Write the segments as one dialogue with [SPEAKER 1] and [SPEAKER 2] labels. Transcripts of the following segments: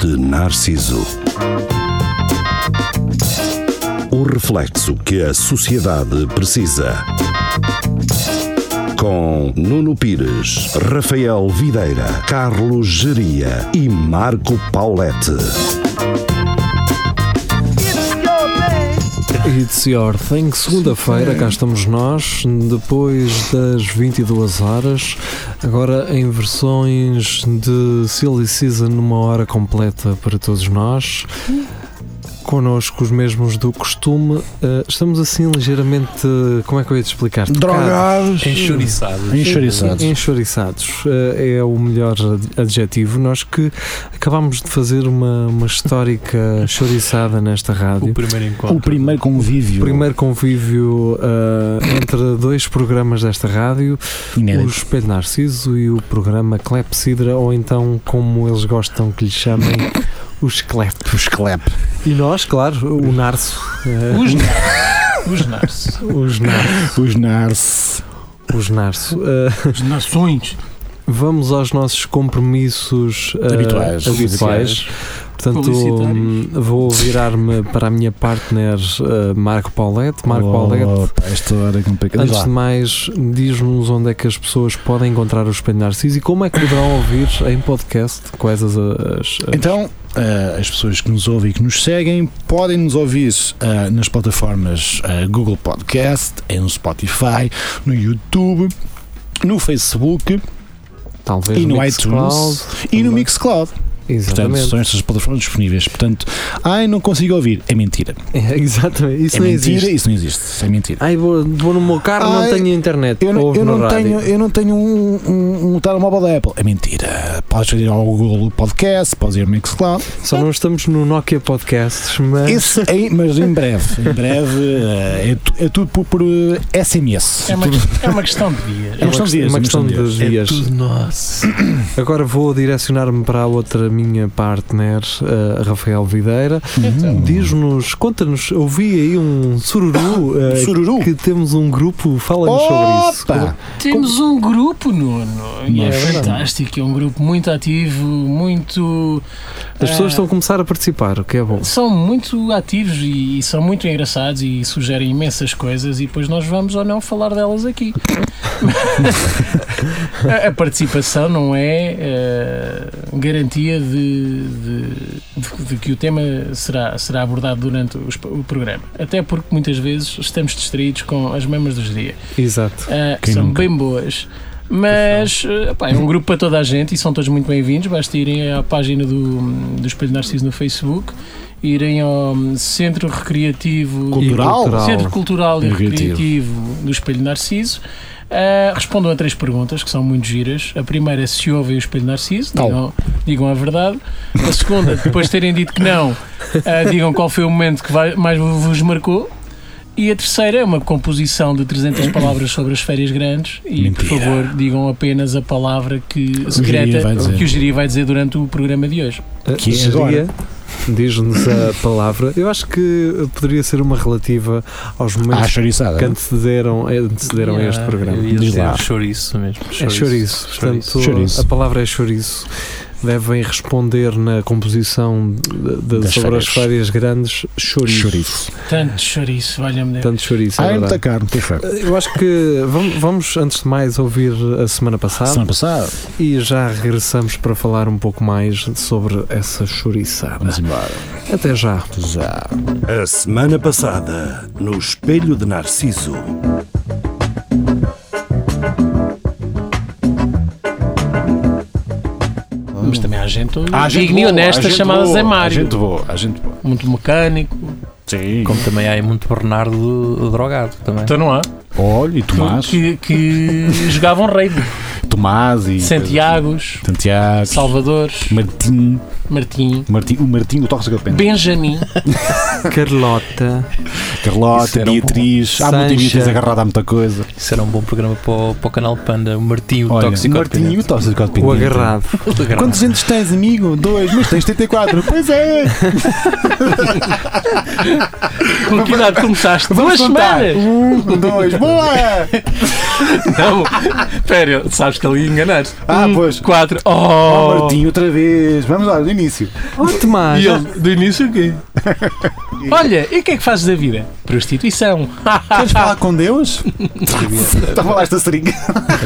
[SPEAKER 1] de Narciso. O reflexo que a sociedade precisa. Com Nuno Pires, Rafael Videira, Carlos Geria e Marco Paulette.
[SPEAKER 2] It's Your Thing, segunda-feira, cá estamos nós, depois das 22 horas, agora em versões de Silly Season, numa hora completa para todos nós. Connosco os mesmos do costume, eh, estamos assim ligeiramente, como é que eu ia te explicar?
[SPEAKER 3] Drogados.
[SPEAKER 4] Enxuriçados.
[SPEAKER 3] Enxuriçados.
[SPEAKER 2] Enxoriçados eh, é o melhor ad- adjetivo. Nós que acabámos de fazer uma, uma histórica choriçada nesta rádio.
[SPEAKER 4] O primeiro encontro.
[SPEAKER 3] O primeiro convívio.
[SPEAKER 2] Primeiro convívio ah, entre dois programas desta rádio, o
[SPEAKER 3] Inédito.
[SPEAKER 2] Espelho Narciso e o programa Clepsidra, ou então como eles gostam que lhe chamem, os Clep.
[SPEAKER 3] Os clap.
[SPEAKER 2] E nós, claro, o Narso. ah,
[SPEAKER 4] Os Narsos. Os Narsos.
[SPEAKER 2] os Narso.
[SPEAKER 3] Os Narce.
[SPEAKER 2] Os Narso. Ah,
[SPEAKER 5] As nações.
[SPEAKER 2] vamos aos nossos compromissos ah,
[SPEAKER 3] Habituais.
[SPEAKER 2] habituais. Portanto,
[SPEAKER 5] Publicitários.
[SPEAKER 2] hum, vou virar-me para a minha partner ah, Marco Paulette. Marco Paulette,
[SPEAKER 3] Oh, pá, esta hora é complicada. Diz
[SPEAKER 2] Antes de
[SPEAKER 3] lá.
[SPEAKER 2] mais, diz-nos onde é que as pessoas podem encontrar o Espelho Narciso e como é que poderão ouvir em podcast quais as. as- eh, as-
[SPEAKER 3] Então, ah, as pessoas que nos ouvem e que nos seguem podem nos ouvir ah, nas plataformas ah, Google Podcast, eh, no Spotify, no YouTube, no Facebook
[SPEAKER 2] talvez
[SPEAKER 3] e no
[SPEAKER 2] Mixcloud.
[SPEAKER 3] iTunes e no
[SPEAKER 2] também.
[SPEAKER 3] Mixcloud. Portanto,
[SPEAKER 2] Exatamente.
[SPEAKER 3] são estas plataformas disponíveis. Portanto, ai, não consigo ouvir. É mentira.
[SPEAKER 2] É, exatamente. Isso
[SPEAKER 3] é
[SPEAKER 2] não
[SPEAKER 3] mentira,
[SPEAKER 2] existe.
[SPEAKER 3] isso não existe. Isso é mentira.
[SPEAKER 2] Ai, vou, vou no meu carro, não
[SPEAKER 3] Ai,
[SPEAKER 2] tenho internet.
[SPEAKER 3] Eu, não-
[SPEAKER 2] ouve
[SPEAKER 3] eu
[SPEAKER 2] na
[SPEAKER 3] não
[SPEAKER 2] rádio.
[SPEAKER 3] tenho, eu não tenho um, um, um telemóvel da Apple. É mentira. Podes ir ao Google Podcast, podes ir ao Mixcloud.
[SPEAKER 2] Só não estamos no Nokia Podcasts, mas.
[SPEAKER 3] Esse aí, mas em breve. Em breve eh, é, tu- é tudo por, por, eh, SMS.
[SPEAKER 4] É uma, é uma questão de
[SPEAKER 3] É uma
[SPEAKER 4] dias.
[SPEAKER 3] questão de dias, é
[SPEAKER 2] uma
[SPEAKER 3] uma
[SPEAKER 2] questão
[SPEAKER 3] questão de
[SPEAKER 2] de dias.
[SPEAKER 4] nosso.
[SPEAKER 2] Agora vou direcionar-me para a outra minha partner, a Rafael Videira.
[SPEAKER 3] Uhum.
[SPEAKER 2] Diz-nos, conta-nos, ouvi aí um sururu, eh,
[SPEAKER 3] Sururu.
[SPEAKER 2] que temos um grupo, fala-nos sobre isso. Eh,
[SPEAKER 3] Opa! Ah,
[SPEAKER 5] Temos um grupo, Nuno. E é
[SPEAKER 3] Yes.
[SPEAKER 5] fantástico. É um grupo muito ativo, muito.
[SPEAKER 2] As pessoas
[SPEAKER 5] eh,
[SPEAKER 2] estão a começar a participar, o que é bom.
[SPEAKER 5] São muito ativos e, e são muito engraçados e sugerem imensas coisas e depois nós vamos ou não falar delas aqui. a, a participação não é eh, garantia de, de- de- de que o tema será, será abordado durante os- o programa. Até porque muitas vezes estamos distraídos com as mamas dos dias.
[SPEAKER 2] Exato.
[SPEAKER 5] Ah,
[SPEAKER 3] Quem
[SPEAKER 5] são
[SPEAKER 3] nunca?
[SPEAKER 5] bem boas. Mas eh, pá, é um grupo para toda a gente e são todos muito bem-vindos. Basta irem à página do, do Espelho Narciso no Facebook, irem ao Centro Recreativo
[SPEAKER 3] Cultural?
[SPEAKER 2] Eh,
[SPEAKER 5] Centro Cultural e
[SPEAKER 3] Recreativo.
[SPEAKER 5] Recreativo do Espelho Narciso. Ah, respondam a três perguntas que são muito giras. A primeira é se ouvem o Espelho Narciso,
[SPEAKER 3] Não.
[SPEAKER 5] digam, digam a verdade. A segunda, depois de terem dito que não, ah, digam qual foi o momento que vai- mais vos marcou. E a terceira é uma composição de 300 palavras sobre as férias grandes. E por
[SPEAKER 3] Mentira.
[SPEAKER 5] favor, digam apenas a palavra que
[SPEAKER 3] Geria vai
[SPEAKER 5] secreta
[SPEAKER 3] dizer.
[SPEAKER 5] que o Giri vai dizer durante o programa de hoje.
[SPEAKER 3] Que é
[SPEAKER 2] Geria, Diz-nos a palavra. Eu acho que poderia ser uma relativa aos
[SPEAKER 3] Ah,
[SPEAKER 2] momentos
[SPEAKER 3] chouriçada.
[SPEAKER 2] que antecederam, eh, antecederam a este programa.
[SPEAKER 4] Eu ia
[SPEAKER 3] Diz
[SPEAKER 4] dizer
[SPEAKER 3] lá.
[SPEAKER 4] chouriço mesmo.
[SPEAKER 2] É chouriço. Portanto,
[SPEAKER 3] Chouriço.
[SPEAKER 2] a palavra é chouriço. Devem responder na composição de, de-
[SPEAKER 3] Das
[SPEAKER 2] sobre as
[SPEAKER 3] férias.
[SPEAKER 2] férias grandes chouriço.
[SPEAKER 3] Chouriço.
[SPEAKER 5] Tanto chouriço, valha-me Deus.
[SPEAKER 2] Tanto chouriço. é
[SPEAKER 3] Ai, Ah, muita
[SPEAKER 2] verdade.
[SPEAKER 3] carne, tem fé.
[SPEAKER 2] Eu acho que vamos, vamos, antes de mais, ouvir a semana passada
[SPEAKER 3] Semana passada,
[SPEAKER 2] e já regressamos para falar um pouco mais sobre essa chouriçada.
[SPEAKER 3] vamos embora.
[SPEAKER 2] Até já.
[SPEAKER 3] Já.
[SPEAKER 1] A semana passada, no Espelho de Narciso.
[SPEAKER 5] Mas também há gente,
[SPEAKER 3] Há Ah, gente
[SPEAKER 5] digna e
[SPEAKER 3] boa,
[SPEAKER 5] honesta
[SPEAKER 3] há gente
[SPEAKER 5] chamada
[SPEAKER 3] boa,
[SPEAKER 5] Zé
[SPEAKER 3] há
[SPEAKER 5] Mário.
[SPEAKER 3] gente boa, há gente boa.
[SPEAKER 5] Muito mecânico.
[SPEAKER 3] Sim.
[SPEAKER 4] Como também há aí muito Bernardo drogado também.
[SPEAKER 5] Então não há.
[SPEAKER 3] Olha, e Tomás.
[SPEAKER 5] Que, que jogavam rei.
[SPEAKER 3] Tomás e.
[SPEAKER 5] Santiagos,
[SPEAKER 3] Santiago.
[SPEAKER 5] Salvadores,
[SPEAKER 3] Martim.
[SPEAKER 5] Martim,
[SPEAKER 3] Martim. O Martim do Tóxico Apenas.
[SPEAKER 5] Benjamin.
[SPEAKER 2] Carlota.
[SPEAKER 4] Isso
[SPEAKER 3] Carlota,
[SPEAKER 4] era um
[SPEAKER 3] Beatriz, há
[SPEAKER 2] Sancha.
[SPEAKER 3] muita Beatriz agarrada a muita coisa.
[SPEAKER 4] Isso era um bom programa para o, para o canal Panda. O Martinho
[SPEAKER 3] Olha,
[SPEAKER 4] Tóxico.
[SPEAKER 3] Martinho, tóxico
[SPEAKER 2] O agarrado.
[SPEAKER 3] Quantos anos tens, amigo? Dois, mas tens 34. pois é!
[SPEAKER 5] Com que idade começaste?
[SPEAKER 3] Vamos
[SPEAKER 5] Duas
[SPEAKER 3] contar.
[SPEAKER 5] semanas!
[SPEAKER 3] Um, dois, boa!
[SPEAKER 5] Não, espera, sabes que
[SPEAKER 4] que ali enganaste.
[SPEAKER 3] Ah,
[SPEAKER 4] Um,
[SPEAKER 3] pois.
[SPEAKER 4] Quatro.
[SPEAKER 3] Oh,
[SPEAKER 4] Oh!
[SPEAKER 3] Martinho, outra vez. Vamos lá, do início.
[SPEAKER 2] Oh, Tomás!
[SPEAKER 4] e ele, do início o quê?
[SPEAKER 5] Olha, e o que é que fazes da vida? Prostituição.
[SPEAKER 3] Queres falar com Deus? Estava lá esta seringa.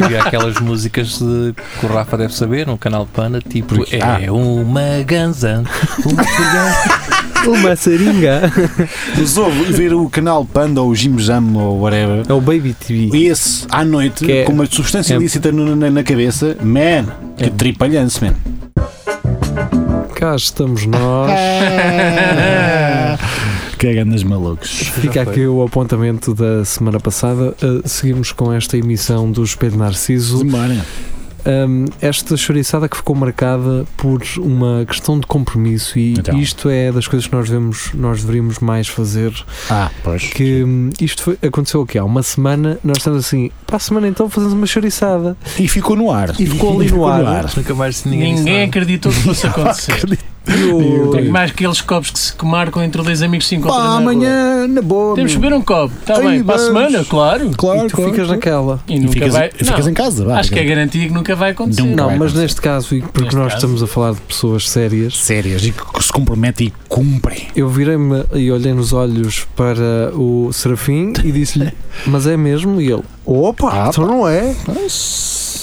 [SPEAKER 4] Havia aquelas músicas de, que o Rafa deve saber no canal Panda, tipo
[SPEAKER 3] Ah.
[SPEAKER 4] É uma ganza. uma ganza."
[SPEAKER 2] Uma seringa!
[SPEAKER 3] Resolvo ver o canal Panda ou Jim Jam ou whatever.
[SPEAKER 2] É o Baby TV.
[SPEAKER 3] Esse, à noite,
[SPEAKER 2] Que é-
[SPEAKER 3] com uma substância
[SPEAKER 2] é-
[SPEAKER 3] ilícita no- na, na cabeça, man, que
[SPEAKER 2] É.
[SPEAKER 3] tripalhanço, man.
[SPEAKER 2] Cá estamos nós.
[SPEAKER 3] que é grandes malucos.
[SPEAKER 2] Fica aqui o apontamento da semana passada. Uh, seguimos com esta emissão do Espelho Narciso.
[SPEAKER 3] Demora.
[SPEAKER 2] Um, esta chouriçada que ficou marcada por uma questão de compromisso e
[SPEAKER 3] Então.
[SPEAKER 2] isto é das coisas que nós devemos, nós deveríamos mais fazer.
[SPEAKER 3] Ah, pois.
[SPEAKER 2] Que hum, isto foi- aconteceu aqui há uma semana. Nós estamos assim, para a semana então fazemos uma chouriçada.
[SPEAKER 3] E ficou no ar.
[SPEAKER 2] E ficou ali no ar.
[SPEAKER 4] Nunca mais ninguém, disse
[SPEAKER 5] Ninguém
[SPEAKER 4] nada.
[SPEAKER 5] acreditou que fosse acontecer.
[SPEAKER 2] E o-
[SPEAKER 5] Tem mais aqueles copos que se que marcam entre dois amigos que se encontram.
[SPEAKER 3] Pá,
[SPEAKER 5] na rua.
[SPEAKER 3] amanhã, na boa.
[SPEAKER 5] Temos que
[SPEAKER 3] meu.
[SPEAKER 5] beber um copo. Está
[SPEAKER 3] Aí
[SPEAKER 5] bem, para a
[SPEAKER 3] vamos.
[SPEAKER 5] semana, claro.
[SPEAKER 3] Claro,
[SPEAKER 2] e tu ficas naquela.
[SPEAKER 5] E
[SPEAKER 3] E
[SPEAKER 5] nunca
[SPEAKER 3] ficas,
[SPEAKER 5] vai.
[SPEAKER 3] ficas
[SPEAKER 5] não,
[SPEAKER 3] em casa, vá.
[SPEAKER 5] acho que é garantia que nunca vai acontecer.
[SPEAKER 3] Nunca.
[SPEAKER 2] Não,
[SPEAKER 3] vai
[SPEAKER 2] mas
[SPEAKER 3] acontecer.
[SPEAKER 2] neste caso, e porque
[SPEAKER 5] Neste
[SPEAKER 2] nós
[SPEAKER 5] caso.
[SPEAKER 2] estamos a falar de pessoas sérias,
[SPEAKER 3] Sérias e que se compromete e cumpre.
[SPEAKER 2] Eu virei-me e olhei nos olhos para o Serafim e disse-lhe, mas é mesmo? E ele, opa,
[SPEAKER 3] Ah,
[SPEAKER 2] então não é?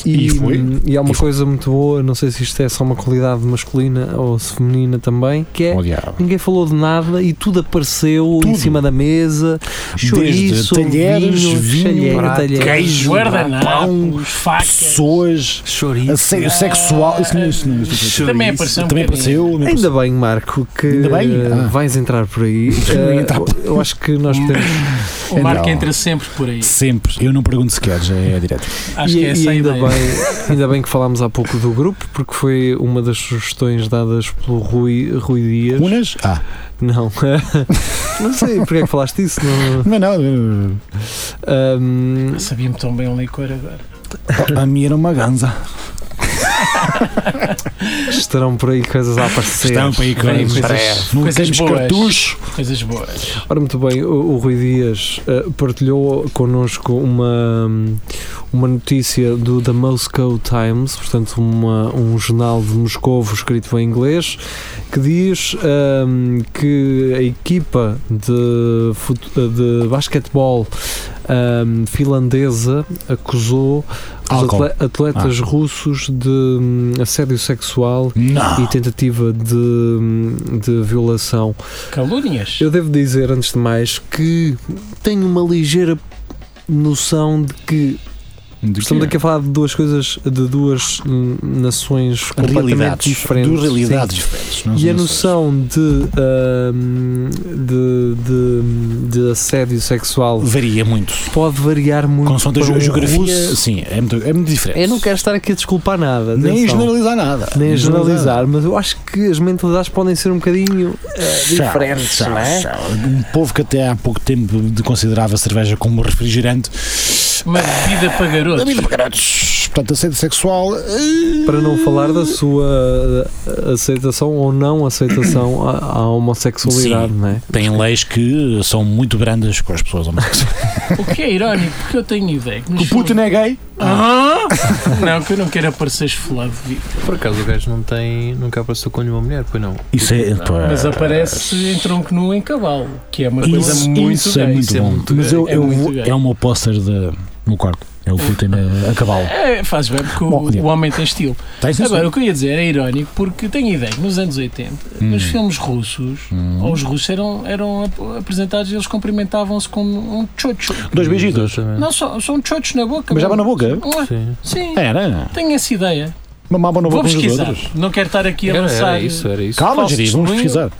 [SPEAKER 3] E, foi.
[SPEAKER 2] E há uma
[SPEAKER 3] E foi.
[SPEAKER 2] coisa muito boa, não sei se isto é só uma qualidade masculina ou se feminina também, que é.
[SPEAKER 3] Oh, diabo.
[SPEAKER 2] Ninguém falou de nada e tudo apareceu em
[SPEAKER 3] Tudo.
[SPEAKER 2] cima da mesa. Chouriço,
[SPEAKER 3] talheres,
[SPEAKER 2] vinho,
[SPEAKER 3] vinho,
[SPEAKER 2] talher,
[SPEAKER 3] prato, é
[SPEAKER 2] talher.
[SPEAKER 3] queijo, um pão,
[SPEAKER 5] Guardanapos, facas.
[SPEAKER 3] pessoas,
[SPEAKER 4] Chouriço.
[SPEAKER 3] assédio sexual. Isso não, isso não. Isso não.
[SPEAKER 5] Também apareceu um
[SPEAKER 3] Também
[SPEAKER 5] bocadinho.
[SPEAKER 3] apareceu. também
[SPEAKER 2] Ainda bem, Marco, que
[SPEAKER 3] Assim, Ainda bem?
[SPEAKER 2] eh,
[SPEAKER 3] Ah.
[SPEAKER 2] vais entrar por aí.
[SPEAKER 3] Eu ia
[SPEAKER 2] Eh,
[SPEAKER 3] entrar por-
[SPEAKER 2] eu acho que nós podemos
[SPEAKER 5] O Marco
[SPEAKER 3] Não.
[SPEAKER 5] entra sempre por aí.
[SPEAKER 3] Sempre. Eu não pergunto se queres, é direto.
[SPEAKER 5] Acho
[SPEAKER 2] e,
[SPEAKER 5] que é
[SPEAKER 2] e
[SPEAKER 5] essa a
[SPEAKER 2] ainda,
[SPEAKER 5] ideia.
[SPEAKER 2] bem, ainda bem que falámos há pouco do grupo, porque foi uma das sugestões dadas pelo Rui, Rui Dias.
[SPEAKER 3] Unas? Ah,
[SPEAKER 2] Não, não sei porque é que falaste isso. não-
[SPEAKER 3] não é não.
[SPEAKER 2] Ahm,
[SPEAKER 5] Sabia-me tão bem um licor agora.
[SPEAKER 3] A minha era uma ganza.
[SPEAKER 2] estarão por aí coisas a aparecer.
[SPEAKER 3] Estão para aí
[SPEAKER 5] Vem
[SPEAKER 3] coisas.
[SPEAKER 5] coisas-
[SPEAKER 3] Não
[SPEAKER 5] coisas
[SPEAKER 3] temos
[SPEAKER 5] boas.
[SPEAKER 3] cartucho.
[SPEAKER 5] Coisas boas.
[SPEAKER 2] Ora, muito bem, o, o Rui Dias eh, partilhou connosco uma, uma notícia do The Moscow Times, portanto, uma- um jornal de Moscovo escrito em inglês, que diz ehm, que a equipa de, fut- de basquetebol ehm, finlandesa acusou os
[SPEAKER 3] Álcool.
[SPEAKER 2] atle- atletas russos de hum, assédio sexual.
[SPEAKER 3] Não.
[SPEAKER 2] E tentativa de, hum, de violação
[SPEAKER 5] Calúnias.
[SPEAKER 2] eu devo dizer, antes de mais, que tenho uma ligeira noção de que estamos aqui a falar de duas coisas, de duas hum, nações completamente
[SPEAKER 3] realidades.
[SPEAKER 2] diferentes.
[SPEAKER 3] Duas realidades
[SPEAKER 2] Sim.
[SPEAKER 3] diferentes. Não
[SPEAKER 2] E a
[SPEAKER 3] são
[SPEAKER 2] noção de, hum, de, de- de assédio sexual
[SPEAKER 3] Varia muito.
[SPEAKER 2] pode variar muito.
[SPEAKER 3] Consoante a
[SPEAKER 2] para
[SPEAKER 3] ge-
[SPEAKER 2] um
[SPEAKER 3] geografia,
[SPEAKER 2] russo.
[SPEAKER 3] sim, é muito, é muito diferente.
[SPEAKER 2] Eu não quero estar aqui a desculpar nada.
[SPEAKER 3] nem
[SPEAKER 2] atenção.
[SPEAKER 3] generalizar nada.
[SPEAKER 2] nem a generalizar, mas eu acho que as mentalidades podem ser um bocadinho eh, diferentes,
[SPEAKER 3] Chá,
[SPEAKER 2] não é?
[SPEAKER 3] chá. Um povo que até há pouco tempo de- considerava a cerveja como refrigerante.
[SPEAKER 5] Uma bebida para
[SPEAKER 3] Da
[SPEAKER 5] garotos.
[SPEAKER 3] vida para garotos. Portanto, assédio sexual. eh,
[SPEAKER 2] Para não falar da sua eh, aceitação ou não aceitação à, à homossexualidade, não é?
[SPEAKER 3] Tem leis que são muito brandas com as pessoas homossexuais.
[SPEAKER 5] O que é irónico, porque eu tenho ideia. Que nos
[SPEAKER 3] é gay?
[SPEAKER 5] Ah! Não, que eu não quero aparecer esfolado de vida.
[SPEAKER 4] Por acaso o gajo não tem, nunca apareceu com nenhuma mulher, pois não.
[SPEAKER 3] Isso é. pá.
[SPEAKER 5] Mas aparece em tronco nu em cavalo, que é uma coisa
[SPEAKER 3] Isso,
[SPEAKER 5] muito
[SPEAKER 3] isso é
[SPEAKER 5] gay.
[SPEAKER 3] muito
[SPEAKER 4] é
[SPEAKER 3] bom.
[SPEAKER 4] muito
[SPEAKER 3] Mas
[SPEAKER 4] gay.
[SPEAKER 3] eu,
[SPEAKER 5] É
[SPEAKER 3] eu
[SPEAKER 5] muito
[SPEAKER 3] vou-
[SPEAKER 5] gay.
[SPEAKER 3] é o meu póster de- no quarto. É o Putin a, a cavalo.
[SPEAKER 5] É, faz bem, porque o-
[SPEAKER 3] Bom,
[SPEAKER 5] o, homem tem estilo.
[SPEAKER 3] Tens isso?
[SPEAKER 5] Agora, o que eu ia dizer é irónico, porque tenho ideia que nos anos 80,
[SPEAKER 3] Hum.
[SPEAKER 5] nos filmes russos,
[SPEAKER 3] Hum.
[SPEAKER 5] ou os russos eram, eram ap- apresentados e eles cumprimentavam-se como um chocho.
[SPEAKER 3] Dois beijitos.
[SPEAKER 4] Exatamente.
[SPEAKER 5] Não, só, só um chocho na boca.
[SPEAKER 3] Mas já É. vai na boca?
[SPEAKER 5] Ué,
[SPEAKER 4] Sim.
[SPEAKER 5] Sim,
[SPEAKER 3] Era.
[SPEAKER 5] tenho essa ideia.
[SPEAKER 3] Mamava na
[SPEAKER 5] Vou
[SPEAKER 3] boca uns dos
[SPEAKER 5] pesquisar.
[SPEAKER 3] outros.
[SPEAKER 5] Não quero estar aqui a
[SPEAKER 4] Era,
[SPEAKER 5] lançar.
[SPEAKER 4] era isso, era isso.
[SPEAKER 3] Calma,
[SPEAKER 5] Falso
[SPEAKER 3] Jerry, vamos
[SPEAKER 5] testemunho.
[SPEAKER 3] pesquisar.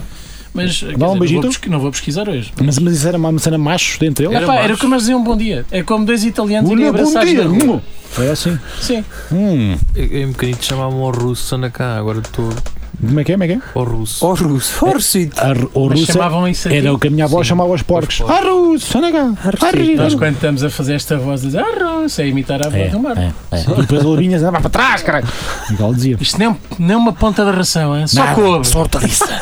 [SPEAKER 5] Mas quer dizer,
[SPEAKER 3] um
[SPEAKER 5] não, vou
[SPEAKER 3] beijito?
[SPEAKER 5] pesqui- não vou pesquisar hoje.
[SPEAKER 3] Mas, mas isso era uma cena macho dentre eles?
[SPEAKER 5] Era,
[SPEAKER 4] Era
[SPEAKER 5] Epá, era
[SPEAKER 4] macho.
[SPEAKER 5] como eles diziam bom dia. É como dois italianos irem
[SPEAKER 3] Olha,
[SPEAKER 5] abraçados na rua.
[SPEAKER 3] hum. Foi assim.
[SPEAKER 5] Sim.
[SPEAKER 3] Hum.
[SPEAKER 4] Em um bocadinho te chamavam ao russo, anda cá, agora estou
[SPEAKER 3] Como é que é? Como é que é?
[SPEAKER 4] ao russo.
[SPEAKER 2] Ó russo, ó russito.
[SPEAKER 3] A, r- o
[SPEAKER 5] Mas assim.
[SPEAKER 3] russo é-
[SPEAKER 5] chamavam isso aqui.
[SPEAKER 3] era o que a minha avó
[SPEAKER 4] Sim.
[SPEAKER 3] chamava aos porcos.
[SPEAKER 4] Os
[SPEAKER 3] Ah,
[SPEAKER 4] porcos.
[SPEAKER 3] russo, anda cá.
[SPEAKER 2] Ah,
[SPEAKER 3] Ah,
[SPEAKER 2] sim.
[SPEAKER 5] Nós
[SPEAKER 3] russo.
[SPEAKER 5] quando estamos a fazer esta voz, dizemos, ah, isso é imitar a voz
[SPEAKER 3] É,
[SPEAKER 5] do Marco.
[SPEAKER 3] é, é. E depois ele vinha andava para trás, caralho. Igual dizia.
[SPEAKER 5] Isto nem, nem uma ponta da ração, hein? só
[SPEAKER 3] Nada,
[SPEAKER 5] couve.
[SPEAKER 3] Só hortaliça.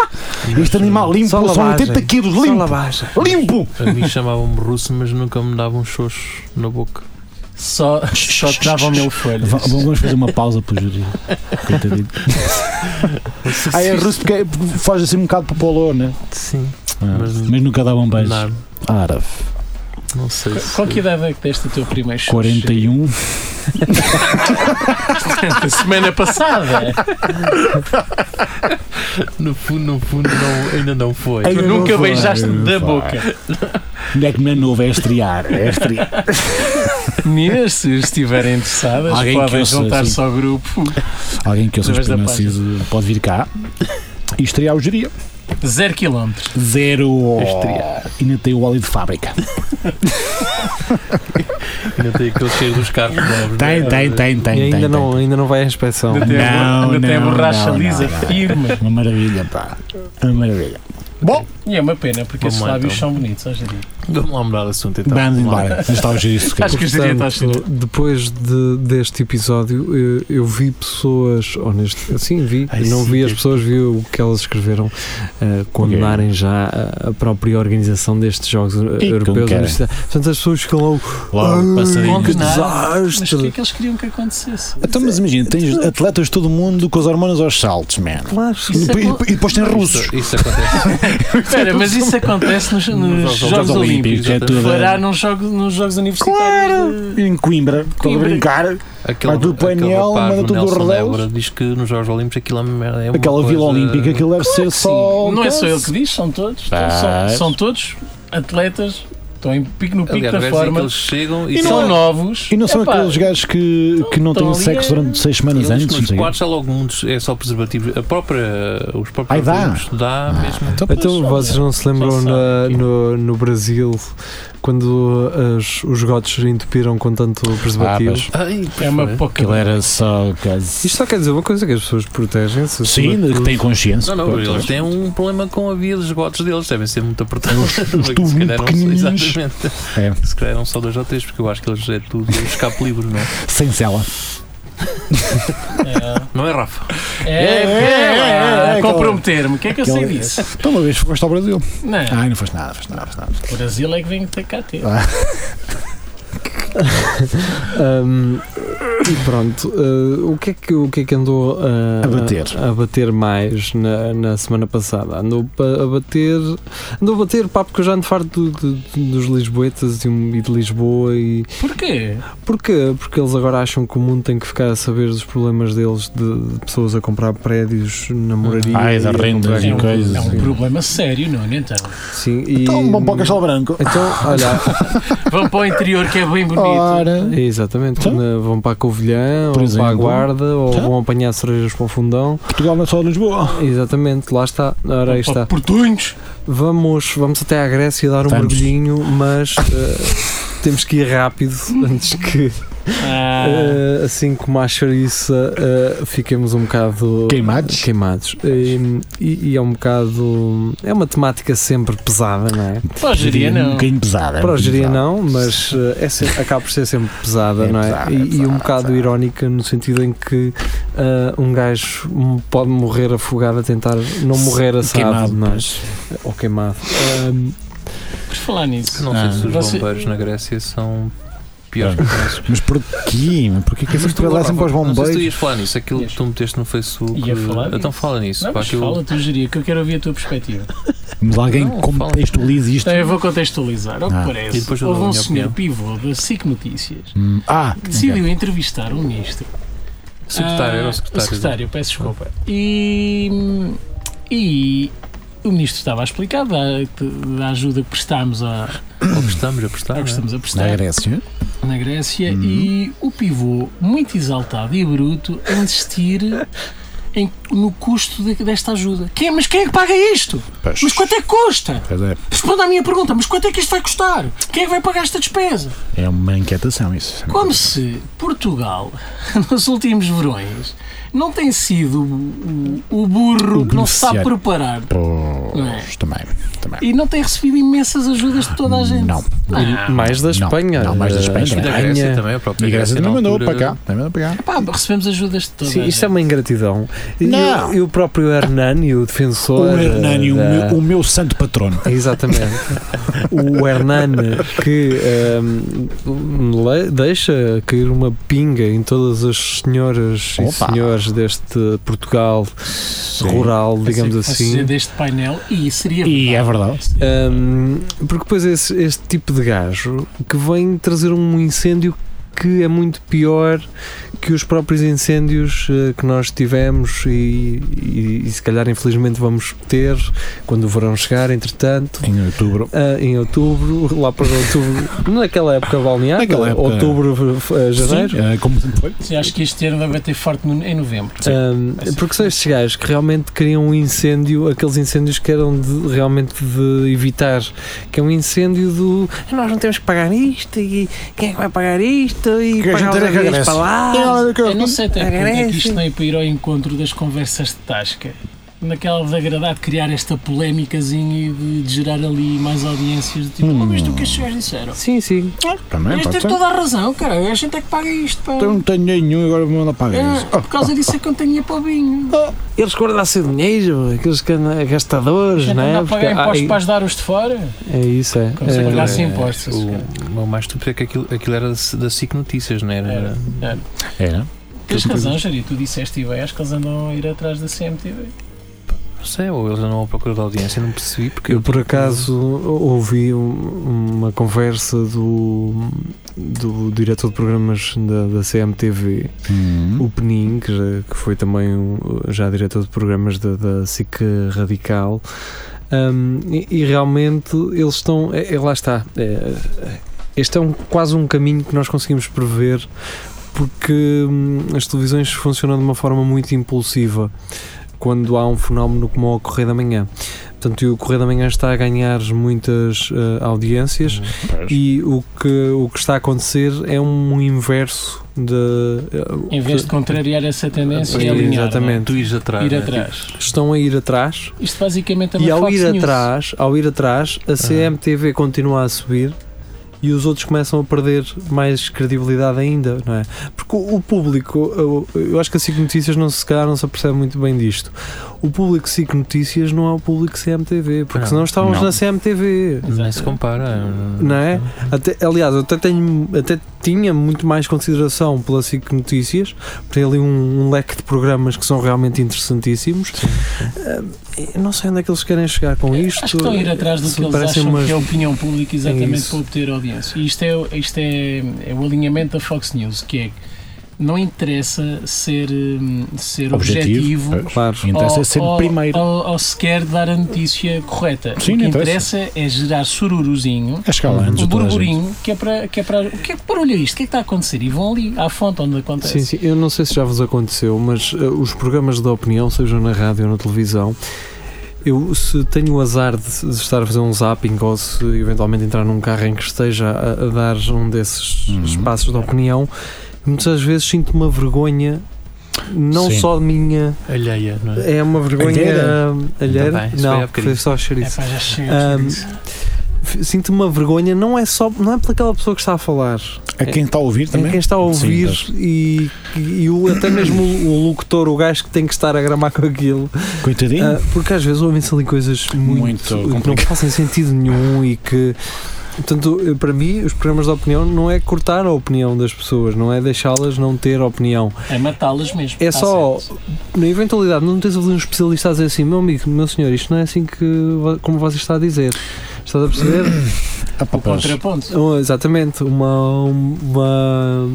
[SPEAKER 3] Este animal limpo,
[SPEAKER 2] Só
[SPEAKER 3] são
[SPEAKER 2] lavagem.
[SPEAKER 3] 80 quilos, limpo.
[SPEAKER 2] baixa.
[SPEAKER 3] Limpo!
[SPEAKER 4] A mim chamavam-me russo, mas nunca me davam um xoxo na boca.
[SPEAKER 5] Só, só travam mil folhas.
[SPEAKER 3] Va- Vamos fazer uma pausa para o júri. Coitadinho. Ah, é russo porque, é- porque faz assim um bocado para o Polor, né?
[SPEAKER 4] Sim,
[SPEAKER 3] Ah, mas,
[SPEAKER 4] Mas-
[SPEAKER 3] nunca davam beijo.
[SPEAKER 4] nada.
[SPEAKER 3] Árabe.
[SPEAKER 4] Não sei.
[SPEAKER 5] Qu-
[SPEAKER 4] se-
[SPEAKER 5] Qual que idade é que deste o teu primeiro chute?
[SPEAKER 3] 41. é
[SPEAKER 5] Semana passada.
[SPEAKER 4] No fundo, no fundo, não- ainda não foi.
[SPEAKER 3] Ainda
[SPEAKER 5] tu
[SPEAKER 3] não
[SPEAKER 5] nunca
[SPEAKER 3] foi,
[SPEAKER 5] beijaste
[SPEAKER 3] ainda
[SPEAKER 5] da
[SPEAKER 3] não foi.
[SPEAKER 5] boca.
[SPEAKER 3] Não é que não é novo, é estrear. É estrear.
[SPEAKER 5] Meninas, se estiverem interessadas,
[SPEAKER 3] Alguém que
[SPEAKER 5] podem
[SPEAKER 3] ouça,
[SPEAKER 5] juntar-se
[SPEAKER 3] sim.
[SPEAKER 5] ao grupo
[SPEAKER 3] Alguém que eu sou
[SPEAKER 5] Através da
[SPEAKER 3] Narciso pode vir cá e estrear o geria.
[SPEAKER 5] 0 km.
[SPEAKER 3] Zero.
[SPEAKER 4] Estrear.
[SPEAKER 3] Ainda tem o óleo de fábrica.
[SPEAKER 4] Ainda tem aquele cheiro dos carros novos.
[SPEAKER 3] Tem,
[SPEAKER 4] não é?
[SPEAKER 3] tem, tem, tem.
[SPEAKER 2] E ainda,
[SPEAKER 3] tem,
[SPEAKER 2] não, ainda não vai à inspeção.
[SPEAKER 5] Ainda tem, a bo-
[SPEAKER 3] Não,
[SPEAKER 5] ainda tem a
[SPEAKER 3] não,
[SPEAKER 5] borracha
[SPEAKER 3] não,
[SPEAKER 5] lisa,
[SPEAKER 3] não, não.
[SPEAKER 5] firme.
[SPEAKER 3] tem. Uma maravilha, pá. Uma maravilha. Bom,
[SPEAKER 5] E é uma pena, porque esses
[SPEAKER 4] Vamos lá,
[SPEAKER 5] lábios
[SPEAKER 4] então.
[SPEAKER 5] são bonitos, hoje em dia.
[SPEAKER 4] Vamos lá mudar de assunto então.
[SPEAKER 3] vamos
[SPEAKER 4] Vamos lá.
[SPEAKER 3] embora. Não está o geria isso.
[SPEAKER 5] Acho que eu estaria a estar
[SPEAKER 2] Portanto, depois de- deste episódio, eh, eu, eu vi pessoas, ou neste- sim, vi,
[SPEAKER 3] Ai,
[SPEAKER 2] não
[SPEAKER 3] sim,
[SPEAKER 2] vi as
[SPEAKER 3] teve-
[SPEAKER 2] pessoas, vi o que elas escreveram, eh, condenarem já a, a própria organização destes Jogos eh,
[SPEAKER 3] que
[SPEAKER 2] Europeus.
[SPEAKER 3] querem.
[SPEAKER 2] universitários. Portanto, as pessoas ficam logo,
[SPEAKER 3] Logo,
[SPEAKER 2] "Ai,
[SPEAKER 3] passadinhos.
[SPEAKER 2] que
[SPEAKER 5] Condenaram. Mas o que é
[SPEAKER 2] desastre.
[SPEAKER 5] que eles queriam que acontecesse?
[SPEAKER 3] Então, mas imagina, tens atletas de todo mundo com as hormonas aos saltos, man.
[SPEAKER 2] Claro,
[SPEAKER 3] E,
[SPEAKER 5] Isso é
[SPEAKER 3] depois-
[SPEAKER 5] como-
[SPEAKER 3] e depois tem russos.
[SPEAKER 4] Isso, isso acontece.
[SPEAKER 5] Espera, mas isso acontece nos, nos
[SPEAKER 4] Nos
[SPEAKER 5] Jogos,
[SPEAKER 4] Jogos
[SPEAKER 5] Olímpicos.
[SPEAKER 4] Olímpicos, é
[SPEAKER 3] tudo.
[SPEAKER 5] Fará nos Jogos, nos jogos Universitários.
[SPEAKER 3] Claro!
[SPEAKER 5] de-
[SPEAKER 3] Em Coimbra, estão a
[SPEAKER 5] é Coimbra. É
[SPEAKER 3] brincar.
[SPEAKER 4] Aquele,
[SPEAKER 3] Vai tudo para
[SPEAKER 4] aquele
[SPEAKER 3] NL,
[SPEAKER 4] rapaz,
[SPEAKER 3] manda
[SPEAKER 4] o
[SPEAKER 3] tudo
[SPEAKER 4] Nelson
[SPEAKER 3] ao relevo.
[SPEAKER 4] Débora, diz que nos Jogos Olímpicos aquilo é uma merda. É uma
[SPEAKER 3] Aquela Vila
[SPEAKER 4] coisa-
[SPEAKER 3] Olímpica, aquilo deve ser só.
[SPEAKER 5] Não é só ele
[SPEAKER 3] eles
[SPEAKER 5] que diz, são todos.
[SPEAKER 3] Vai.
[SPEAKER 5] São, são todos atletas, estão em pico no pico
[SPEAKER 4] Aliás,
[SPEAKER 5] da
[SPEAKER 4] deve dizer que
[SPEAKER 5] forma,
[SPEAKER 4] eles chegam e,
[SPEAKER 5] e
[SPEAKER 3] é
[SPEAKER 5] são novos.
[SPEAKER 3] E não são
[SPEAKER 5] Epá,
[SPEAKER 3] aqueles gajos que, que não
[SPEAKER 5] Estão
[SPEAKER 3] têm
[SPEAKER 5] ali,
[SPEAKER 3] sexo
[SPEAKER 5] é-
[SPEAKER 3] durante seis semanas
[SPEAKER 4] Eles
[SPEAKER 3] antes?
[SPEAKER 4] com
[SPEAKER 3] Não
[SPEAKER 4] os
[SPEAKER 3] sei. o quê.
[SPEAKER 4] quartos é logo muitos, é só preservativo. A própria, os próprios
[SPEAKER 3] Ai, dá.
[SPEAKER 4] produtos dá mesmo.
[SPEAKER 3] Então,
[SPEAKER 2] Então
[SPEAKER 5] Mas,
[SPEAKER 2] vocês não se
[SPEAKER 5] já
[SPEAKER 2] lembram
[SPEAKER 5] sabem
[SPEAKER 2] na-
[SPEAKER 5] que-
[SPEAKER 2] no, no Brasil quando as- os gotos entupiram com tanto preservativo?
[SPEAKER 3] Ah, mas-
[SPEAKER 4] Ai,
[SPEAKER 5] É uma
[SPEAKER 4] pois
[SPEAKER 5] pouca.
[SPEAKER 3] aquilo era só. caso-
[SPEAKER 2] Isto só quer dizer uma coisa que as pessoas protegem-se.
[SPEAKER 5] é
[SPEAKER 3] Sim,
[SPEAKER 2] sobretudo.
[SPEAKER 3] que têm
[SPEAKER 4] foi.
[SPEAKER 3] consciência.
[SPEAKER 4] Não, não,
[SPEAKER 3] Pronto.
[SPEAKER 4] eles têm um problema com a via dos gotos deles, devem ser muito apertados. Os
[SPEAKER 3] tubos muito pequenininhos.
[SPEAKER 4] Exatamente.
[SPEAKER 3] É.
[SPEAKER 4] Se calhar eram só dois ou três, porque eu acho que eles é tudo escape livre, não é?
[SPEAKER 3] Sem cela.
[SPEAKER 4] Não é, Rafa?
[SPEAKER 5] É,
[SPEAKER 3] É, é, é, é,
[SPEAKER 5] é,
[SPEAKER 3] é,
[SPEAKER 5] é, comprometer-me. O que é que eu sei
[SPEAKER 3] Aquela-
[SPEAKER 5] disso?
[SPEAKER 3] Então, uma vez foste ao Brasil.
[SPEAKER 5] Não,
[SPEAKER 3] Ai, não foste nada, foste nada, foste nada.
[SPEAKER 5] o Brasil é que vem ter cá ter.
[SPEAKER 2] Ahm, e pronto, ah, o, que é que, o que é que andou ah,
[SPEAKER 3] A bater.
[SPEAKER 2] a, a bater mais na, na semana passada? Andou pa- a bater. Andou a bater, pá, porque eu já ando farto do- do- dos Lisboetas e, um, e de Lisboa e.
[SPEAKER 5] Porquê?
[SPEAKER 2] Porquê? Porque eles agora acham que o mundo tem que ficar a saber dos problemas deles de, de pessoas a comprar prédios na moraria.
[SPEAKER 3] Ah, e
[SPEAKER 2] e
[SPEAKER 3] de
[SPEAKER 2] a
[SPEAKER 3] rendas
[SPEAKER 2] comprar
[SPEAKER 3] e
[SPEAKER 5] É um,
[SPEAKER 3] coisas,
[SPEAKER 5] é um
[SPEAKER 2] Sim.
[SPEAKER 5] problema sério, não é? Então,
[SPEAKER 2] Sim, e.
[SPEAKER 3] Então, bom para o Castelo Branco.
[SPEAKER 2] Então, olha,
[SPEAKER 5] vão para o interior que é bem bonito.
[SPEAKER 3] Ora.
[SPEAKER 2] É, Exatamente,
[SPEAKER 3] Então?
[SPEAKER 2] quando vão para a
[SPEAKER 3] Por
[SPEAKER 2] Covilhã, ou para a
[SPEAKER 3] exemplo.
[SPEAKER 2] Guarda, ou
[SPEAKER 3] Então?
[SPEAKER 2] vão apanhar cerejas para o fundão.
[SPEAKER 3] Portugal não é só Lisboa.
[SPEAKER 2] Exatamente, lá está. Ora, aí
[SPEAKER 5] Vão para
[SPEAKER 3] Oh,
[SPEAKER 2] está.
[SPEAKER 5] Portunhos.
[SPEAKER 2] Vamos, vamos até à Grécia dar um
[SPEAKER 3] Vamos.
[SPEAKER 2] mergulhinho, mas eh, temos que ir rápido antes que,
[SPEAKER 5] Ah,
[SPEAKER 2] eh, assim como a chouriça, eh, fiquemos um bocado
[SPEAKER 3] Queimados.
[SPEAKER 2] queimados. E, e é um bocado. É uma temática sempre pesada, não é?
[SPEAKER 5] para a geria,
[SPEAKER 3] Um
[SPEAKER 5] não.
[SPEAKER 3] bocadinho pesada. é
[SPEAKER 2] Para a
[SPEAKER 3] muito
[SPEAKER 2] geria
[SPEAKER 3] pesada.
[SPEAKER 2] não, mas eh, é sempre- acaba por ser sempre pesada,
[SPEAKER 3] É
[SPEAKER 2] não é?
[SPEAKER 3] pesada,
[SPEAKER 2] e,
[SPEAKER 3] é
[SPEAKER 2] e
[SPEAKER 3] pesada,
[SPEAKER 2] um
[SPEAKER 3] é
[SPEAKER 2] bocado
[SPEAKER 3] pesada.
[SPEAKER 2] irónica no sentido em que ah, um gajo m- pode morrer afogado a tentar não morrer assado,
[SPEAKER 3] Queimado,
[SPEAKER 2] não é?
[SPEAKER 3] pois.
[SPEAKER 2] ou queimado. Ahm,
[SPEAKER 5] Por falar nisso.
[SPEAKER 4] Não
[SPEAKER 3] Ah.
[SPEAKER 4] sei se os
[SPEAKER 5] Você-
[SPEAKER 4] bombeiros na Grécia são piores que os nossos.
[SPEAKER 3] Mas porquê? Mas Porquê que é
[SPEAKER 4] Mas
[SPEAKER 3] sempre
[SPEAKER 4] tu,
[SPEAKER 3] lá
[SPEAKER 4] Rafa,
[SPEAKER 3] sempre para os
[SPEAKER 4] Não sei se tu
[SPEAKER 3] bombeiros?
[SPEAKER 4] ias falar nisso, aquilo que tu meteste no Facebook.
[SPEAKER 5] Ia falar
[SPEAKER 4] Então
[SPEAKER 5] nisso.
[SPEAKER 4] fala nisso.
[SPEAKER 5] Não,
[SPEAKER 4] pá,
[SPEAKER 5] mas
[SPEAKER 4] que eu-
[SPEAKER 5] fala tu, geria, que eu quero ouvir a tua perspectiva.
[SPEAKER 3] Mas alguém
[SPEAKER 4] Não,
[SPEAKER 3] contextualiza isto.
[SPEAKER 5] Então eu vou contextualizar. Ao que
[SPEAKER 3] Ah.
[SPEAKER 4] E
[SPEAKER 5] parece,
[SPEAKER 4] depois eu dou
[SPEAKER 5] houve
[SPEAKER 4] a
[SPEAKER 5] um
[SPEAKER 4] minha
[SPEAKER 5] senhor pivô da SIC Notícias
[SPEAKER 3] Hum, Ah,
[SPEAKER 5] que decidiu entrevistar um ministro.
[SPEAKER 4] Secretário,
[SPEAKER 5] Ah,
[SPEAKER 4] era o secretário. é? Ah.
[SPEAKER 5] secretário, peço desculpa. E, e o ministro estava a explicar da, da ajuda que prestámos a,
[SPEAKER 4] Ou gostamos, apostamos.
[SPEAKER 5] ao que estamos
[SPEAKER 3] ok.
[SPEAKER 5] a
[SPEAKER 3] na
[SPEAKER 5] prestar
[SPEAKER 3] Grécia. Uhum.
[SPEAKER 5] na Grécia e o pivô, muito exaltado e bruto, a insistir em- no custo de- desta ajuda. Quem, mas quem é que paga isto?
[SPEAKER 3] Pois.
[SPEAKER 5] Mas quanto é que custa?
[SPEAKER 3] Pois é,
[SPEAKER 5] Responda à minha pergunta, mas quanto é que isto vai custar? Quem é que vai pagar esta despesa?
[SPEAKER 3] é uma inquietação isso. é?
[SPEAKER 5] Como se Portugal, nos últimos verões, não tem sido o, o- o burro
[SPEAKER 3] O
[SPEAKER 5] que não se sabe
[SPEAKER 3] beneficiário.
[SPEAKER 5] preparar
[SPEAKER 3] Pois, também, também.
[SPEAKER 5] e não tem recebido imensas ajudas de toda a gente.
[SPEAKER 3] Não.
[SPEAKER 5] Ah,
[SPEAKER 2] mais da
[SPEAKER 3] Não,
[SPEAKER 2] Espanha.
[SPEAKER 3] não, mais da
[SPEAKER 2] Ah,
[SPEAKER 3] Espanha,
[SPEAKER 4] E da
[SPEAKER 3] Espanha.
[SPEAKER 4] Grécia também, a própria
[SPEAKER 3] E a Grécia
[SPEAKER 4] na
[SPEAKER 3] também mandou
[SPEAKER 4] altura,
[SPEAKER 3] para cá. Também mandou para cá.
[SPEAKER 5] pá, recebemos ajudas de toda
[SPEAKER 2] Sim,
[SPEAKER 5] a
[SPEAKER 2] isto é
[SPEAKER 5] gente.
[SPEAKER 2] uma ingratidão. E,
[SPEAKER 3] Não.
[SPEAKER 2] o- e o próprio Hernani, o defensor. eh,
[SPEAKER 3] o Hernani, o,
[SPEAKER 2] da-
[SPEAKER 3] meu, o meu santo patrono.
[SPEAKER 2] Exatamente. o Hernani que ehm, le- deixa cair uma pinga em todas as senhoras
[SPEAKER 3] Opa.
[SPEAKER 2] e senhores deste Portugal rural, digamos
[SPEAKER 5] Fosse
[SPEAKER 2] assim.
[SPEAKER 5] deste painel e seria
[SPEAKER 3] E é verdade.
[SPEAKER 2] Um, porque depois esse, este tipo de gajo que vem trazer um incêndio que é muito pior que os próprios incêndios eh, que nós tivemos e, e- e se calhar infelizmente vamos ter quando o verão chegar, entretanto.
[SPEAKER 3] Em outubro.
[SPEAKER 2] ah, em outubro, lá para outubro, naquela época balnear,
[SPEAKER 3] Naquela época.
[SPEAKER 2] outubro, eh, janeiro,
[SPEAKER 3] Sim, eh, como sempre foi.
[SPEAKER 5] Sim, Acho que este ano vai bater forte no- em novembro.
[SPEAKER 2] Ahm,
[SPEAKER 5] vai ser
[SPEAKER 2] Ah, porque são
[SPEAKER 5] difícil.
[SPEAKER 2] estes gajos que realmente criam um incêndio, aqueles incêndios que eram de- realmente de evitar, que é um incêndio do nós não temos que pagar isto e quem é que vai pagar isto e
[SPEAKER 3] Que a
[SPEAKER 2] pagar
[SPEAKER 3] gente
[SPEAKER 2] os
[SPEAKER 3] era que
[SPEAKER 2] aviões
[SPEAKER 3] agradece.
[SPEAKER 2] para lá.
[SPEAKER 5] Eu não sei até porque é que
[SPEAKER 2] Agradece.
[SPEAKER 5] isto não é para ir ao encontro das conversas de Tasca. Naquela de agradar de criar esta polémicazinha e de, de gerar ali mais audiências. do Tipo,
[SPEAKER 3] Hum.
[SPEAKER 5] oh, mas tu que estes gajos disseram?
[SPEAKER 2] Sim, sim.
[SPEAKER 3] Também,
[SPEAKER 5] Mas
[SPEAKER 3] pode
[SPEAKER 5] tem
[SPEAKER 2] então-
[SPEAKER 3] ser.
[SPEAKER 5] toda a razão, cara. A gente é que paga isto. Pá.
[SPEAKER 3] Então não tenho nenhum, agora vou mandar pagar isso.
[SPEAKER 5] É, por causa disso é que eu não tenho dinheiro para o vinho.
[SPEAKER 2] Eles guardassem dinheiro, aqueles cana-
[SPEAKER 5] A
[SPEAKER 2] gastadores,
[SPEAKER 5] gente
[SPEAKER 2] não é?
[SPEAKER 5] anda a pagar impostos
[SPEAKER 2] ai,
[SPEAKER 5] Então para ajudar os de fora.
[SPEAKER 2] é isso, é.
[SPEAKER 5] Como se
[SPEAKER 2] É,
[SPEAKER 5] pagasse impostos.
[SPEAKER 4] O, o mais estúpido é que aquilo, aquilo era da- da SIC Notícias, não era?
[SPEAKER 5] Era.
[SPEAKER 3] Era.
[SPEAKER 5] Tens razão, Jari. Tu disseste e bem, acho que eles andam a ir atrás da CMTV.
[SPEAKER 4] Não sei, ou eles andam à procura da audiência, não percebi porque.
[SPEAKER 2] Eu por acaso ouvi um- uma conversa do, do diretor de programas da, da CMTV
[SPEAKER 3] Hum. Uhum.
[SPEAKER 2] O Penin, que, já- que foi também um- já diretor de programas da, da SIC Radical, hum, e, e realmente eles estão. É, é, lá está. É, este é um, quase um caminho que nós conseguimos prever porque hum, as televisões funcionam de uma forma muito impulsiva quando há um fenómeno como o Correio da Manhã. Portanto, e o Correio da Manhã está a ganhar muitas eh, audiências e o que, o que está a acontecer é um inverso de. eh,
[SPEAKER 5] Em vez de contrariar essa tendência e
[SPEAKER 4] Pois,
[SPEAKER 5] alinhar. é?
[SPEAKER 2] exatamente.
[SPEAKER 4] Tu ires atrás.
[SPEAKER 5] não é? Ir
[SPEAKER 4] né?
[SPEAKER 5] atrás.
[SPEAKER 2] Estão a ir atrás
[SPEAKER 5] Isto basicamente é uma
[SPEAKER 2] e ao
[SPEAKER 5] Fox
[SPEAKER 2] ir
[SPEAKER 5] News.
[SPEAKER 2] atrás, ao ir atrás, a CMTV continua a subir e os outros começam a perder mais credibilidade ainda, não é? Porque o, o público, eu, eu acho que a SIC Notícias não se, se calhar não se apercebe muito bem disto. O público SIC Notícias não é o público CMTV, porque
[SPEAKER 4] Não,
[SPEAKER 2] senão estávamos
[SPEAKER 3] não.
[SPEAKER 2] na CMTV.
[SPEAKER 4] Tipo, Nem se compara. um-
[SPEAKER 2] Não é? Até, aliás, eu até, tenho, até tinha muito mais consideração pela SIC Notícias, tem ali um, um leque de programas que são realmente interessantíssimos. Ah, eu não sei onde é que eles querem chegar com isto.
[SPEAKER 5] Acho que estão a ir atrás do
[SPEAKER 2] Se
[SPEAKER 5] que eles
[SPEAKER 2] parecem
[SPEAKER 5] acham
[SPEAKER 2] umas-
[SPEAKER 5] que é a opinião pública exatamente
[SPEAKER 2] isso.
[SPEAKER 5] para obter audiência. E isto, é, isto é, é o alinhamento da Fox News, que é que não interessa ser, hum, ser objetivo,
[SPEAKER 3] Objetivo.
[SPEAKER 2] Claro.
[SPEAKER 3] Interessa
[SPEAKER 5] ou-
[SPEAKER 3] Então, é ser
[SPEAKER 5] ou-
[SPEAKER 3] primeiro.
[SPEAKER 5] Ou, ou sequer dar a notícia correta.
[SPEAKER 3] Sim,
[SPEAKER 5] o que
[SPEAKER 3] não
[SPEAKER 5] interessa. é gerar sururuzinho,
[SPEAKER 3] A escala antes
[SPEAKER 5] um
[SPEAKER 3] de toda a gente.
[SPEAKER 5] burburinho, que é para. Que é para o que é que barulho é isto? O que é que está a acontecer? E vão ali à fonte onde acontece.
[SPEAKER 2] Sim, sim. Eu não sei se já vos aconteceu, mas eh, os programas de opinião, sejam na rádio ou na televisão, eu se tenho o azar de, de estar a fazer um zapping ou se eventualmente entrar num carro em que esteja a, a dar um desses
[SPEAKER 3] Uhum.
[SPEAKER 2] espaços de opinião, muitas vezes sinto uma vergonha. Não
[SPEAKER 3] Sim.
[SPEAKER 2] só minha,
[SPEAKER 4] Alheia, não é?
[SPEAKER 2] é uma vergonha
[SPEAKER 3] Alheira?
[SPEAKER 2] hum, alheira.
[SPEAKER 4] Tá bem, isso foi há
[SPEAKER 2] não, foi
[SPEAKER 4] bocadinho.
[SPEAKER 2] só a
[SPEAKER 5] É
[SPEAKER 2] xerife.
[SPEAKER 5] pá, já chega.
[SPEAKER 2] Ahm,
[SPEAKER 5] disso.
[SPEAKER 2] F- Sinto uma vergonha, não é só, não é por aquela pessoa que está a falar,
[SPEAKER 3] A quem está a ouvir
[SPEAKER 2] É
[SPEAKER 3] também.
[SPEAKER 2] quem está a ouvir
[SPEAKER 3] Sim,
[SPEAKER 2] e, e o, até mesmo o, o locutor, o gajo que tem que estar a gramar com aquilo.
[SPEAKER 3] Coitadinho.
[SPEAKER 2] Ah, porque às vezes ouvem-se ali coisas
[SPEAKER 3] Muito
[SPEAKER 2] muito, que não
[SPEAKER 3] complicadas.
[SPEAKER 2] fazem sentido nenhum e que. Portanto, eu, para mim, os programas de opinião não é cortar a opinião das pessoas, não é deixá-las não ter opinião.
[SPEAKER 5] É matá-las mesmo.
[SPEAKER 2] É
[SPEAKER 5] Tá
[SPEAKER 2] só-
[SPEAKER 5] certo.
[SPEAKER 2] Na eventualidade, não tens ali um especialista a dizer assim, meu amigo, meu senhor, isto não é assim que vo- como você está a dizer. Estás a perceber?
[SPEAKER 3] Ah, pá,
[SPEAKER 5] O
[SPEAKER 3] pois.
[SPEAKER 5] contraponto.
[SPEAKER 2] Oh, Exatamente, uma, um, uma.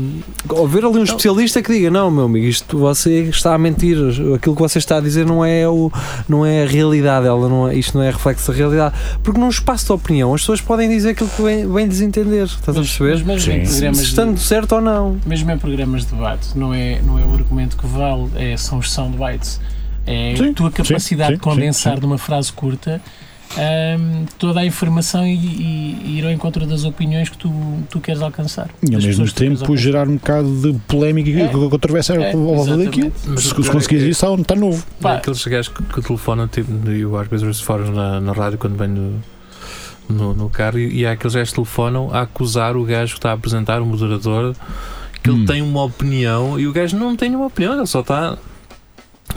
[SPEAKER 2] Ouvir ali um especialista que diga: não, meu amigo, isto você está a mentir, aquilo que você está a dizer não é, o, não é a realidade, ela não é- isto não é reflexo da realidade. Porque num espaço de opinião as pessoas podem dizer aquilo que bem, bem lhes entender, estás a
[SPEAKER 5] Mas-
[SPEAKER 2] perceber?
[SPEAKER 5] mas é mesmo em
[SPEAKER 3] Sim.
[SPEAKER 5] programas
[SPEAKER 2] Se
[SPEAKER 5] de-
[SPEAKER 2] estando certo ou não.
[SPEAKER 5] mesmo em programas de debate, não é, não é o argumento que vale, é, são os soundbites. É
[SPEAKER 3] Sim,
[SPEAKER 5] a tua capacidade
[SPEAKER 3] sim,
[SPEAKER 5] de condensar
[SPEAKER 3] sim, sim.
[SPEAKER 5] numa frase curta hum, toda a informação e, e- e ir ao encontro das opiniões que tu, tu queres alcançar.
[SPEAKER 3] E ao
[SPEAKER 5] Das
[SPEAKER 3] mesmo
[SPEAKER 5] pessoas que tu queres
[SPEAKER 3] tempo
[SPEAKER 5] alcançar.
[SPEAKER 3] gerar um bocado de polémica e
[SPEAKER 5] É.
[SPEAKER 3] controvérsia
[SPEAKER 5] É,
[SPEAKER 3] ao volta daquilo.
[SPEAKER 5] exatamente.
[SPEAKER 4] Mas
[SPEAKER 3] Se,
[SPEAKER 4] o pior
[SPEAKER 3] se
[SPEAKER 4] é
[SPEAKER 3] conseguires
[SPEAKER 4] que-
[SPEAKER 3] isso, um, está- está novo.
[SPEAKER 4] Não é
[SPEAKER 5] Pá.
[SPEAKER 4] aqueles gajos que, que telefonam, tipo, eu às vezes ouço fora na, na rádio quando venho no, no, no carro e, e há aqueles gajos que telefonam a acusar o gajo que está a apresentar, o moderador, que
[SPEAKER 3] Hum.
[SPEAKER 4] ele tem uma opinião e o gajo não tem nenhuma opinião, ele só está.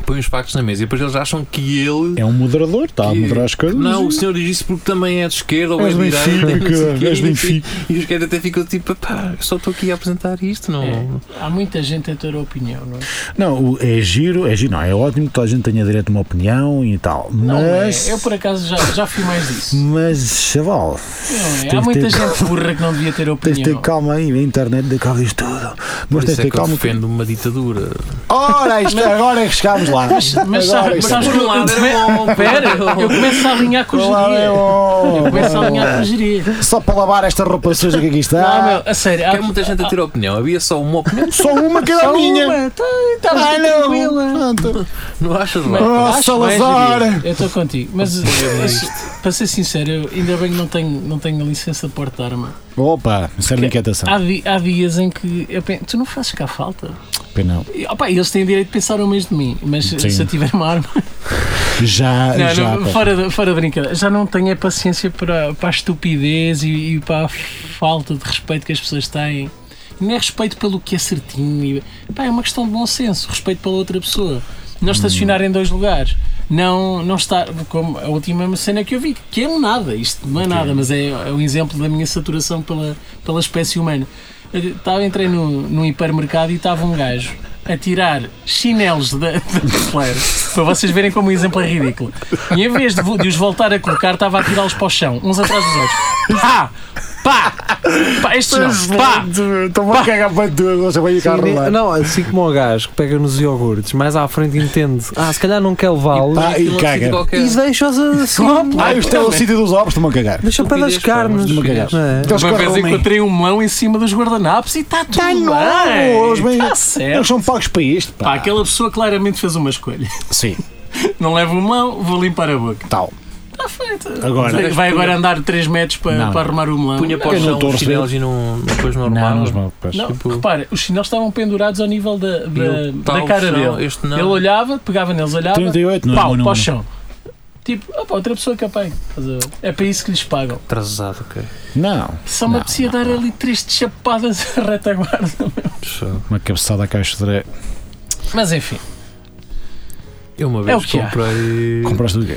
[SPEAKER 4] põe os factos na mesa e depois eles acham que ele.
[SPEAKER 3] É um moderador, está a
[SPEAKER 4] que-
[SPEAKER 3] moderar as coisas.
[SPEAKER 4] Não, o senhor diz isso porque também é de esquerda ou é
[SPEAKER 3] És
[SPEAKER 4] de direita. e não sei o quê,
[SPEAKER 3] Benfica, és
[SPEAKER 4] e assim-
[SPEAKER 3] Benfica.
[SPEAKER 4] E os caras até ficam tipo, pá, eu só estou aqui a apresentar isto, não.
[SPEAKER 5] É, há muita gente a ter opinião, não é?
[SPEAKER 3] Não, o- é giro, é giro, não, é ótimo que toda a gente tenha direito a uma opinião e tal.
[SPEAKER 5] Não é.
[SPEAKER 3] Mas.
[SPEAKER 5] Eu, por acaso, já, já fui mais disso.
[SPEAKER 3] Mas, chaval,
[SPEAKER 5] Não é?
[SPEAKER 3] Tem
[SPEAKER 5] Há
[SPEAKER 3] que
[SPEAKER 5] muita
[SPEAKER 3] ter-
[SPEAKER 5] gente burra que não devia ter
[SPEAKER 3] tens de ter
[SPEAKER 5] opinião.
[SPEAKER 3] calma aí, a internet decorre isto tudo. Mas
[SPEAKER 4] Por
[SPEAKER 3] tens
[SPEAKER 4] isso
[SPEAKER 3] de
[SPEAKER 4] é
[SPEAKER 3] ter
[SPEAKER 4] que eu
[SPEAKER 3] calma.
[SPEAKER 4] defendo uma ditadura.
[SPEAKER 3] Ora, isto, agora é que chegámos lá.
[SPEAKER 5] Mas, mas
[SPEAKER 3] Agora
[SPEAKER 5] sabe-
[SPEAKER 3] é é que
[SPEAKER 5] mas sabes
[SPEAKER 4] Por
[SPEAKER 5] que
[SPEAKER 4] um lado era bom,
[SPEAKER 5] Pera, eu começo a alinhar com o
[SPEAKER 3] Olá,
[SPEAKER 5] geria.
[SPEAKER 3] meu.
[SPEAKER 5] Eu começo a alinhar com o geria.
[SPEAKER 3] Só para lavar esta roupa suja que aqui está.
[SPEAKER 5] Não, meu, a sério.
[SPEAKER 4] Quer muita gente a ter opinião, havia só uma opinião,
[SPEAKER 3] Só uma que era É a minha.
[SPEAKER 2] tá,
[SPEAKER 5] Estás
[SPEAKER 3] Ah,
[SPEAKER 5] tranquila.
[SPEAKER 3] não. Pronto.
[SPEAKER 4] não achas
[SPEAKER 5] Mas-
[SPEAKER 4] lá?
[SPEAKER 3] Oh,
[SPEAKER 5] acho
[SPEAKER 3] Salazar.
[SPEAKER 5] bem, Júlio, Eu estou contigo. Mas, mas, para ser sincero, eu ainda bem que não tenho, não tenho a licença de porte de arma.
[SPEAKER 3] Opa, isso era inquietação.
[SPEAKER 5] Há, di- há dias em que eu penso, tu não fazes cá falta.
[SPEAKER 3] Pena não.
[SPEAKER 5] E, opa, eles têm direito de pensar o mesmo de mim, mas
[SPEAKER 3] Sim.
[SPEAKER 5] se eu tiver uma arma.
[SPEAKER 3] Já,
[SPEAKER 5] Não,
[SPEAKER 3] já.
[SPEAKER 5] não,
[SPEAKER 3] pá.
[SPEAKER 5] fora, de- fora de brincadeira, já não tenho a paciência para, para a estupidez e, e para a falta de respeito que as pessoas têm. E Não é respeito pelo que é certinho, e- pá, é uma questão de bom senso, respeito pela outra pessoa. Não estacionar em dois lugares, não, não estar, como a última cena que eu vi, que é um nada, isto não é nada, mas é, é um exemplo da minha saturação pela, pela espécie humana. Eu Estava, entrei no, num hipermercado e estava um gajo a tirar chinelos da, da prateleira, para vocês verem como o exemplo é ridículo. E em vez de, vo- de os voltar a colocar, estava a tirá-los para o chão, uns atrás dos outros. Pá! Pá! Pá! Estes não!
[SPEAKER 3] é.
[SPEAKER 5] Pá!
[SPEAKER 3] Estou-me a cagar para tudo, já vai ficar a
[SPEAKER 2] Sim,
[SPEAKER 3] rolar.
[SPEAKER 2] Não, assim como o gajo que pega nos iogurtes, mais à frente entende, ah, se calhar não quer levá-los
[SPEAKER 3] Ah, e
[SPEAKER 4] Aquilo é um
[SPEAKER 3] caga.
[SPEAKER 4] sítio qualquer.
[SPEAKER 2] e deixa-os assim.
[SPEAKER 3] Ah, isto é o sítio dos ovos, estou-me a cagar.
[SPEAKER 2] Deixa para das
[SPEAKER 4] Estupidez, pá,
[SPEAKER 2] carnes.
[SPEAKER 4] mas
[SPEAKER 2] não
[SPEAKER 4] estupidez.
[SPEAKER 2] é?
[SPEAKER 3] Eles
[SPEAKER 5] Uma vez
[SPEAKER 3] correm bem.
[SPEAKER 5] encontrei um mão em cima dos guardanapos e está tudo
[SPEAKER 3] Tá novo, eles
[SPEAKER 5] bem!
[SPEAKER 3] bem-
[SPEAKER 5] Está
[SPEAKER 3] Eles
[SPEAKER 5] certo!
[SPEAKER 3] são pagos para isto,
[SPEAKER 5] Pá,
[SPEAKER 3] pá.
[SPEAKER 5] aquela pessoa claramente fez uma escolha.
[SPEAKER 3] Sim,
[SPEAKER 5] Não levo o melão, vou limpar a boca.
[SPEAKER 3] tal.
[SPEAKER 5] Está feito.
[SPEAKER 3] Agora.
[SPEAKER 5] Vai- Vai agora andar 3 metros para,
[SPEAKER 3] Não.
[SPEAKER 5] para arrumar o melão.
[SPEAKER 4] Punha
[SPEAKER 3] Eu
[SPEAKER 4] para o
[SPEAKER 3] não
[SPEAKER 4] chão
[SPEAKER 3] estou a
[SPEAKER 4] os chinelos e não depois não
[SPEAKER 3] Não,
[SPEAKER 4] arrumaram.
[SPEAKER 3] não, pois.
[SPEAKER 5] Não,
[SPEAKER 4] Tipo-
[SPEAKER 5] repara, os chinelos estavam pendurados ao nível da, da,
[SPEAKER 4] E o tal
[SPEAKER 5] da cara
[SPEAKER 4] chão,
[SPEAKER 5] dele.
[SPEAKER 4] Este não.
[SPEAKER 5] Ele olhava, pegava neles, olhava,
[SPEAKER 3] 38, não,
[SPEAKER 5] pau,
[SPEAKER 3] não,
[SPEAKER 5] para
[SPEAKER 3] não.
[SPEAKER 5] o chão. Tipo, opa, outra pessoa que apanha. Estás a ver? É para isso que lhes pagam.
[SPEAKER 4] Atrasado, ok.
[SPEAKER 3] Não.
[SPEAKER 5] Só me
[SPEAKER 3] Não,
[SPEAKER 5] apetecia dar ali três de chapadas à retaguarda.
[SPEAKER 3] Uma cabeçada à caixa de dré.
[SPEAKER 5] Mas enfim,
[SPEAKER 4] Eu uma
[SPEAKER 5] É o
[SPEAKER 4] vez
[SPEAKER 5] que há.
[SPEAKER 4] comprei.
[SPEAKER 3] Compraste o quê?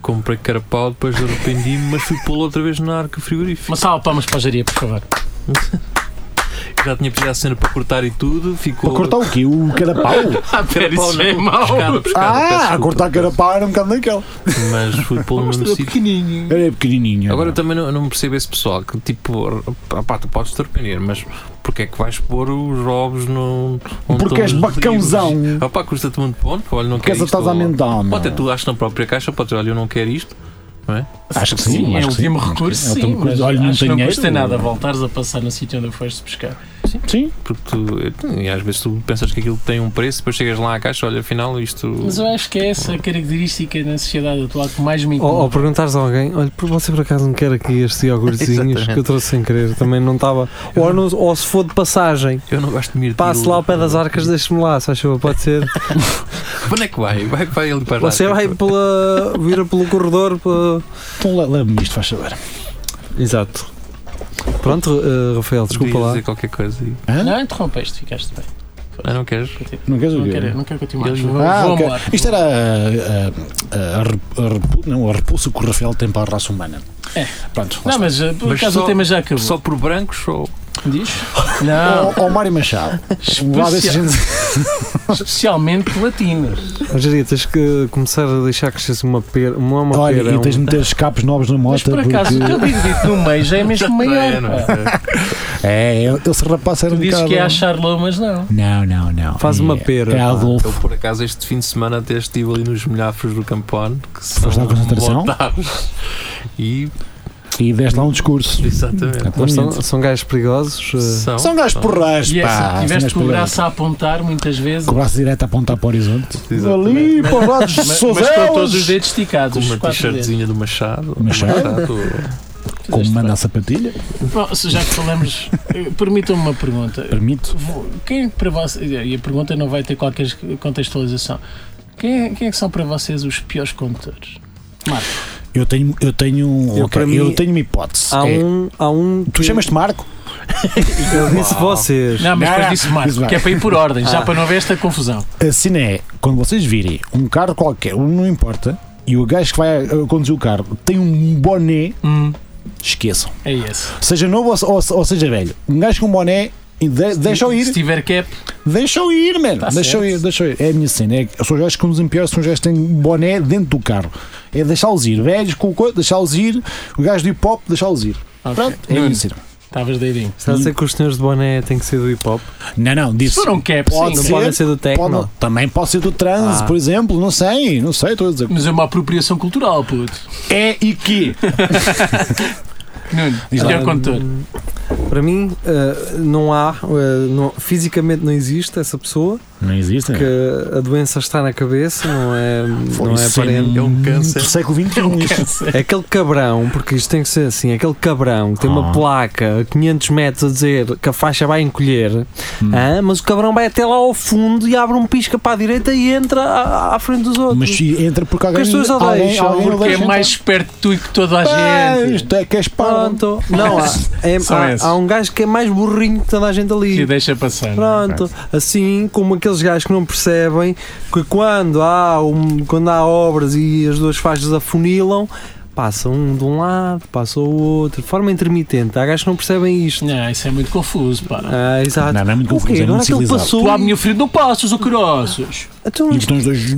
[SPEAKER 4] Comprei carapau, depois arrependi-me, mas fui pô-lo outra vez na arca frigorífica.
[SPEAKER 5] uma salva de palmas para a jaria, por favor.
[SPEAKER 4] Já tinha pedido a cena para cortar e tudo, ficou.
[SPEAKER 3] Para cortar o quê? O carapau?
[SPEAKER 5] Ah, pera,
[SPEAKER 4] carapau,
[SPEAKER 5] isso é
[SPEAKER 4] não,
[SPEAKER 5] mau.
[SPEAKER 4] pescada, pescada, peço
[SPEAKER 3] Ah,
[SPEAKER 4] desculpa.
[SPEAKER 3] cortar carapau era um bocado daquele.
[SPEAKER 4] Mas fui pô-lo no
[SPEAKER 5] Mas
[SPEAKER 4] mesmo
[SPEAKER 5] era
[SPEAKER 4] sítio.
[SPEAKER 5] pequenininho.
[SPEAKER 3] Era pequenininho.
[SPEAKER 4] Agora eu também não, não percebo esse pessoal que tipo, pá, tu podes te arrepender, mas porque é que vais pôr os ovos no.
[SPEAKER 5] um
[SPEAKER 4] onde
[SPEAKER 3] Porque
[SPEAKER 4] estão
[SPEAKER 3] és
[SPEAKER 4] os
[SPEAKER 3] bacãozão.
[SPEAKER 4] livros? Ah, pá, custa-te muito ponto, olha, não
[SPEAKER 3] Porque
[SPEAKER 4] quero
[SPEAKER 3] essa
[SPEAKER 4] isto.
[SPEAKER 3] estás a é?
[SPEAKER 4] ou-
[SPEAKER 3] mental,
[SPEAKER 4] ou até tu achas na própria caixa, podes, olha, eu não quero isto.
[SPEAKER 3] Acho que sim, acho
[SPEAKER 5] Sim, é o
[SPEAKER 3] que sim.
[SPEAKER 5] último recurso,
[SPEAKER 3] É o
[SPEAKER 5] sim.
[SPEAKER 3] último
[SPEAKER 5] mas
[SPEAKER 3] recurso. Olha, não
[SPEAKER 5] acho que
[SPEAKER 3] tenho
[SPEAKER 5] não
[SPEAKER 3] dinheiro.
[SPEAKER 5] custa nada voltares a passar no sítio onde foste pescar.
[SPEAKER 3] Sim.
[SPEAKER 4] Porque tu, e às vezes tu pensas que aquilo tem um preço, depois chegas lá à caixa, olha, afinal isto.
[SPEAKER 5] Mas eu acho que é essa a característica na sociedade atual que mais me
[SPEAKER 2] Ou, ou
[SPEAKER 5] incomoda.
[SPEAKER 2] perguntares a alguém, olha, por você por acaso não quer aqui estes iogurtezinhos que eu
[SPEAKER 4] Exatamente.
[SPEAKER 2] trouxe sem querer, também não estava. Ou, não- ou se for de passagem,
[SPEAKER 4] Eu não gosto de me ir
[SPEAKER 2] passe
[SPEAKER 4] tiro-
[SPEAKER 2] lá ao pé das arcas, deixe-me lá, se faz favor, pode ser.
[SPEAKER 4] Para Onde é que vai? Vai, vai ali para lá.
[SPEAKER 2] Você vai pela. vira pelo corredor. pela-
[SPEAKER 3] Então le- leva-me isto, faz saber.
[SPEAKER 2] Exato. Pronto, eh, Rafael, desculpa
[SPEAKER 4] Podias
[SPEAKER 2] lá.
[SPEAKER 4] dizer qualquer coisa e.
[SPEAKER 3] Hã?
[SPEAKER 5] Não interrompeste, ficaste bem.
[SPEAKER 4] Ah, não queres?
[SPEAKER 3] Não queres o
[SPEAKER 5] Não
[SPEAKER 3] quê?
[SPEAKER 5] quero, não quero continuar.
[SPEAKER 4] Eles-
[SPEAKER 5] Vou,
[SPEAKER 3] Ah,
[SPEAKER 5] vou
[SPEAKER 3] ok.
[SPEAKER 5] embora.
[SPEAKER 3] Isto era a, a, a, rep- a repu- não, a repulsa que o Rafael tem para a raça humana.
[SPEAKER 5] É.
[SPEAKER 3] Pronto. lá
[SPEAKER 5] Não, mas uh, por
[SPEAKER 4] Mas
[SPEAKER 5] acaso
[SPEAKER 4] só-
[SPEAKER 5] o tema já acabou.
[SPEAKER 4] Só por brancos ou.
[SPEAKER 5] Diz?
[SPEAKER 3] está.
[SPEAKER 5] Não,
[SPEAKER 3] Ou, ou Mário Machado. Lá ver se a
[SPEAKER 5] Especia-
[SPEAKER 3] gente-
[SPEAKER 5] especialmente latinos.
[SPEAKER 2] Mas diria, tens que começar a deixar crescer uma pera. Não é uma
[SPEAKER 3] Olha,
[SPEAKER 2] pera. é
[SPEAKER 3] e tens de
[SPEAKER 2] um-
[SPEAKER 3] meter escapos novos na
[SPEAKER 5] Mas
[SPEAKER 3] moto.
[SPEAKER 5] por acaso o teu
[SPEAKER 3] porque...
[SPEAKER 5] bigdito no meio já é
[SPEAKER 4] Já
[SPEAKER 5] mesmo
[SPEAKER 4] é,
[SPEAKER 5] maior.
[SPEAKER 4] não
[SPEAKER 5] pá.
[SPEAKER 4] é?
[SPEAKER 3] É, ele ele se rapaz era
[SPEAKER 5] Tu
[SPEAKER 3] um
[SPEAKER 5] dizes
[SPEAKER 3] bocado.
[SPEAKER 5] que é a Charlot, mas não.
[SPEAKER 3] Não, não, não.
[SPEAKER 2] Faz
[SPEAKER 3] É-
[SPEAKER 2] uma pera,
[SPEAKER 3] É
[SPEAKER 2] pá.
[SPEAKER 3] Adolfo.
[SPEAKER 4] Eu, por acaso, este fim de semana até estive ali nos milhafres do Campone, que são
[SPEAKER 3] Foste à concentração?
[SPEAKER 4] montados. E,
[SPEAKER 3] E deste lá um discurso.
[SPEAKER 4] exatamente.
[SPEAKER 2] Mas são, são gajos perigosos. eh,
[SPEAKER 3] São gajos porreiros,
[SPEAKER 5] E
[SPEAKER 3] pá.
[SPEAKER 5] essa, tiveste
[SPEAKER 3] são
[SPEAKER 5] o
[SPEAKER 3] gajos
[SPEAKER 5] braço a apontar muitas vezes,
[SPEAKER 3] Com o braço direto a apontar para o horizonte.
[SPEAKER 4] Exatamente.
[SPEAKER 3] Ali, para os lados de
[SPEAKER 5] mas, mas com todos os
[SPEAKER 3] Sozelas.
[SPEAKER 5] dedos esticados.
[SPEAKER 4] Com
[SPEAKER 5] os
[SPEAKER 4] uma
[SPEAKER 5] quatro dedos.
[SPEAKER 4] t-shirtzinha do Machado. do
[SPEAKER 3] Machado? Como
[SPEAKER 5] Fizeste
[SPEAKER 3] manda a sapatilha.
[SPEAKER 5] bem. Bom, se já que falamos, eh, permitam-me uma pergunta.
[SPEAKER 3] Permite.
[SPEAKER 5] Vou- Quem para vocês, eh, e a pergunta não vai ter qualquer contextualização. Quem, quem é que são para vocês os piores condutores? Marco,
[SPEAKER 3] Eu tenho, eu tenho,
[SPEAKER 2] Eu,
[SPEAKER 3] ok,
[SPEAKER 2] para mim,
[SPEAKER 3] eu tenho uma hipótese.
[SPEAKER 2] Há
[SPEAKER 3] É,
[SPEAKER 2] um. Há um
[SPEAKER 3] Tu
[SPEAKER 2] que-
[SPEAKER 3] chamas-te Marco?
[SPEAKER 2] Eu disse
[SPEAKER 4] Uau.
[SPEAKER 2] vocês.
[SPEAKER 5] Não, mas depois
[SPEAKER 3] Não,
[SPEAKER 5] disse
[SPEAKER 3] disse
[SPEAKER 5] Marco,
[SPEAKER 3] Marco.
[SPEAKER 5] que é para ir por ordem, já
[SPEAKER 3] Ah.
[SPEAKER 5] para não haver esta confusão.
[SPEAKER 3] A cena é, quando vocês virem um carro qualquer, um não importa, e o gajo que vai eh, conduzir o carro tem um boné, esqueçam.
[SPEAKER 5] é esse.
[SPEAKER 3] Seja novo ou, ou- ou seja velho, um gajo com boné, e de, deixa-o
[SPEAKER 5] Se
[SPEAKER 3] ir,
[SPEAKER 5] tiver cap,
[SPEAKER 3] deixa-o ir, mano.
[SPEAKER 5] Tá
[SPEAKER 3] deixa-o
[SPEAKER 5] certo.
[SPEAKER 3] ir, deixa-o ir. É a minha cena. É, que são os gajos que conduzem pior, são os gajos que têm boné dentro do carro. É deixá-los ir. Velhos com o coisa, deixá-los ir. O gajo do hip hop, deixá-los ir.
[SPEAKER 5] Ok.
[SPEAKER 3] Pronto, é a minha
[SPEAKER 5] Nuno,
[SPEAKER 3] cena.
[SPEAKER 5] estavas doidinho.
[SPEAKER 2] Está a dizer que os senhores de boné têm que ser do hip hop?
[SPEAKER 3] Não, não,
[SPEAKER 5] Se
[SPEAKER 3] disse.
[SPEAKER 5] for um cap,
[SPEAKER 3] Pode
[SPEAKER 5] sim.
[SPEAKER 2] Não
[SPEAKER 3] ser,
[SPEAKER 2] podem ser do
[SPEAKER 3] Pode-
[SPEAKER 2] techno?
[SPEAKER 3] também pode ser do trans,
[SPEAKER 2] Ah.
[SPEAKER 3] por exemplo, não sei, não sei, estou a dizer.
[SPEAKER 5] Mas é uma apropriação cultural, puto.
[SPEAKER 3] É e que?
[SPEAKER 5] Nuno,
[SPEAKER 3] Diz lá.
[SPEAKER 5] melhor condutor.
[SPEAKER 2] Hum, Para mim, eh, não há, eh, não- fisicamente não existe essa pessoa,
[SPEAKER 3] Não existe.
[SPEAKER 2] que a doença está na cabeça, não é, não é
[SPEAKER 3] Isso
[SPEAKER 2] aparente.
[SPEAKER 4] é um câncer.
[SPEAKER 3] Do século XXI.
[SPEAKER 5] um
[SPEAKER 3] isto.
[SPEAKER 2] É Aquele cabrão, porque isto tem que ser assim, é aquele cabrão que tem uma
[SPEAKER 3] Ah.
[SPEAKER 2] placa a 500 metros a dizer que a faixa vai encolher, ah, mas o cabrão vai até lá ao fundo e abre um pisca para a direita e entra à, à frente dos outros.
[SPEAKER 3] Mas se entra porque alguém.
[SPEAKER 2] as pessoas o
[SPEAKER 3] alguém,
[SPEAKER 2] deixam,
[SPEAKER 3] alguém o
[SPEAKER 5] Porque é
[SPEAKER 3] deixa
[SPEAKER 5] mais esperto de tu e que toda a
[SPEAKER 3] entrar. Pá,
[SPEAKER 5] gente.
[SPEAKER 3] Isto é que és parvo.
[SPEAKER 2] Pronto, não, há, é-
[SPEAKER 5] São
[SPEAKER 2] há-
[SPEAKER 5] esses.
[SPEAKER 2] há um gajo que é mais burrinho que toda a gente ali.
[SPEAKER 5] Que deixa passar. não é?
[SPEAKER 2] Pronto, assim como aqueles gajos que não percebem que quando há, um- quando há obras e as duas faixas afunilam, passa um de um lado, passa o outro, de forma intermitente. Há gajos que não percebem isto.
[SPEAKER 5] Não, isso é muito confuso, pá.
[SPEAKER 2] Ah, exato.
[SPEAKER 3] Não, não é muito
[SPEAKER 2] O
[SPEAKER 3] confuso, é
[SPEAKER 2] quê? Agora
[SPEAKER 3] muito
[SPEAKER 2] que ele
[SPEAKER 3] civilizado.
[SPEAKER 2] passou.
[SPEAKER 5] Tu à minha frente não passas, o caroças.
[SPEAKER 2] Então,
[SPEAKER 3] E estão os dois.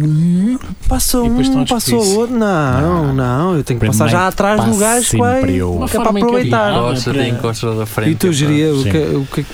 [SPEAKER 2] passou
[SPEAKER 5] E depois estão
[SPEAKER 2] um,
[SPEAKER 5] a discutir
[SPEAKER 2] passou
[SPEAKER 5] isso.
[SPEAKER 2] outro. Não,
[SPEAKER 3] Ah.
[SPEAKER 2] não, eu tenho que
[SPEAKER 3] Primeiro
[SPEAKER 2] passar já atrás do
[SPEAKER 3] passa
[SPEAKER 2] gajo que vai.
[SPEAKER 3] sempre eu.
[SPEAKER 2] que
[SPEAKER 5] Uma
[SPEAKER 2] é para
[SPEAKER 5] forma
[SPEAKER 2] aproveitar.
[SPEAKER 5] encadeada
[SPEAKER 4] Encosta,
[SPEAKER 5] para-
[SPEAKER 4] de encosta da frente. é
[SPEAKER 2] E tu
[SPEAKER 4] pá.
[SPEAKER 2] geria o que
[SPEAKER 3] Sim.
[SPEAKER 2] o que é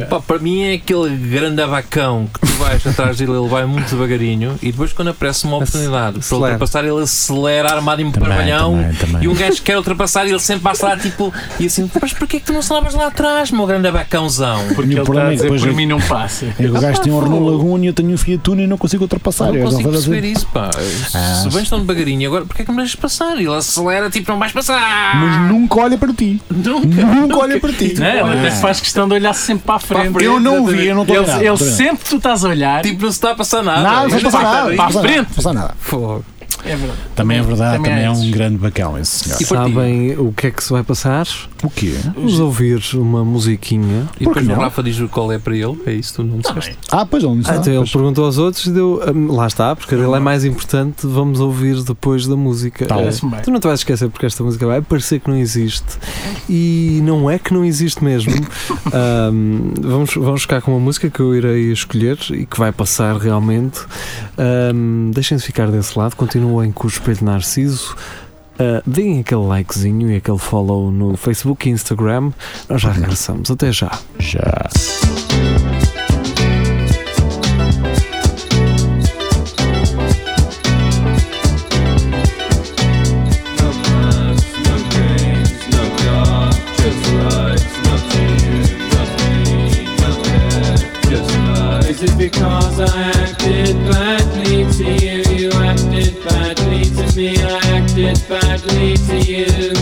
[SPEAKER 2] que.
[SPEAKER 4] Pá, para mim é aquele grande abacão que tu vais atrás dele, ele vai muito devagarinho e depois quando aparece uma oportunidade para
[SPEAKER 2] Acelera.
[SPEAKER 4] ultrapassar, ele acelera armado em
[SPEAKER 3] Também,
[SPEAKER 4] parvalhão
[SPEAKER 3] também, também.
[SPEAKER 4] e um gajo quer ultrapassar e ele sempre passa lá tipo e assim, mas porquê é que tu não salavas lá atrás, meu grande abacãozão?
[SPEAKER 5] Porque
[SPEAKER 3] E o
[SPEAKER 5] ele está
[SPEAKER 3] problema
[SPEAKER 5] a
[SPEAKER 3] é que
[SPEAKER 5] dizer,
[SPEAKER 3] depois
[SPEAKER 5] por
[SPEAKER 3] eu-
[SPEAKER 5] mim não passa.
[SPEAKER 3] É que o gajo tem um
[SPEAKER 4] Ah,
[SPEAKER 3] Renault
[SPEAKER 4] pô.
[SPEAKER 3] Laguna e eu tenho um Fiat Uno e não consigo ultrapassar.
[SPEAKER 4] não
[SPEAKER 3] Eu
[SPEAKER 4] consigo
[SPEAKER 3] vou fazer- assim. Ah.
[SPEAKER 4] perceber isso, pá. Se bem estão devagarinho, agora porquê é que me deixas passar? Ele acelera, tipo, não vais passar!
[SPEAKER 3] Mas nunca olha para ti.
[SPEAKER 4] nunca!
[SPEAKER 3] Nunca olha para ti.
[SPEAKER 5] Não, ele até
[SPEAKER 3] Ah.
[SPEAKER 5] Né? faz questão de olhar sempre É. para a frente.
[SPEAKER 4] frente,
[SPEAKER 3] Eu não o vi, eu não estou a
[SPEAKER 5] Ele,
[SPEAKER 3] olhar.
[SPEAKER 5] ele
[SPEAKER 3] Estou a olhar.
[SPEAKER 5] sempre que tu estás a olhar.
[SPEAKER 4] Tipo, não se está a passar nada.
[SPEAKER 3] Nada, não
[SPEAKER 4] Ele
[SPEAKER 3] passa
[SPEAKER 4] vai
[SPEAKER 3] nada.
[SPEAKER 4] para
[SPEAKER 3] não
[SPEAKER 5] para
[SPEAKER 4] aí.
[SPEAKER 3] passa
[SPEAKER 5] frente.
[SPEAKER 3] nada, não passa nada.
[SPEAKER 2] Fogo.
[SPEAKER 5] É verdade.
[SPEAKER 3] Também é verdade,
[SPEAKER 5] Também
[SPEAKER 3] também, é
[SPEAKER 5] há
[SPEAKER 3] um
[SPEAKER 5] esses.
[SPEAKER 3] grande bacão esse senhor.
[SPEAKER 4] E por ti?
[SPEAKER 2] Sabem o que é que se vai passar?
[SPEAKER 3] O quê?
[SPEAKER 2] Vamos ouvir uma musiquinha.
[SPEAKER 4] E depois
[SPEAKER 3] que
[SPEAKER 4] o
[SPEAKER 3] não?
[SPEAKER 4] Rafa diz o qual é para ele, é isso, tu não disseste.
[SPEAKER 3] Ah, pois não, não
[SPEAKER 2] Ah,
[SPEAKER 3] está.
[SPEAKER 2] então ele
[SPEAKER 3] Pois.
[SPEAKER 2] perguntou aos outros e deu. hum, lá está, porque ele é mais importante. Vamos ouvir depois da música.
[SPEAKER 3] Tá bom.
[SPEAKER 2] Eh,
[SPEAKER 5] Parece-me bem.
[SPEAKER 2] tu não te vais esquecer porque esta música vai parecer que não existe e não é que não existe mesmo. Ahm, vamos, vamos ficar com uma música que eu irei escolher e que vai passar realmente. Ahm, Deixem-se ficar desse lado, continuem com o Espelho Narciso. Ah, deem aquele likezinho e aquele follow no Facebook e Instagram. Nós já regressamos. Até já.
[SPEAKER 3] Já.
[SPEAKER 6] Is it because I acted badly to you? You acted badly to me, I acted badly to you.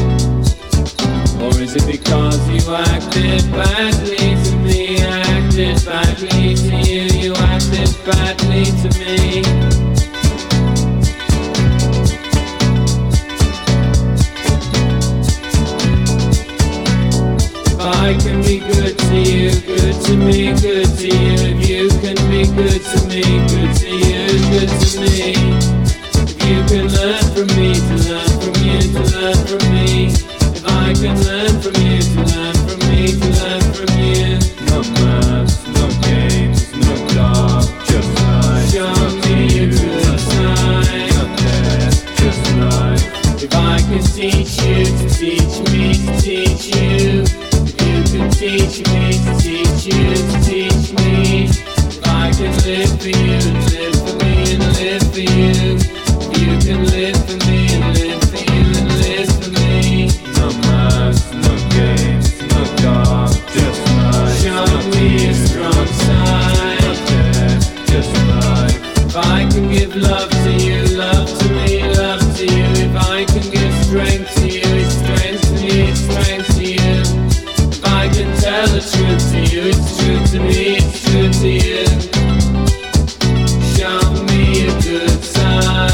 [SPEAKER 6] Or is it because you acted badly to me? I acted badly to you, you acted badly to me. If I can be good to you, good to me, good to you. If you can be good to me, good to you, good to me. If you can learn from me, to learn from you, to learn from me. If I can learn from you, to learn from me, to learn from you. No maths, no games, no dark, just life. Show me your good side. just life. If I can teach you to teach me to teach you, if you can teach me to teach you to teach me, if I can live for you and live for me and live for you, if you can live for me and live for you and live for me. No masks, no games, no dark, just life. Show me a strong side, just life. If I can give love to you, love to me, love to you. If I can give strength to you, it's strength to me, it's strength to you. If I can tell the truth to you, it's true to me, it's true to you. Show me a good sign.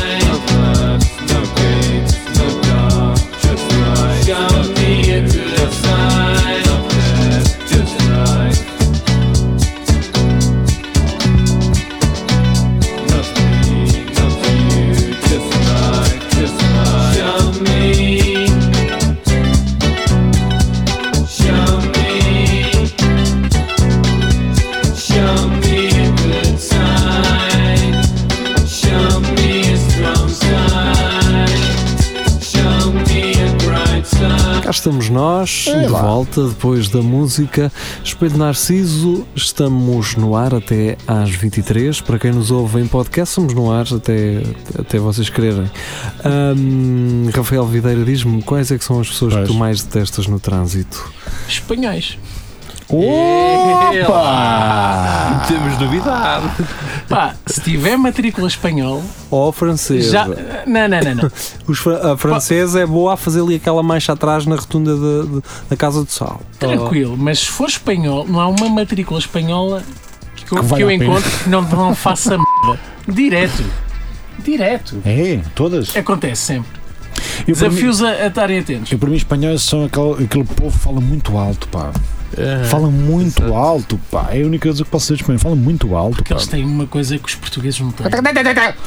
[SPEAKER 2] estamos nós,
[SPEAKER 3] É
[SPEAKER 2] de
[SPEAKER 3] lá.
[SPEAKER 2] volta, depois da música. Espelho Narciso, estamos no ar até às 23. Para quem nos ouve em podcast, estamos no ar até, até vocês quererem. Ahm, Rafael Videira, diz-me quais é que são as pessoas
[SPEAKER 3] Pois.
[SPEAKER 2] que tu mais detestas no trânsito?
[SPEAKER 5] Espanhóis. é
[SPEAKER 3] Opa!
[SPEAKER 4] Temos novidade.
[SPEAKER 5] Pá, se tiver matrícula espanhol,
[SPEAKER 2] Ou francês?
[SPEAKER 5] já. Não, não, não, não.
[SPEAKER 2] Os fra- a francesa é boa a fazer ali aquela mancha atrás na rotunda da- da- da Casa do Sol.
[SPEAKER 5] Tranquilo, mas se for espanhol, não há uma matrícula espanhola que eu,
[SPEAKER 3] Que vale
[SPEAKER 5] que eu
[SPEAKER 3] a pena.
[SPEAKER 5] encontro que não, não faça merda. Direto. Direto.
[SPEAKER 3] É, todas.
[SPEAKER 5] Acontece sempre.
[SPEAKER 3] Eu, para mim,
[SPEAKER 5] Desafios a, a estarem atentos.
[SPEAKER 3] eu, para mim, espanhóis são aquele, aquele povo que fala muito alto, pá. Fala muito
[SPEAKER 4] É, exato.
[SPEAKER 3] alto, pá. É a única coisa que posso dizer de espanhol. Fala muito alto,
[SPEAKER 5] Porque
[SPEAKER 3] pá.
[SPEAKER 5] eles têm uma coisa que os portugueses não têm.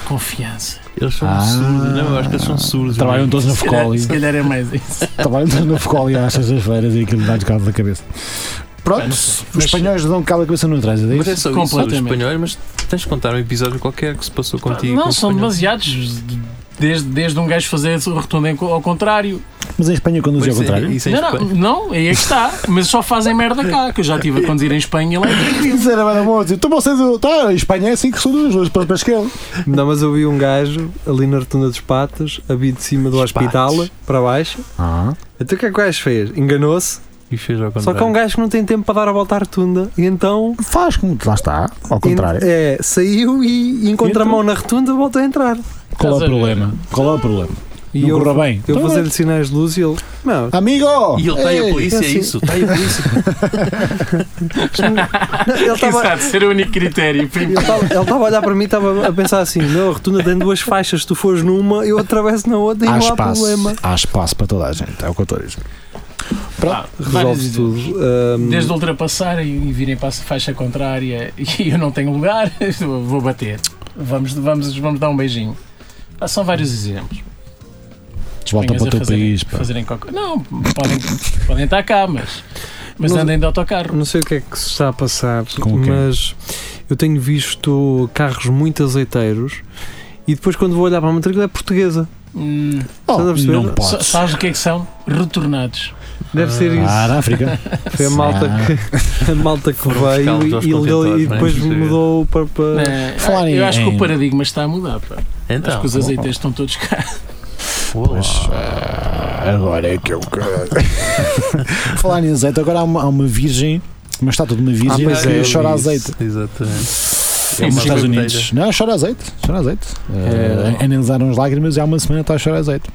[SPEAKER 5] Confiança.
[SPEAKER 4] Eles são
[SPEAKER 3] Ah.
[SPEAKER 4] surdos. Não, eu acho que eles são surdos.
[SPEAKER 3] Trabalham
[SPEAKER 4] mesmo.
[SPEAKER 3] todos na
[SPEAKER 5] Se calhar,
[SPEAKER 3] Focoli.
[SPEAKER 5] se calhar é mais isso.
[SPEAKER 3] Trabalham todos na Focoli às sextas-feiras e aquilo dá-lhes cabo da cabeça. Pronto,
[SPEAKER 5] Mas-
[SPEAKER 3] os espanhóis dão cabo da cabeça no trânsito, é
[SPEAKER 4] Mas é
[SPEAKER 3] isso?
[SPEAKER 4] só isso, são os
[SPEAKER 5] Completamente.
[SPEAKER 4] espanhóis, mas tens de contar um episódio qualquer que se passou contigo.
[SPEAKER 5] não,
[SPEAKER 4] com
[SPEAKER 5] são
[SPEAKER 4] espanhol.
[SPEAKER 5] demasiados. Desde, desde um gajo fazer o rotundo em- ao contrário.
[SPEAKER 3] Mas em Espanha
[SPEAKER 4] Pois
[SPEAKER 3] conduzem ao
[SPEAKER 4] é,
[SPEAKER 3] contrário.
[SPEAKER 4] isso em
[SPEAKER 5] não, não,
[SPEAKER 4] Espanha.
[SPEAKER 5] não, aí é que está. Mas só fazem merda cá, que eu já estive a conduzir em Espanha e lá. é
[SPEAKER 3] Isso era bem bom dizer, tu vocês tá, em Espanha é assim que são duas, duas para para a esquerda.
[SPEAKER 2] Não, mas eu vi um gajo ali na rotunda dos patas, a vir de cima do
[SPEAKER 4] Dos
[SPEAKER 2] hospital
[SPEAKER 4] Patos.
[SPEAKER 2] para baixo.
[SPEAKER 3] Ah,
[SPEAKER 2] Então o que é que o gajo fez? Enganou-se.
[SPEAKER 4] E fez ao
[SPEAKER 2] Só
[SPEAKER 4] contrário.
[SPEAKER 2] que é um gajo que não tem tempo para dar a volta à rotunda. E então.
[SPEAKER 3] faz como lá está, ao
[SPEAKER 2] en- É, saiu e, e encontra a
[SPEAKER 3] Entrou.
[SPEAKER 2] mão na rotunda, volta a entrar.
[SPEAKER 3] Qual é o
[SPEAKER 5] Estás a ver?
[SPEAKER 3] problema? Qual é o problema?
[SPEAKER 2] E
[SPEAKER 3] não
[SPEAKER 2] eu,
[SPEAKER 3] corra bem.
[SPEAKER 2] eu
[SPEAKER 3] Então,
[SPEAKER 2] fazer-lhe sinais de luz e ele. Não,
[SPEAKER 3] Amigo!
[SPEAKER 4] E ele tem a
[SPEAKER 3] Ei!
[SPEAKER 4] polícia, é
[SPEAKER 2] assim-
[SPEAKER 4] isso? Tem a polícia.
[SPEAKER 2] não, ele estava.
[SPEAKER 5] Exato, ser o único critério.
[SPEAKER 2] Ele estava ele estava a olhar para mim e estava a pensar assim: não, a rotunda tem duas faixas, se tu fores numa, eu atravesso na outra e
[SPEAKER 3] Há
[SPEAKER 2] não há
[SPEAKER 3] espaço,
[SPEAKER 2] problema.
[SPEAKER 3] há espaço para toda a gente, é o que eu estou a dizer.
[SPEAKER 5] Pá, vários
[SPEAKER 2] Resolve
[SPEAKER 5] exemplos.
[SPEAKER 2] tudo. Ahm,
[SPEAKER 5] Desde ultrapassarem e virem para a faixa contrária e eu não tenho lugar, eu vou bater. Vamos, vamos, vamos dar um beijinho. Pá, são vários exemplos.
[SPEAKER 3] Volta
[SPEAKER 5] Espanhóis
[SPEAKER 3] para o
[SPEAKER 5] a
[SPEAKER 3] teu
[SPEAKER 5] fazerem-
[SPEAKER 3] país, pá.
[SPEAKER 5] fazerem qualquer- Não, podem, podem estar cá, mas, mas
[SPEAKER 2] Não-
[SPEAKER 5] andem de autocarro.
[SPEAKER 2] Não sei o que é que se está a passar,
[SPEAKER 3] Com o quê?
[SPEAKER 2] mas eu tenho visto carros muito azeiteiros e depois quando vou olhar para a matrícula é portuguesa.
[SPEAKER 5] Hum,
[SPEAKER 3] Oh,
[SPEAKER 2] Estás a perceber?
[SPEAKER 3] não
[SPEAKER 5] sa-
[SPEAKER 3] podes.
[SPEAKER 5] sabes o que é que são? Retornados.
[SPEAKER 2] Deve ser isso.
[SPEAKER 3] Ah, na África.
[SPEAKER 2] Foi a malta que, a malta que
[SPEAKER 4] Foram
[SPEAKER 2] veio
[SPEAKER 4] buscá-los aos
[SPEAKER 2] e, e, legal- e
[SPEAKER 4] contentores,
[SPEAKER 2] depois
[SPEAKER 4] não é?
[SPEAKER 2] mudou para. para-
[SPEAKER 5] Né?
[SPEAKER 3] falar em-
[SPEAKER 5] eu acho que
[SPEAKER 3] em- Tá,
[SPEAKER 5] o paradigma está a mudar. Pá. acho
[SPEAKER 4] Então,
[SPEAKER 5] que os azeiteiros estão todos cá.
[SPEAKER 4] olá.
[SPEAKER 3] Mas, ah, agora é que eu quero. Falar em azeite, agora há uma, há uma virgem, uma estátua de uma virgem
[SPEAKER 2] pois
[SPEAKER 3] que
[SPEAKER 2] é, eu
[SPEAKER 3] chora
[SPEAKER 4] Isso,
[SPEAKER 3] azeite.
[SPEAKER 4] Exatamente.
[SPEAKER 5] É
[SPEAKER 3] Nos
[SPEAKER 5] uma
[SPEAKER 3] Estados
[SPEAKER 4] bandeira.
[SPEAKER 3] Unidos. Não, chora azeite. Chora azeite.
[SPEAKER 2] É.
[SPEAKER 3] Eh, Analisaram as lágrimas e há uma semana está a chorar azeite.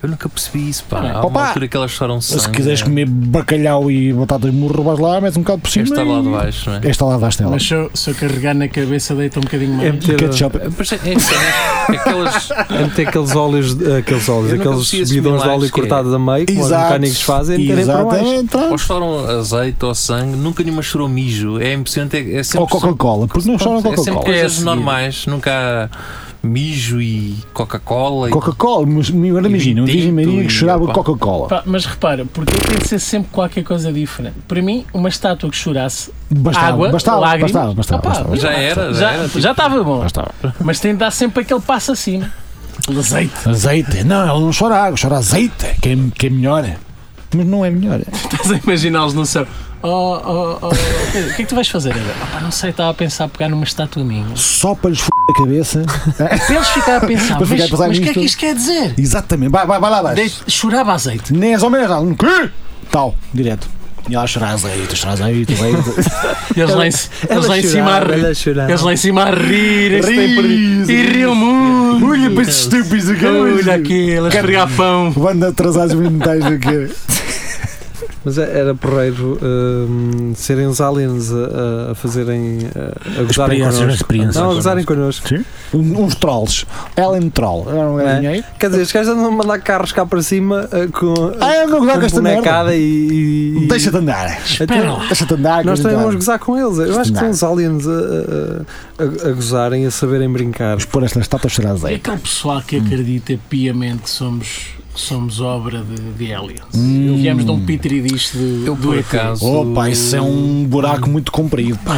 [SPEAKER 4] Eu nunca percebi isso, pá. Há
[SPEAKER 3] Opa!
[SPEAKER 4] uma altura que elas choram sangue. é.
[SPEAKER 3] Se quiseres comer bacalhau e batatas murro, vais lá, metes um bocado por cima.
[SPEAKER 4] Esta lá de
[SPEAKER 3] e-
[SPEAKER 4] baixo, não é?
[SPEAKER 3] Esta lá de baixo tem lá.
[SPEAKER 5] Mas se eu, se eu carregar na cabeça, deita um bocadinho mais.
[SPEAKER 2] É
[SPEAKER 3] E
[SPEAKER 2] meter,
[SPEAKER 3] ketchup.
[SPEAKER 4] Mas é- é- é- é aquelas.
[SPEAKER 2] é meter aqueles óleos, aqueles, óleos,
[SPEAKER 4] Eu nunca
[SPEAKER 2] aqueles
[SPEAKER 4] percebi esses
[SPEAKER 2] bidões de óleo
[SPEAKER 4] milagres que é.
[SPEAKER 2] cortados a meio, como os
[SPEAKER 3] Exato.
[SPEAKER 2] mecânicos fazem, e meterem para baixo.
[SPEAKER 3] Exatamente. tá.
[SPEAKER 4] Ou choram azeite ou sangue, nunca nenhuma chorou mijo. É impressionante, é, é sempre.
[SPEAKER 3] Ou Coca-Cola, porque não choram
[SPEAKER 4] é sempre
[SPEAKER 3] Coca-Cola.
[SPEAKER 5] É a
[SPEAKER 4] coisas
[SPEAKER 5] seguir.
[SPEAKER 4] normais, nunca há mijo e Coca-Cola. e-
[SPEAKER 3] Coca-Cola, mas agora imagina, uma Virgem Maria que chorava
[SPEAKER 4] Pá.
[SPEAKER 3] Coca-Cola.
[SPEAKER 5] Pá, mas repara, porque tem de ser sempre qualquer coisa diferente. Para mim, uma estátua que chorasse
[SPEAKER 3] Bastava,
[SPEAKER 5] água,
[SPEAKER 3] bastava,
[SPEAKER 5] lágrimas.
[SPEAKER 3] bastava, bastava,
[SPEAKER 5] Opa,
[SPEAKER 3] bastava.
[SPEAKER 4] Já era, já,
[SPEAKER 5] já
[SPEAKER 4] era. tipo,
[SPEAKER 5] já estava bom,
[SPEAKER 3] Bastava.
[SPEAKER 5] mas tem de dar sempre aquele passo acima. Azeite.
[SPEAKER 3] Azeite. Não, ela não chora água, chora azeite, que é, que é melhor. Mas não é melhor.
[SPEAKER 5] Estás a imaginá-los no céu. Oh, oh, oh, Pedro, o que é que tu vais fazer agora? Opa, não sei, estava a pensar a pegar numa estátua minha.
[SPEAKER 3] Só para lhes f*** a cabeça.
[SPEAKER 5] Para eles ficarem a pensar,
[SPEAKER 3] Para
[SPEAKER 5] mas
[SPEAKER 3] ficar a pensar
[SPEAKER 5] mas o que é
[SPEAKER 3] nisto.
[SPEAKER 5] que isto quer dizer?
[SPEAKER 3] Exatamente. Vai, vai, vai lá
[SPEAKER 5] Dei-
[SPEAKER 3] abaixo.
[SPEAKER 5] chorava azeite.
[SPEAKER 3] Nem és ou menos. ela, "Quê?" Tal, direto. E ela chora azeite, chora azeite, azeite.
[SPEAKER 5] Eles lá em, ci- eles lá em cima a
[SPEAKER 2] chorava,
[SPEAKER 5] rir.
[SPEAKER 2] ela chorava.
[SPEAKER 5] Eles lá em cima a rir. esse
[SPEAKER 3] Rir,
[SPEAKER 5] tempo de- E
[SPEAKER 3] rir.
[SPEAKER 5] riam muito.
[SPEAKER 3] Olha para esses estúpidos aqui.
[SPEAKER 5] Olha aqui, eles carregar pão.
[SPEAKER 3] Banda atrasados mentais do quê?
[SPEAKER 2] Mas é- era porreiro hum, serem os aliens a, a- a fazerem. a, a gozarem
[SPEAKER 3] Experiências,
[SPEAKER 2] connosco.
[SPEAKER 3] experiências
[SPEAKER 2] Não, a gozarem
[SPEAKER 3] connosco.
[SPEAKER 2] connosco.
[SPEAKER 3] Um- Uns trolls. Ellen Troll. Ela não
[SPEAKER 2] É.
[SPEAKER 3] ganha dinheiro.
[SPEAKER 2] Quer dizer, os gajos andam a mandar carros cá para cima ah, com,
[SPEAKER 3] Ah, eu não
[SPEAKER 2] com
[SPEAKER 3] gosto desta merda.
[SPEAKER 2] bonecada e. e
[SPEAKER 3] Deixa-te andar.
[SPEAKER 5] Espera lá.
[SPEAKER 3] Deixa-te andar.
[SPEAKER 2] nós também
[SPEAKER 3] querida.
[SPEAKER 2] vamos gozar com eles. Eu acho que são
[SPEAKER 3] Não.
[SPEAKER 2] os aliens a, a- a- a gozarem, a saberem brincar.
[SPEAKER 3] Vamos pôr esta estátua a chorar
[SPEAKER 5] É
[SPEAKER 3] azeite.
[SPEAKER 5] aquele pessoal que acredita piamente que somos, que Somos obra de, de aliens.
[SPEAKER 3] Hum.
[SPEAKER 5] Viemos de um Petri dish do,
[SPEAKER 4] Eu,
[SPEAKER 5] do
[SPEAKER 4] por
[SPEAKER 5] ET.
[SPEAKER 4] acaso-
[SPEAKER 3] Opa, isso é um buraco muito comprido. pá.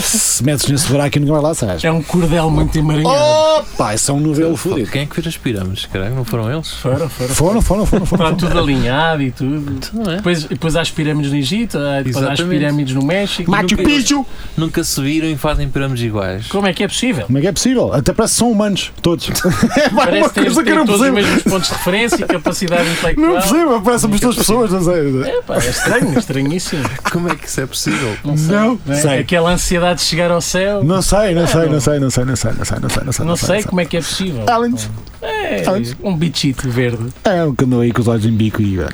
[SPEAKER 3] Se metes nesse buraco e nunca mais lá sais.
[SPEAKER 5] É um cordel muito emaranhado.
[SPEAKER 3] Opa, isso é um novelo fodido.
[SPEAKER 4] Quem é que vira as pirâmides? Caralho, não foram
[SPEAKER 3] Oh!
[SPEAKER 4] eles?
[SPEAKER 5] Fora, fora.
[SPEAKER 3] Foram, foram, foram, foram.
[SPEAKER 5] Está tudo alinhado e tudo.
[SPEAKER 4] Então, não é?
[SPEAKER 5] Depois, depois há as pirâmides no Egito, há- depois há as
[SPEAKER 4] Exatamente.
[SPEAKER 5] pirâmides no México.
[SPEAKER 3] Machu
[SPEAKER 4] Nunca-
[SPEAKER 3] Picchu!
[SPEAKER 4] Nunca se viram e fazem pirâmides iguais.
[SPEAKER 5] Como é que é possível?
[SPEAKER 3] Como é que é possível? Até parece que são humanos, todos. É pá, uma
[SPEAKER 5] Parece ter,
[SPEAKER 3] coisa
[SPEAKER 5] ter
[SPEAKER 3] que eu não
[SPEAKER 5] todos os
[SPEAKER 3] percebo.
[SPEAKER 5] mesmos pontos de referência e capacidade intelectual.
[SPEAKER 3] Não percebo, parecem-me todas pessoas, não sei.
[SPEAKER 5] É, pá, é estranho, estranhíssimo.
[SPEAKER 4] Como é que isso é possível?
[SPEAKER 5] Não sei.
[SPEAKER 3] Não
[SPEAKER 5] é?
[SPEAKER 3] sei.
[SPEAKER 5] Aquela ansiedade de chegar ao céu.
[SPEAKER 3] Não sei, não sei, não sei, não sei, não sei, não sei, não sei, não sei.
[SPEAKER 5] Não sei como é que é possível.
[SPEAKER 3] Aliens.
[SPEAKER 5] É,
[SPEAKER 3] Aliens.
[SPEAKER 5] um bichito verde.
[SPEAKER 3] É, um que andou aí com os olhos em bico e. olha.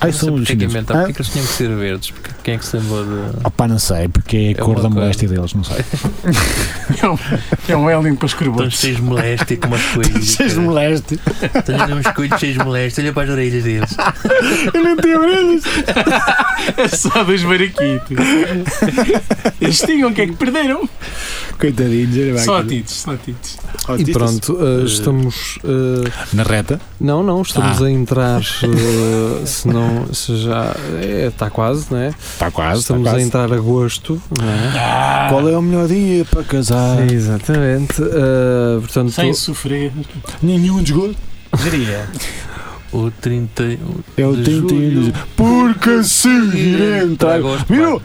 [SPEAKER 3] Ai,
[SPEAKER 4] Não sei
[SPEAKER 3] são os
[SPEAKER 4] porque é que
[SPEAKER 3] chineses.
[SPEAKER 4] inventaram.
[SPEAKER 3] Ah,
[SPEAKER 4] Porquê que eles tinham que ser verdes? Porque quem é que se lembrou de.
[SPEAKER 3] Opá, não sei, porque é a
[SPEAKER 4] É
[SPEAKER 3] cor
[SPEAKER 4] uma
[SPEAKER 3] da
[SPEAKER 4] coisa.
[SPEAKER 3] moléstia deles, não sei.
[SPEAKER 5] É um, é um alien com os
[SPEAKER 4] Estão
[SPEAKER 5] corbotes.
[SPEAKER 4] cheios de moléstia com umas coisas.
[SPEAKER 3] Cheios de moléstia.
[SPEAKER 4] Estão uns coelhos cheios de moléstia. Olha para as orelhas deles.
[SPEAKER 3] Eu não tenho orelhas.
[SPEAKER 5] É só dos mariquitos. Eles tinham o que é que perderam.
[SPEAKER 3] Coitadinhos, era bem
[SPEAKER 5] Só
[SPEAKER 3] aquilo.
[SPEAKER 5] tites, só tites.
[SPEAKER 3] Autistas.
[SPEAKER 2] E pronto, eh, estamos. eh,
[SPEAKER 3] Na reta.
[SPEAKER 2] não, não, estamos
[SPEAKER 3] Ah.
[SPEAKER 2] a entrar. eh, se não. Se já. Está quase, não é?
[SPEAKER 3] Está Tá quase.
[SPEAKER 2] Estamos
[SPEAKER 3] está
[SPEAKER 2] a
[SPEAKER 3] quase.
[SPEAKER 2] entrar agosto, não é?
[SPEAKER 3] Qual é o melhor dia para casar?
[SPEAKER 2] Sim, exatamente. Eh, portanto,
[SPEAKER 5] Sem sofrer.
[SPEAKER 3] Nenhum desgosto.
[SPEAKER 5] Geria.
[SPEAKER 4] O 30.
[SPEAKER 3] É o
[SPEAKER 4] De
[SPEAKER 3] 31 de
[SPEAKER 4] julho.
[SPEAKER 3] julho. Porque seguir entrar. Mirou!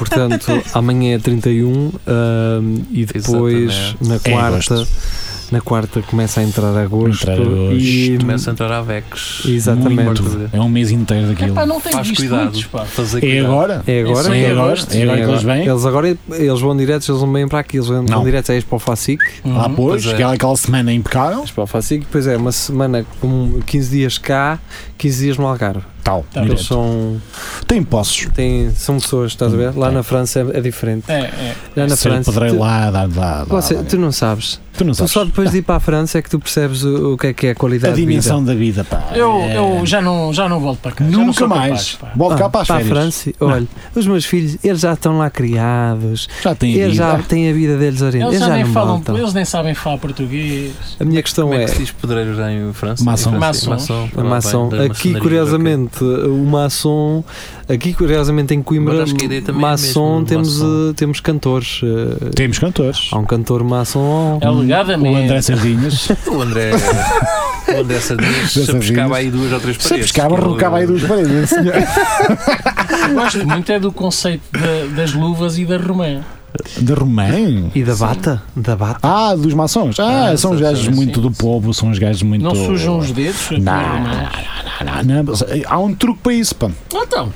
[SPEAKER 2] portanto amanhã é 31 ahm, eh, e depois
[SPEAKER 4] Exatamente.
[SPEAKER 2] na
[SPEAKER 3] É em
[SPEAKER 2] quarta
[SPEAKER 3] agosto.
[SPEAKER 2] na quarta começa a entrar agosto,
[SPEAKER 3] Entrar agosto.
[SPEAKER 2] e
[SPEAKER 4] Começa a entrar a Vex.
[SPEAKER 2] exatamente.
[SPEAKER 4] Muito.
[SPEAKER 3] É um mês inteiro daquilo.
[SPEAKER 5] Pá, não tenho
[SPEAKER 4] Faz
[SPEAKER 5] visto
[SPEAKER 4] cuidado.
[SPEAKER 5] muitos, pá.
[SPEAKER 4] Fazer
[SPEAKER 3] É
[SPEAKER 4] cuidado.
[SPEAKER 3] agora?
[SPEAKER 2] É
[SPEAKER 5] Só
[SPEAKER 2] agora?
[SPEAKER 5] em
[SPEAKER 3] É agora?
[SPEAKER 5] agosto.
[SPEAKER 3] É agora que eles vêm?
[SPEAKER 2] Eles agora eles vão diretos, eles não vêm para aqui, eles vão,
[SPEAKER 3] Não.
[SPEAKER 2] vão diretos a Expo Facic.
[SPEAKER 5] Uhum.
[SPEAKER 3] Lá Ah, pois,
[SPEAKER 4] Pois é.
[SPEAKER 3] aquela, aquela semana impecável.
[SPEAKER 2] Expo Facic, depois é uma semana com 15 dias cá, 15 dias no Algarve.
[SPEAKER 3] Tal,
[SPEAKER 5] Tá.
[SPEAKER 2] Eles
[SPEAKER 3] Ah, direto.
[SPEAKER 2] são,
[SPEAKER 3] Tem posses.
[SPEAKER 2] têm, são pessoas, estás a ver? Lá
[SPEAKER 3] Tem.
[SPEAKER 2] na França é, é diferente.
[SPEAKER 5] É, é.
[SPEAKER 2] Lá na
[SPEAKER 3] Hum, Ser
[SPEAKER 2] França.
[SPEAKER 3] pedreiro
[SPEAKER 2] Tu,
[SPEAKER 3] lá, dá, dá, dá,
[SPEAKER 2] você-
[SPEAKER 3] dá.
[SPEAKER 2] tu não sabes.
[SPEAKER 3] Tu não
[SPEAKER 2] Tu
[SPEAKER 3] sabes.
[SPEAKER 2] só depois de ir para a França é que tu percebes o, o que é que é a
[SPEAKER 3] A
[SPEAKER 2] qualidade
[SPEAKER 3] dimensão da vida, pá.
[SPEAKER 5] Eu,
[SPEAKER 3] É.
[SPEAKER 5] eu já, não, já não volto para cá. já não
[SPEAKER 3] Nunca
[SPEAKER 5] sou
[SPEAKER 3] mais.
[SPEAKER 5] capaz, pá.
[SPEAKER 2] de vida.
[SPEAKER 3] Volto cá para as
[SPEAKER 2] Ah, para a
[SPEAKER 3] férias.
[SPEAKER 2] França, olha, os meus filhos, eles já estão lá criados,
[SPEAKER 3] Já tem
[SPEAKER 2] eles já
[SPEAKER 3] vida.
[SPEAKER 2] têm a vida deles orientada.
[SPEAKER 5] Eles já, nem
[SPEAKER 2] não
[SPEAKER 5] falam,
[SPEAKER 2] voltam.
[SPEAKER 5] eles nem sabem falar português.
[SPEAKER 2] A minha questão
[SPEAKER 4] Como é
[SPEAKER 2] é,
[SPEAKER 4] que se diz pedreiro já em França?
[SPEAKER 3] Maçom.
[SPEAKER 4] Em França,
[SPEAKER 5] Maçom.
[SPEAKER 2] a maçom,
[SPEAKER 4] Bem, da
[SPEAKER 2] aqui
[SPEAKER 4] maçonaria,
[SPEAKER 2] curiosamente, o maçom, aqui curiosamente em Coimbra,
[SPEAKER 4] Mas acho que a ideia também é
[SPEAKER 2] maçom
[SPEAKER 4] mesmo,
[SPEAKER 2] temos,
[SPEAKER 4] maçom.
[SPEAKER 2] eh, temos cantores. eh,
[SPEAKER 3] Temos cantores.
[SPEAKER 2] Há um cantor maçom.
[SPEAKER 3] O
[SPEAKER 5] Alegadamente.
[SPEAKER 3] André Sardinhas.
[SPEAKER 4] O André. O André Sardinhas
[SPEAKER 3] André
[SPEAKER 4] se pescava
[SPEAKER 3] Sardinhas.
[SPEAKER 4] aí duas ou três paredes.
[SPEAKER 3] Se pescava,
[SPEAKER 4] que é ele-
[SPEAKER 3] rocava aí duas paredes. senhor.
[SPEAKER 5] Gosto muito é do conceito da- das luvas e da romã.
[SPEAKER 3] De Romã?
[SPEAKER 2] E da bata? Da bata?
[SPEAKER 3] Ah, dos maçons. Ah,
[SPEAKER 5] Ah,
[SPEAKER 3] são
[SPEAKER 5] sim,
[SPEAKER 3] os gajos
[SPEAKER 5] sim,
[SPEAKER 3] muito
[SPEAKER 5] sim,
[SPEAKER 3] do
[SPEAKER 5] sim.
[SPEAKER 3] povo, são os gajos muito.
[SPEAKER 5] Não sujam os dedos. senhor
[SPEAKER 3] Não,
[SPEAKER 5] Romã.
[SPEAKER 3] não, Ah, não, mas há um truque para isso, pá.
[SPEAKER 5] Ah, então.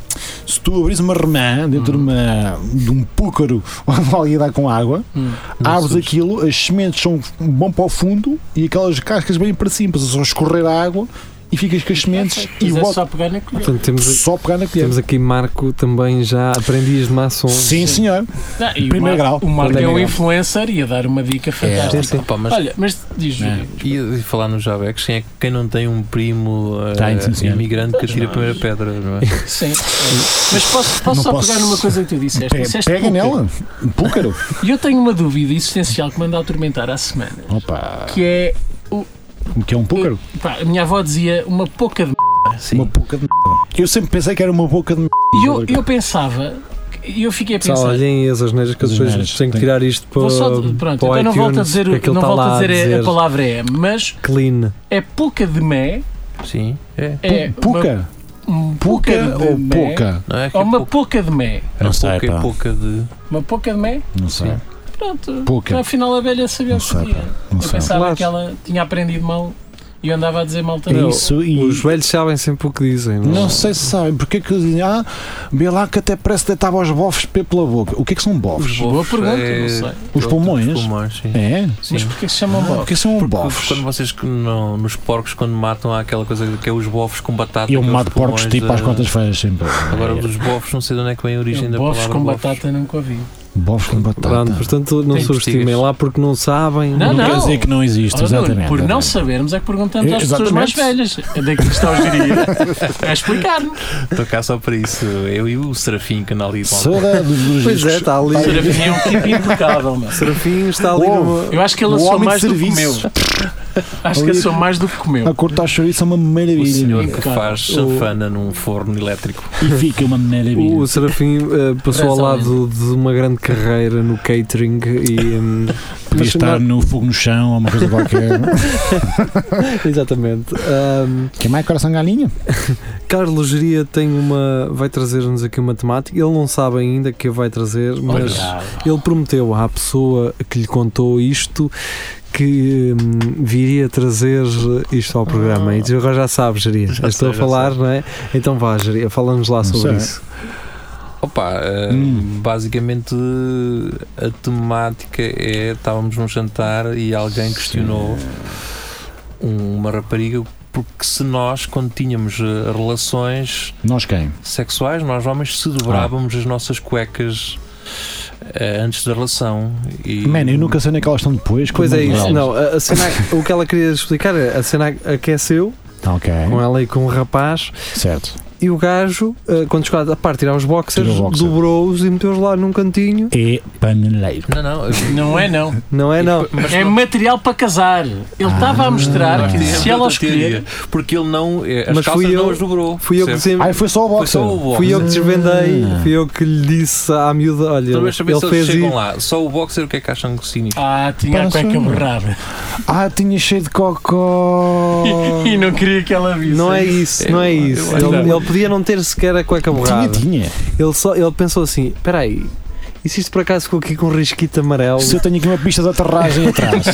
[SPEAKER 3] Se tu abris uma remã dentro de, uma- de um púcaro onde alguém dá com água,
[SPEAKER 5] Hum.
[SPEAKER 3] abres aquilo, as sementes são bom para o fundo e aquelas cascas bem para cima, mas é só escorrer a água e ficas com as sementes e
[SPEAKER 5] Mas é
[SPEAKER 3] volta
[SPEAKER 5] só pegar na colher.
[SPEAKER 2] Portanto, temos,
[SPEAKER 3] só pegar na colher.
[SPEAKER 2] temos aqui Marco também já aprendiz de
[SPEAKER 5] um
[SPEAKER 2] maçom.
[SPEAKER 3] Sim, senhor.
[SPEAKER 5] Não, e o
[SPEAKER 3] Primeiro
[SPEAKER 5] Mar-
[SPEAKER 3] grau. É.
[SPEAKER 5] O Marco é
[SPEAKER 2] Primeiro
[SPEAKER 5] um
[SPEAKER 2] grau.
[SPEAKER 5] influencer e a dar uma dica
[SPEAKER 2] Sim,
[SPEAKER 5] fantástica.
[SPEAKER 2] sim.
[SPEAKER 4] É, Pá, mas
[SPEAKER 5] Olha, mas diz, Júlio,
[SPEAKER 4] E e falar nos Jabex, quem, é, que- quem não tem um primo eh,
[SPEAKER 3] Tem, sim, senhor.
[SPEAKER 4] imigrante que atira a primeira pedra, não é?
[SPEAKER 5] sim. Mas posso, posso
[SPEAKER 3] Não
[SPEAKER 5] só
[SPEAKER 3] posso.
[SPEAKER 5] pegar numa coisa que tu disseste?
[SPEAKER 3] Pe-
[SPEAKER 5] Disseste
[SPEAKER 3] Pega
[SPEAKER 5] púcaro.
[SPEAKER 3] nela. Um púcaro.
[SPEAKER 5] E eu tenho uma dúvida existencial que me anda a atormentar há semana.
[SPEAKER 3] Opa,
[SPEAKER 5] Que é,
[SPEAKER 3] o que é um púcaro?
[SPEAKER 5] pá, a minha avó dizia uma pouca de
[SPEAKER 4] Sim.
[SPEAKER 3] Uma boca de merda. Eu sempre pensei que era uma boca de merda.
[SPEAKER 5] E eu, eu pensava, e eu fiquei a pensar.
[SPEAKER 2] Pessoal, olhem as asneiras que eu
[SPEAKER 3] As
[SPEAKER 2] depois
[SPEAKER 3] asneiras,
[SPEAKER 2] tenho que
[SPEAKER 3] tem.
[SPEAKER 2] tirar isto para,
[SPEAKER 5] Vou só,
[SPEAKER 2] para
[SPEAKER 5] pronto,
[SPEAKER 2] o
[SPEAKER 5] então não
[SPEAKER 2] iTunes,
[SPEAKER 5] volto a dizer,
[SPEAKER 2] que
[SPEAKER 5] o-
[SPEAKER 2] aquilo
[SPEAKER 5] não
[SPEAKER 2] está
[SPEAKER 5] volto
[SPEAKER 2] lá
[SPEAKER 5] a dizer, a- a palavra é, mas
[SPEAKER 2] Clean.
[SPEAKER 5] é pouca de mé,
[SPEAKER 4] Sim, é.
[SPEAKER 5] é
[SPEAKER 3] Pu- Puca?
[SPEAKER 5] uma, um
[SPEAKER 3] Puca
[SPEAKER 5] pouca de
[SPEAKER 3] ou
[SPEAKER 5] mé,
[SPEAKER 3] pouca?
[SPEAKER 4] Não é que
[SPEAKER 5] ou
[SPEAKER 4] é
[SPEAKER 5] uma
[SPEAKER 4] pouca-
[SPEAKER 5] pouca de mé,
[SPEAKER 4] é
[SPEAKER 3] Oh, Não sei,
[SPEAKER 4] pouca,
[SPEAKER 3] pá.
[SPEAKER 4] é pouca de.
[SPEAKER 5] uma pouca de mé,
[SPEAKER 3] Não sei.
[SPEAKER 4] Sim.
[SPEAKER 5] pronto,
[SPEAKER 3] Pouca.
[SPEAKER 5] afinal a velha sabia
[SPEAKER 3] Não
[SPEAKER 5] o que
[SPEAKER 3] sei,
[SPEAKER 5] dizia.
[SPEAKER 3] Não
[SPEAKER 5] Eu
[SPEAKER 3] sei.
[SPEAKER 5] pensava
[SPEAKER 2] Claro.
[SPEAKER 5] que ela tinha aprendido mal e eu andava a dizer mal
[SPEAKER 3] É
[SPEAKER 5] também.
[SPEAKER 2] Não,
[SPEAKER 3] isso e.
[SPEAKER 2] Os velhos sabem sempre o que dizem. não é?
[SPEAKER 3] Não sei se sabem porque é que eles dizem, ah, vê lá que até parece que deitava os bofes pela boca. O que é que são bofes?
[SPEAKER 5] Boa
[SPEAKER 4] bofes,
[SPEAKER 5] pergunta,
[SPEAKER 4] é-
[SPEAKER 5] não sei.
[SPEAKER 3] Os pulmões?
[SPEAKER 4] Os pulmões, sim.
[SPEAKER 3] É? Ah,
[SPEAKER 4] Sim.
[SPEAKER 5] Mas porquê que se chamam
[SPEAKER 3] O
[SPEAKER 5] bola?
[SPEAKER 3] que são
[SPEAKER 4] Quando
[SPEAKER 3] bofes?
[SPEAKER 4] vocês que não, nos porcos, quando matam, há aquela coisa que é os bofos com
[SPEAKER 3] Eu
[SPEAKER 4] batata. que é os
[SPEAKER 3] um mato porcos
[SPEAKER 4] pulmões
[SPEAKER 3] tipo
[SPEAKER 4] da-
[SPEAKER 3] às contas feiras sempre. É.
[SPEAKER 4] Agora, os bofos, não sei de onde é que vem a origem da
[SPEAKER 5] Bofes
[SPEAKER 4] palavra.
[SPEAKER 5] com
[SPEAKER 4] bofes.
[SPEAKER 5] batata nunca ouvi.
[SPEAKER 3] Bofs com batata.
[SPEAKER 2] Pronto, portanto, não
[SPEAKER 4] Tem
[SPEAKER 2] subestimem
[SPEAKER 4] investigas.
[SPEAKER 2] lá porque não sabem.
[SPEAKER 5] Não,
[SPEAKER 3] Não,
[SPEAKER 5] Ah, não.
[SPEAKER 3] quer dizer que não existe,
[SPEAKER 5] Ora, Nuno,
[SPEAKER 3] exatamente.
[SPEAKER 5] por não sabermos é que perguntamos às pessoas
[SPEAKER 3] Exatamente.
[SPEAKER 5] mais velhas. Onde é que está É o geria? A explicar-nos.
[SPEAKER 4] Estou cá só para isso. Eu e o Serafim que analisam.
[SPEAKER 3] Sora dos dos
[SPEAKER 2] Pois é,
[SPEAKER 3] discos.
[SPEAKER 2] está ali.
[SPEAKER 5] Serafim é um tipo impecável, mano.
[SPEAKER 2] Serafim está ali
[SPEAKER 3] Ouve.
[SPEAKER 2] numa.
[SPEAKER 5] Eu acho que ele
[SPEAKER 3] O
[SPEAKER 5] assou
[SPEAKER 3] homem de
[SPEAKER 5] mais do que comeu.
[SPEAKER 3] serviço.
[SPEAKER 5] Acho que
[SPEAKER 3] Ali-
[SPEAKER 5] assou mais do que
[SPEAKER 3] A
[SPEAKER 5] comeu.
[SPEAKER 3] cortar chouriço é uma
[SPEAKER 4] O
[SPEAKER 3] maravilha.
[SPEAKER 4] senhor
[SPEAKER 3] meu.
[SPEAKER 4] que faz
[SPEAKER 2] O-
[SPEAKER 4] sanfana num forno elétrico.
[SPEAKER 3] E fica uma maravilha.
[SPEAKER 2] O Serafim eh, passou ao
[SPEAKER 5] Parece
[SPEAKER 2] lado de uma grande carreira no catering e. hum,
[SPEAKER 3] Podia
[SPEAKER 2] mas-
[SPEAKER 3] estar no fogo no chão ou uma coisa qualquer.
[SPEAKER 2] Exatamente. Ahm,
[SPEAKER 3] que mais coração de galinha?
[SPEAKER 2] Hum, Carlos Geria tem uma. vai trazer-nos aqui uma temática. Ele não sabe ainda que vai trazer, mas ele prometeu à pessoa que lhe contou isto que hum, viria trazer isto ao programa. E tu agora já sabes, Geria.
[SPEAKER 4] Já
[SPEAKER 2] Estou
[SPEAKER 4] sei,
[SPEAKER 2] a
[SPEAKER 4] já
[SPEAKER 2] falar, não é? Então vá, Geria, fala-nos lá sobre
[SPEAKER 3] sei.
[SPEAKER 2] isso.
[SPEAKER 4] Opa, eh,
[SPEAKER 3] Hum.
[SPEAKER 4] basicamente a temática é: estávamos num jantar e alguém questionou uma rapariga porque se nós, quando tínhamos eh, relações
[SPEAKER 3] Nós quem?
[SPEAKER 4] sexuais, nós homens se
[SPEAKER 2] Ah.
[SPEAKER 4] dobrávamos as nossas cuecas eh, antes da relação. E
[SPEAKER 3] Mano, eu nunca sei onde é que elas estão depois.
[SPEAKER 2] Pois
[SPEAKER 3] quando
[SPEAKER 2] é isso.
[SPEAKER 3] elas-
[SPEAKER 2] Não, a, a cena, é, o que ela queria explicar é a cena aqueceu
[SPEAKER 3] Tá, Ok,
[SPEAKER 4] É.
[SPEAKER 2] com ela e com o rapaz
[SPEAKER 3] certo.
[SPEAKER 2] e o gajo, eh, quando chegou à parte de tirar os boxers,
[SPEAKER 3] Tirou o boxer.
[SPEAKER 2] dobrou-os e meteu-os lá num cantinho.
[SPEAKER 3] E É paneleiro.
[SPEAKER 4] Não, não. eu-
[SPEAKER 5] Não é não.
[SPEAKER 2] Não é não.
[SPEAKER 4] Mas
[SPEAKER 5] É
[SPEAKER 4] não-
[SPEAKER 5] material para casar. Ele estava a
[SPEAKER 3] Ah.
[SPEAKER 5] mostrar que se
[SPEAKER 4] Eu
[SPEAKER 5] ela
[SPEAKER 4] te diria,
[SPEAKER 5] escolher.
[SPEAKER 4] Porque ele não. eh, As
[SPEAKER 2] Mas fui
[SPEAKER 4] calças não
[SPEAKER 2] eu-
[SPEAKER 4] as dobrou.
[SPEAKER 2] Fui eu que
[SPEAKER 4] percebes?
[SPEAKER 2] dizem-
[SPEAKER 3] Ah, foi só o
[SPEAKER 4] Foi
[SPEAKER 3] boxer.
[SPEAKER 4] só o boxer.
[SPEAKER 2] Fui eu que desvendei,
[SPEAKER 3] Ah.
[SPEAKER 2] fui eu que lhe disse à miúda, olha,
[SPEAKER 4] Talvez saber se
[SPEAKER 2] ele
[SPEAKER 4] eles
[SPEAKER 2] fez
[SPEAKER 4] chegam
[SPEAKER 2] isso.
[SPEAKER 4] lá. Só o boxer, o que é que acham que significa?
[SPEAKER 5] Ah, tinha a
[SPEAKER 3] Parece
[SPEAKER 5] cueca
[SPEAKER 3] um-
[SPEAKER 5] borrada.
[SPEAKER 3] Ah, tinha cheio de cocó.
[SPEAKER 5] E não queria que ela visse.
[SPEAKER 2] Não é isso, não é
[SPEAKER 4] Eu-
[SPEAKER 2] isso.
[SPEAKER 4] eu-
[SPEAKER 2] Ele,
[SPEAKER 4] eu-
[SPEAKER 2] ele podia não ter sequer a cueca
[SPEAKER 3] Tinha,
[SPEAKER 2] borrada.
[SPEAKER 3] tinha.
[SPEAKER 2] Ele, só, ele pensou assim, espera aí, e se isto por acaso ficou aqui com um risquito amarelo?
[SPEAKER 3] Se eu tenho aqui uma pista de aterragem atrás,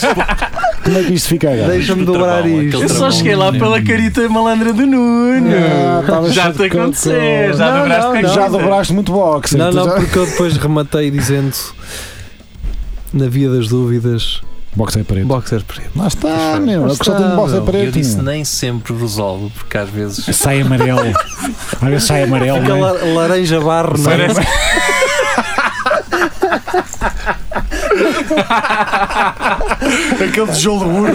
[SPEAKER 3] como é que isto fica agora?
[SPEAKER 2] Deixa-me
[SPEAKER 4] Travão,
[SPEAKER 2] dobrar
[SPEAKER 4] aquele
[SPEAKER 2] isto.
[SPEAKER 5] Eu só
[SPEAKER 4] Outra
[SPEAKER 5] cheguei lá
[SPEAKER 4] mão,
[SPEAKER 5] pela
[SPEAKER 4] né?
[SPEAKER 5] carita malandra do Nuno.
[SPEAKER 3] Ah, tava
[SPEAKER 5] já
[SPEAKER 3] cheio
[SPEAKER 5] te
[SPEAKER 3] de cocô.
[SPEAKER 5] aconteceu. Já
[SPEAKER 2] Não,
[SPEAKER 5] dobraste
[SPEAKER 2] não,
[SPEAKER 5] com a
[SPEAKER 2] não.
[SPEAKER 3] Já
[SPEAKER 5] camisa.
[SPEAKER 3] dobraste muito boxer.
[SPEAKER 2] Não,
[SPEAKER 3] tu
[SPEAKER 2] não,
[SPEAKER 3] já-
[SPEAKER 2] porque eu depois rematei dizendo na via das dúvidas,
[SPEAKER 3] Boxer é preto.
[SPEAKER 2] boxer preto.
[SPEAKER 3] Lá está,
[SPEAKER 4] Lá
[SPEAKER 3] meu. Eu que só
[SPEAKER 2] está,
[SPEAKER 3] tenho boxer
[SPEAKER 2] meu.
[SPEAKER 4] E eu
[SPEAKER 3] é preto.
[SPEAKER 4] disse
[SPEAKER 3] meu.
[SPEAKER 4] nem sempre resolve, porque às vezes.
[SPEAKER 3] Sai amarelo. Olha, sai amarelo. não é?
[SPEAKER 2] Aquela laranja barro, não é?
[SPEAKER 3] Parece- Aquele tijolo de burro.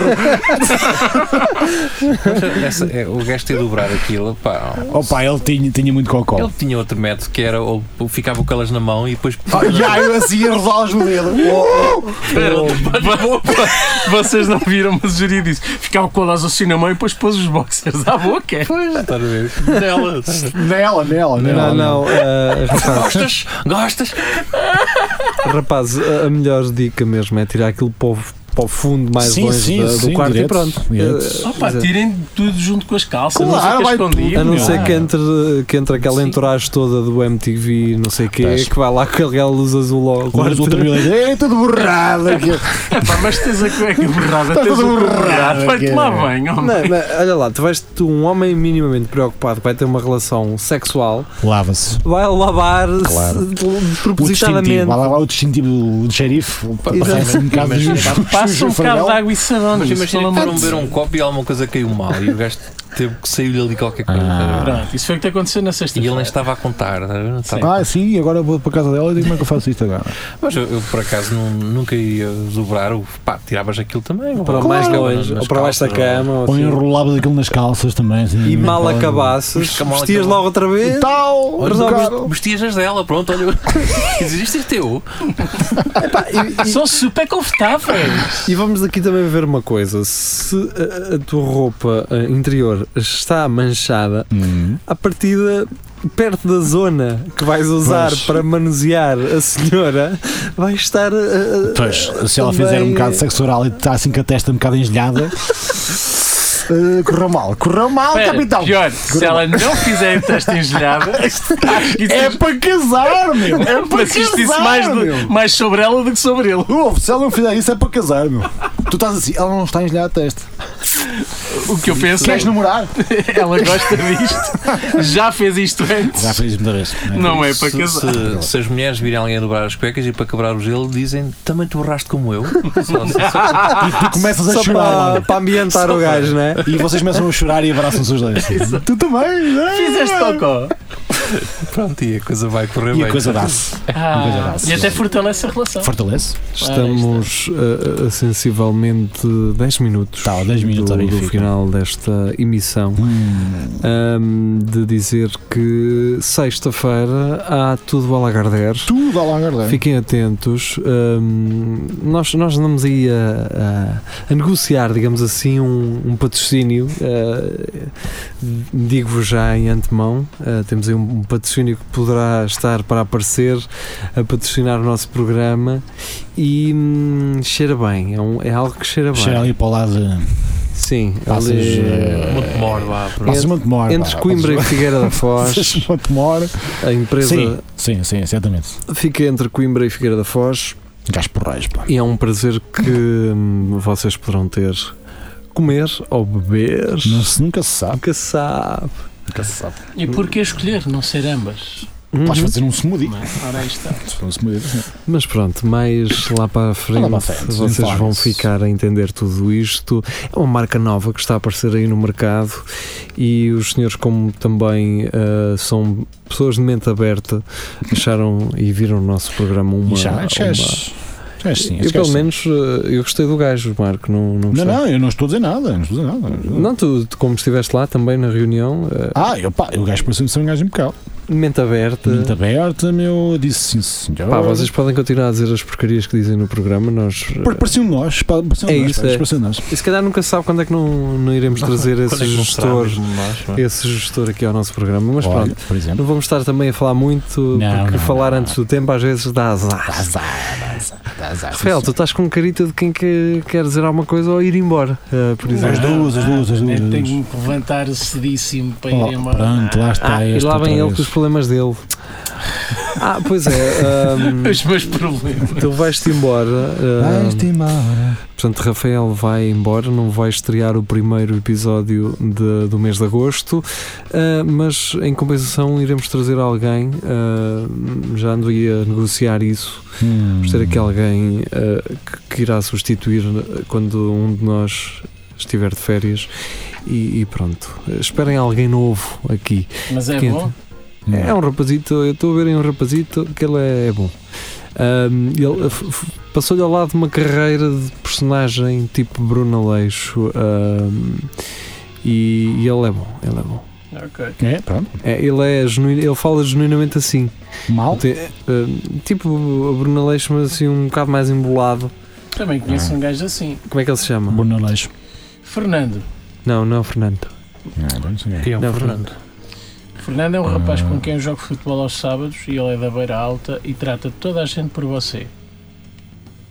[SPEAKER 4] Essa- é, o gajo ter de dobrar aquilo, pá.
[SPEAKER 3] Opa, ele tinha, tinha muito cocó.
[SPEAKER 4] Ele tinha outro método que era ou ou ficava com elas na mão e depois.
[SPEAKER 3] Ah, já, eu assim a rodá-los no dedo.
[SPEAKER 5] Vocês não viram, mas o Júri disse: ficava com elas assim na mão e depois pôs os boxers à boca.
[SPEAKER 4] Pois, estás a ver? Delas.
[SPEAKER 3] Nela, nela, nela.
[SPEAKER 2] Não, não, ah, rapaz,
[SPEAKER 4] Gostas? Gostas?
[SPEAKER 2] rapaz, a a melhor dica mesmo é tirar aquilo para o, para o fundo mais
[SPEAKER 3] Sim,
[SPEAKER 2] longe
[SPEAKER 3] sim,
[SPEAKER 2] da- do
[SPEAKER 3] sim,
[SPEAKER 2] quarto
[SPEAKER 3] direto,
[SPEAKER 2] e pronto.
[SPEAKER 3] direto.
[SPEAKER 2] Ah,
[SPEAKER 5] Opa,
[SPEAKER 2] exato.
[SPEAKER 5] tirem tudo junto com as calças,
[SPEAKER 3] é. Claro,
[SPEAKER 5] não
[SPEAKER 3] vai
[SPEAKER 5] sei o que escondiam.
[SPEAKER 2] A não
[SPEAKER 3] Meu.
[SPEAKER 2] ser que entre, que entre aquela
[SPEAKER 5] Sim.
[SPEAKER 2] entourage toda do MTV, não sei o quê,
[SPEAKER 3] Peço.
[SPEAKER 2] que vai lá com aquela luz azul ao
[SPEAKER 3] O
[SPEAKER 2] quarto.
[SPEAKER 3] ultravioleta. É tudo borrado. aquilo.
[SPEAKER 5] Epá, mas tens a cueca borrada,
[SPEAKER 3] Estás
[SPEAKER 5] tens
[SPEAKER 3] todo
[SPEAKER 5] o cu
[SPEAKER 3] Tá borrado,
[SPEAKER 5] borrado, vai
[SPEAKER 3] cara.
[SPEAKER 5] tomar bem, homem.
[SPEAKER 2] Não, mas olha lá, tu vais tu, um homem minimamente preocupado que vai ter uma relação sexual,
[SPEAKER 3] Lava-se.
[SPEAKER 2] vai lavar
[SPEAKER 3] Claro. O distintivo.
[SPEAKER 2] propositadamente.
[SPEAKER 3] Vai lavar o distintivo do, do xerife.
[SPEAKER 2] Exato.
[SPEAKER 3] Passa um bocado de
[SPEAKER 4] Imagina,
[SPEAKER 3] jus-
[SPEAKER 5] Passa
[SPEAKER 3] sujo
[SPEAKER 5] um bocado
[SPEAKER 3] farelo.
[SPEAKER 5] de água e sabão,
[SPEAKER 4] Mas
[SPEAKER 5] nisso, pelo
[SPEAKER 4] imagina que
[SPEAKER 5] amor
[SPEAKER 4] foram
[SPEAKER 5] de
[SPEAKER 4] beber um copo e alguma coisa caiu mal e o gajo teve que sair-lhe ali qualquer coisa.
[SPEAKER 3] Ah.
[SPEAKER 5] Pronto, isso foi o que te aconteceu na
[SPEAKER 4] E ele nem
[SPEAKER 5] sexta-feira.
[SPEAKER 4] estava a contar, tá estás a ver? Não estava-
[SPEAKER 3] Ah, sim, agora vou para casa dela e digo como é que eu faço isto agora.
[SPEAKER 4] mas eu, eu, por acaso nu- nunca ia dobrar, o- pá, tiravas aquilo também.
[SPEAKER 2] Para
[SPEAKER 4] Claro.
[SPEAKER 2] mais
[SPEAKER 4] Nas-
[SPEAKER 2] longe,
[SPEAKER 4] nas
[SPEAKER 2] ou para baixo da
[SPEAKER 4] calças,
[SPEAKER 2] cama, ou
[SPEAKER 3] Ou
[SPEAKER 2] assim.
[SPEAKER 3] enrolavas aquilo nas calças também. assim,
[SPEAKER 2] e mal
[SPEAKER 3] naquela-
[SPEAKER 2] acabasses,
[SPEAKER 4] Mal
[SPEAKER 2] vestias
[SPEAKER 4] acabado.
[SPEAKER 2] logo outra vez.
[SPEAKER 3] Tal!
[SPEAKER 4] Olha,
[SPEAKER 3] Ricardo.
[SPEAKER 4] vesti- vestias as dela, pronto, olha. Dizes, isto é teu.
[SPEAKER 5] Ah, São super confortáveis.
[SPEAKER 2] E vamos aqui também ver uma coisa: se a, a tua roupa eh, interior está manchada,
[SPEAKER 3] Hum.
[SPEAKER 2] à partida, perto da zona que vais usar
[SPEAKER 3] Pois.
[SPEAKER 2] para manusear a senhora, vai estar. uh, uh,
[SPEAKER 3] Pois, se ela
[SPEAKER 2] também-
[SPEAKER 3] fizer um bocado de sexo oral e está assim com a testa um bocado engelhada, eh, correu mal, correu mal,
[SPEAKER 5] Espera,
[SPEAKER 3] capitão!
[SPEAKER 5] Pior, se ela não fizer testa engelhada, acho que isso
[SPEAKER 3] É para casar, meu! É
[SPEAKER 5] Mas
[SPEAKER 3] para
[SPEAKER 5] isto disse
[SPEAKER 3] casar,
[SPEAKER 5] mais, do-
[SPEAKER 3] meu!
[SPEAKER 5] mais sobre ela do que sobre ele.
[SPEAKER 3] Ouve, se ela não fizer isso é para casar, meu! Tu estás assim, ela não está a engelhar a testa.
[SPEAKER 5] O que eu penso é
[SPEAKER 3] Queres namorar?
[SPEAKER 5] que ela gosta disto, já fez isto antes.
[SPEAKER 3] Já fiz muita vez.
[SPEAKER 5] Não é para
[SPEAKER 4] Se,
[SPEAKER 5] casar.
[SPEAKER 4] se, se as mulheres virem alguém a dobrar as cuecas e para quebrar o gelo, dizem também tu borraste como eu. Só- só- só-
[SPEAKER 3] E tu começas a
[SPEAKER 2] Só
[SPEAKER 3] chorar
[SPEAKER 2] para,
[SPEAKER 3] logo.
[SPEAKER 2] para ambientar o gajo, não é?
[SPEAKER 3] E vocês começam a chorar e abraçam-se os dois. tu também! né?
[SPEAKER 5] Fizeste
[SPEAKER 3] toque.
[SPEAKER 5] cocó.
[SPEAKER 4] Pronto, e a coisa vai correr
[SPEAKER 3] E
[SPEAKER 4] bem.
[SPEAKER 3] a coisa dá-se.
[SPEAKER 5] Ah, e até fortalece a relação.
[SPEAKER 3] Fortalece.
[SPEAKER 2] Estamos a- a sensivelmente 10 minutos,
[SPEAKER 3] Tá, 10 minutos ao
[SPEAKER 2] do, do
[SPEAKER 3] Benfica.
[SPEAKER 2] final desta emissão.
[SPEAKER 3] Hum,
[SPEAKER 2] Ahm, de dizer que sexta-feira há tudo a Lagardère.
[SPEAKER 3] Tudo ao longo da
[SPEAKER 2] Fiquem atentos. Ahm, nós, nós andamos aí a, a- a negociar, digamos assim, um, um patrocínio. ah, Digo-vos já em antemão: ah, temos aí um, um patrocínio que poderá estar para aparecer, a patrocinar o nosso programa. E hum, cheira bem, é, um- é algo que cheira bem.
[SPEAKER 3] Cheira ali para o lado de
[SPEAKER 2] Sim,
[SPEAKER 3] Passas,
[SPEAKER 2] ali-
[SPEAKER 3] eh, ah,
[SPEAKER 4] Muito morba.
[SPEAKER 3] Passas Montemor.
[SPEAKER 2] Entre Coimbra e Figueira da Foz,
[SPEAKER 3] Passas Montemor.
[SPEAKER 2] a empresa
[SPEAKER 3] Sim, sim, sim, certamente.
[SPEAKER 2] fica entre Coimbra e Figueira da Foz.
[SPEAKER 3] Gás porrais, pá.
[SPEAKER 2] E é um prazer que hum, vocês poderão ter comer ou beber.
[SPEAKER 3] Não se- nunca se sabe.
[SPEAKER 2] Nunca se sabe.
[SPEAKER 3] Nunca se sabe.
[SPEAKER 5] E porquê escolher não ser ambas?
[SPEAKER 3] Podes
[SPEAKER 2] Uhum.
[SPEAKER 3] fazer um smoothie.
[SPEAKER 5] Não é? Ora, aí está.
[SPEAKER 3] Um smoothie.
[SPEAKER 2] Mas pronto, mais lá para a frente,
[SPEAKER 3] Lá para a frente,
[SPEAKER 2] vocês
[SPEAKER 3] informe-se.
[SPEAKER 2] vão ficar a entender tudo isto. É uma marca nova que está a aparecer aí no mercado e os senhores, como também ah, são pessoas de mente aberta, acharam e viram o nosso programa uma.
[SPEAKER 3] E já, já és-
[SPEAKER 2] uma-
[SPEAKER 3] já és sim,
[SPEAKER 2] eu, pelo
[SPEAKER 3] esquece.
[SPEAKER 2] menos, ah, eu gostei do gajo, Marco. Não, não,
[SPEAKER 3] Não,
[SPEAKER 2] gostaste?
[SPEAKER 3] não, eu não estou a dizer nada. Não estou a dizer nada.
[SPEAKER 2] Não, tu, tu, como estiveste lá também na reunião, eh,
[SPEAKER 3] Ah, eu, pá, o gajo pareceu-me ser um gajo impecável.
[SPEAKER 2] mente aberta.
[SPEAKER 3] Muito aberta, meu. Disse sim, senhor.
[SPEAKER 2] Uhum. Pá, vocês podem continuar a dizer as porcarias que dizem no programa. Nós, eh,
[SPEAKER 3] Pa- Pareciam nós. pá, Pareciam
[SPEAKER 2] É
[SPEAKER 3] nós.
[SPEAKER 2] isso,
[SPEAKER 3] pá,
[SPEAKER 2] é.
[SPEAKER 3] Pareciam nós.
[SPEAKER 2] e se calhar nunca se sabe quando é que não, não iremos trazer
[SPEAKER 3] é
[SPEAKER 2] esse
[SPEAKER 4] é
[SPEAKER 2] gestor, esse gestor aqui ao nosso programa. Mas
[SPEAKER 3] Olha,
[SPEAKER 2] pronto,
[SPEAKER 3] por exemplo.
[SPEAKER 2] não vamos estar também a falar muito,
[SPEAKER 3] Não,
[SPEAKER 2] porque
[SPEAKER 3] não,
[SPEAKER 2] falar
[SPEAKER 3] não.
[SPEAKER 2] antes do tempo às vezes dá azar. Rafael, tu estás com carita de quem que- quer dizer alguma coisa ou ir embora, eh, por
[SPEAKER 3] As
[SPEAKER 2] exemplo.
[SPEAKER 3] duas, as duas, as duas, as duas.
[SPEAKER 5] É, Tenho que levantar cedíssimo para ir
[SPEAKER 3] Oh,
[SPEAKER 5] embora.
[SPEAKER 3] pronto, lá está
[SPEAKER 2] Ah, e
[SPEAKER 3] esta
[SPEAKER 2] lá vem
[SPEAKER 3] outra
[SPEAKER 2] ele com os
[SPEAKER 3] vez.
[SPEAKER 2] problemas dele. Ah, pois é. ahm,
[SPEAKER 5] Ah, Os meus problemas.
[SPEAKER 2] tu vais-te embora. ahm,
[SPEAKER 3] Vais-te embora.
[SPEAKER 2] Portanto, Rafael vai embora, não vai estrear o primeiro episódio de- do mês de agosto, ah, mas em compensação iremos trazer alguém, ah, já ando aí a negociar isso,
[SPEAKER 3] Hum.
[SPEAKER 2] vamos ter aqui alguém ah, que, que irá substituir ah, quando um de nós estiver de férias e, e pronto. Esperem alguém novo aqui.
[SPEAKER 5] Mas é
[SPEAKER 2] Quente.
[SPEAKER 5] bom.
[SPEAKER 3] Hum.
[SPEAKER 2] É um rapazito, eu estou a ver em um rapazito que ele é, é bom. Ahm, ele f- f- passou-lhe ao lado uma carreira de personagem tipo Bruno Aleixo ahm, e, e ele é bom, ele é bom.
[SPEAKER 5] Ok.
[SPEAKER 3] É, pronto.
[SPEAKER 2] É, ele, é genuíno, ele fala genuinamente assim.
[SPEAKER 3] Mal.
[SPEAKER 2] Tem, ahm, tipo o Bruno Aleixo, mas assim um bocado mais embolado.
[SPEAKER 5] Também conheço um gajo assim.
[SPEAKER 2] Como é que ele se chama?
[SPEAKER 3] Bruno Aleixo.
[SPEAKER 5] Fernando.
[SPEAKER 2] Não, não, Fernando.
[SPEAKER 3] Ah, bom, sim.
[SPEAKER 4] Quem é o
[SPEAKER 2] Não,
[SPEAKER 4] Fernando?
[SPEAKER 5] Fernando é um
[SPEAKER 3] Ah.
[SPEAKER 5] rapaz com quem eu jogo futebol aos sábados e ele é da beira alta e trata toda a gente por você.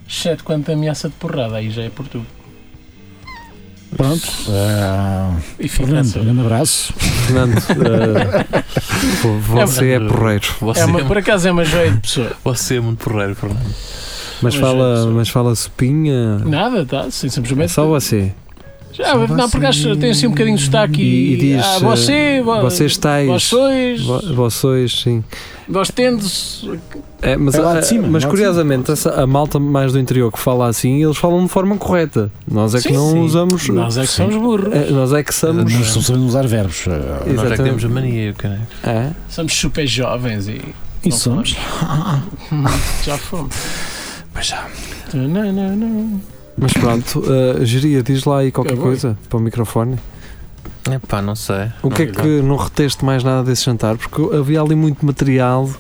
[SPEAKER 5] Exceto quando te ameaça de porrada, aí já é por tu.
[SPEAKER 3] Pronto. Ah,
[SPEAKER 5] E fica
[SPEAKER 3] Fernando, um
[SPEAKER 5] assim.
[SPEAKER 3] grande abraço.
[SPEAKER 2] Fernando, ah, vo- você é porreiro.
[SPEAKER 4] Você
[SPEAKER 5] É
[SPEAKER 4] é,
[SPEAKER 5] uma, por acaso é uma joia de pessoa.
[SPEAKER 4] você é muito porreiro, Fernando.
[SPEAKER 2] Mas
[SPEAKER 5] Mas,
[SPEAKER 2] fala,
[SPEAKER 5] gente,
[SPEAKER 2] mas fala supinha.
[SPEAKER 5] Nada, tá? Sim,
[SPEAKER 2] É
[SPEAKER 5] simplesmente.
[SPEAKER 2] só você.
[SPEAKER 5] Ah, não, porque acho, tem assim um bocadinho de sotaque
[SPEAKER 2] E-
[SPEAKER 5] e,
[SPEAKER 2] e diz,
[SPEAKER 5] ah, você, vo-
[SPEAKER 2] Vocês estáis.
[SPEAKER 5] vós sois,
[SPEAKER 2] vo- Vós sois, sim.
[SPEAKER 5] vós tendes.
[SPEAKER 2] É, mas
[SPEAKER 3] É lá
[SPEAKER 2] ah,
[SPEAKER 3] de cima,
[SPEAKER 2] mas
[SPEAKER 3] lá de
[SPEAKER 2] curiosamente, essa- a malta mais do interior que fala assim, eles falam de forma correta. Nós é que
[SPEAKER 5] Sim,
[SPEAKER 2] não
[SPEAKER 5] sim.
[SPEAKER 2] usamos.
[SPEAKER 5] Nós é que somos burros.
[SPEAKER 2] é, nós é que somos.
[SPEAKER 3] Nós sabemos usar verbos. ah,
[SPEAKER 2] Exatamente.
[SPEAKER 4] Nós já que temos a mania, eu creio.
[SPEAKER 2] É?
[SPEAKER 5] Somos super jovens e.
[SPEAKER 3] E
[SPEAKER 5] não
[SPEAKER 3] somos.
[SPEAKER 5] fomos. Já fomos.
[SPEAKER 3] Pois já.
[SPEAKER 5] Não, não, não.
[SPEAKER 2] Mas pronto, ah, Geria, diz lá aí qualquer
[SPEAKER 5] Eu vou.
[SPEAKER 2] coisa para o microfone.
[SPEAKER 4] Epá, não sei.
[SPEAKER 2] O
[SPEAKER 5] Ah,
[SPEAKER 2] que é que não reteste mais nada desse jantar? Porque havia ali muito material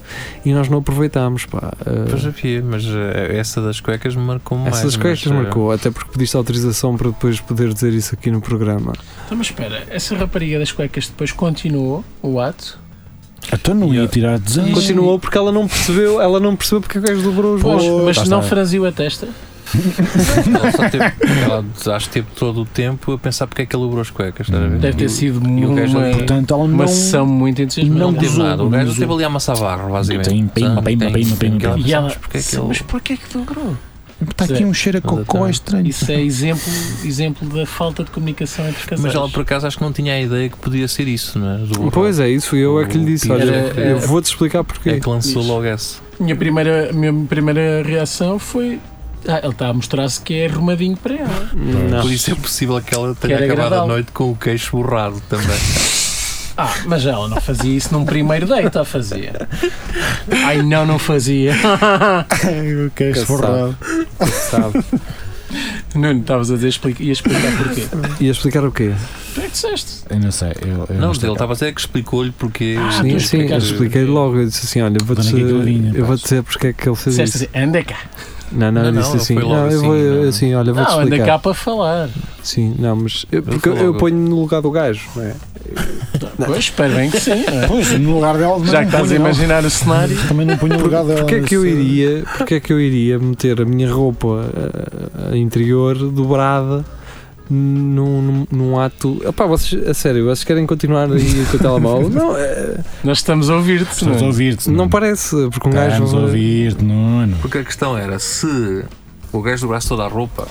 [SPEAKER 2] e nós não aproveitámos. Pá. Ah,
[SPEAKER 5] é,
[SPEAKER 4] Pois havia, mas eh, essa das cuecas me marcou mais.
[SPEAKER 2] essas coisas
[SPEAKER 5] é.
[SPEAKER 4] mas, eh,
[SPEAKER 2] marcou, até porque pediste autorização para depois poder dizer isso aqui no programa.
[SPEAKER 5] Então, mas espera, essa rapariga das cuecas depois continuou o ato?
[SPEAKER 3] Então não ia tirar desenhos.
[SPEAKER 2] Continuou porque ela não percebeu, ela não percebeu porque é o gajo dobrou os
[SPEAKER 5] Pois,
[SPEAKER 2] bolsos.
[SPEAKER 5] mas
[SPEAKER 3] tá,
[SPEAKER 5] não
[SPEAKER 3] tá.
[SPEAKER 5] franziu a testa?
[SPEAKER 4] Ela, só teve, ela acho que teve todo o tempo a pensar porque é que ele dobrou as cuecas, estás a ver?
[SPEAKER 5] Deve
[SPEAKER 4] E-
[SPEAKER 5] ter sido
[SPEAKER 4] e o
[SPEAKER 5] uma,
[SPEAKER 4] gajo não-
[SPEAKER 3] Portanto, ela
[SPEAKER 5] uma
[SPEAKER 3] não.
[SPEAKER 5] sessão muito
[SPEAKER 3] não
[SPEAKER 4] Não
[SPEAKER 5] entusiasmante.
[SPEAKER 4] teve
[SPEAKER 3] usou,
[SPEAKER 4] nada, o
[SPEAKER 3] não
[SPEAKER 4] gajo
[SPEAKER 3] usou.
[SPEAKER 4] teve ali a amassar barro, basicamente.
[SPEAKER 3] Tem, tem,
[SPEAKER 4] Portanto,
[SPEAKER 3] tem, tem, tem, tem.
[SPEAKER 4] que ela
[SPEAKER 3] E
[SPEAKER 4] pensava,
[SPEAKER 5] ela-
[SPEAKER 4] mas porquê é que
[SPEAKER 5] Sim, Mas
[SPEAKER 4] ele...
[SPEAKER 5] porquê que dobrou?
[SPEAKER 3] Está aqui um cheiro a cocó estranho.
[SPEAKER 5] Isso é exemplo, exemplo da falta de comunicação entre os casais.
[SPEAKER 4] Mas ela por acaso acho que não tinha a ideia que podia ser isso, não é? Do barro.
[SPEAKER 2] Pois é, isso eu é que lhe disse. Olha,
[SPEAKER 5] Era-
[SPEAKER 2] eu vou-te explicar porque.
[SPEAKER 4] É que lançou
[SPEAKER 5] Isso.
[SPEAKER 4] logo essa.
[SPEAKER 5] Minha primeira, minha primeira reação foi. Ah, ele está a mostrar-se que é arrumadinho para ela.
[SPEAKER 2] Não.
[SPEAKER 4] Por isso é possível que ela tenha
[SPEAKER 5] era
[SPEAKER 4] acabado a
[SPEAKER 5] agradável.
[SPEAKER 4] noite com o queixo borrado também.
[SPEAKER 5] Ah, mas ela não fazia isso num primeiro date, ou fazia? Ai, não, não fazia.
[SPEAKER 3] É, o queixo esforrado.
[SPEAKER 4] sabe?
[SPEAKER 5] Nuno, estavas a dizer, explica, ia explicar porquê.
[SPEAKER 2] E a explicar o quê?
[SPEAKER 5] Tu é que disseste.
[SPEAKER 3] Eu não sei. Eu, eu
[SPEAKER 4] Não,
[SPEAKER 3] estou
[SPEAKER 4] ele
[SPEAKER 3] cá.
[SPEAKER 4] estava a dizer que explicou-lhe porque.
[SPEAKER 5] Ah,
[SPEAKER 2] sim,
[SPEAKER 5] tu
[SPEAKER 2] sim, eu
[SPEAKER 5] explicaste.
[SPEAKER 2] expliquei logo. Eu disse assim: olha, eu vou-te
[SPEAKER 3] Dona Guilhermina,
[SPEAKER 2] eu vou
[SPEAKER 3] pás.
[SPEAKER 2] dizer porque é que ele fez
[SPEAKER 5] Disseste
[SPEAKER 2] isso.
[SPEAKER 5] assim, anda cá.
[SPEAKER 2] Não, não,
[SPEAKER 4] Não,
[SPEAKER 2] eu
[SPEAKER 4] não,
[SPEAKER 2] disse
[SPEAKER 4] ele
[SPEAKER 2] assim:
[SPEAKER 4] foi logo
[SPEAKER 2] não, eu
[SPEAKER 4] assim,
[SPEAKER 2] vou, eu-
[SPEAKER 4] não.
[SPEAKER 2] assim, olha, vou-te
[SPEAKER 5] Não, anda cá
[SPEAKER 2] explicar.
[SPEAKER 5] para falar.
[SPEAKER 2] Sim, não, mas. eu- porque
[SPEAKER 4] fui
[SPEAKER 2] eu, eu
[SPEAKER 4] logo.
[SPEAKER 2] ponho no lugar do gajo, não é?
[SPEAKER 5] Pois, espero bem que sim. não é?
[SPEAKER 3] Pois, no lugar dela. mas
[SPEAKER 5] Já
[SPEAKER 3] não
[SPEAKER 5] que estás a
[SPEAKER 3] punha, não.
[SPEAKER 5] imaginar o cenário.
[SPEAKER 3] Também não punha o lugar dela.
[SPEAKER 2] Porquê é que eu
[SPEAKER 3] nesse-
[SPEAKER 2] iria, porque é que eu iria meter a minha roupa eh, interior dobrada num, num, num ato. Opá, vocês, a sério, vocês querem continuar aí com o telemóvel? Não, eh,
[SPEAKER 5] Nós estamos a ouvir-te.
[SPEAKER 3] Estamos a
[SPEAKER 5] não é?
[SPEAKER 3] ouvir-te.
[SPEAKER 2] não
[SPEAKER 3] Nuno.
[SPEAKER 2] parece, porque um gajo.
[SPEAKER 3] Estamos a ouvir-te, Nuno.
[SPEAKER 4] Porque a questão era se o gajo dobrasse toda a roupa.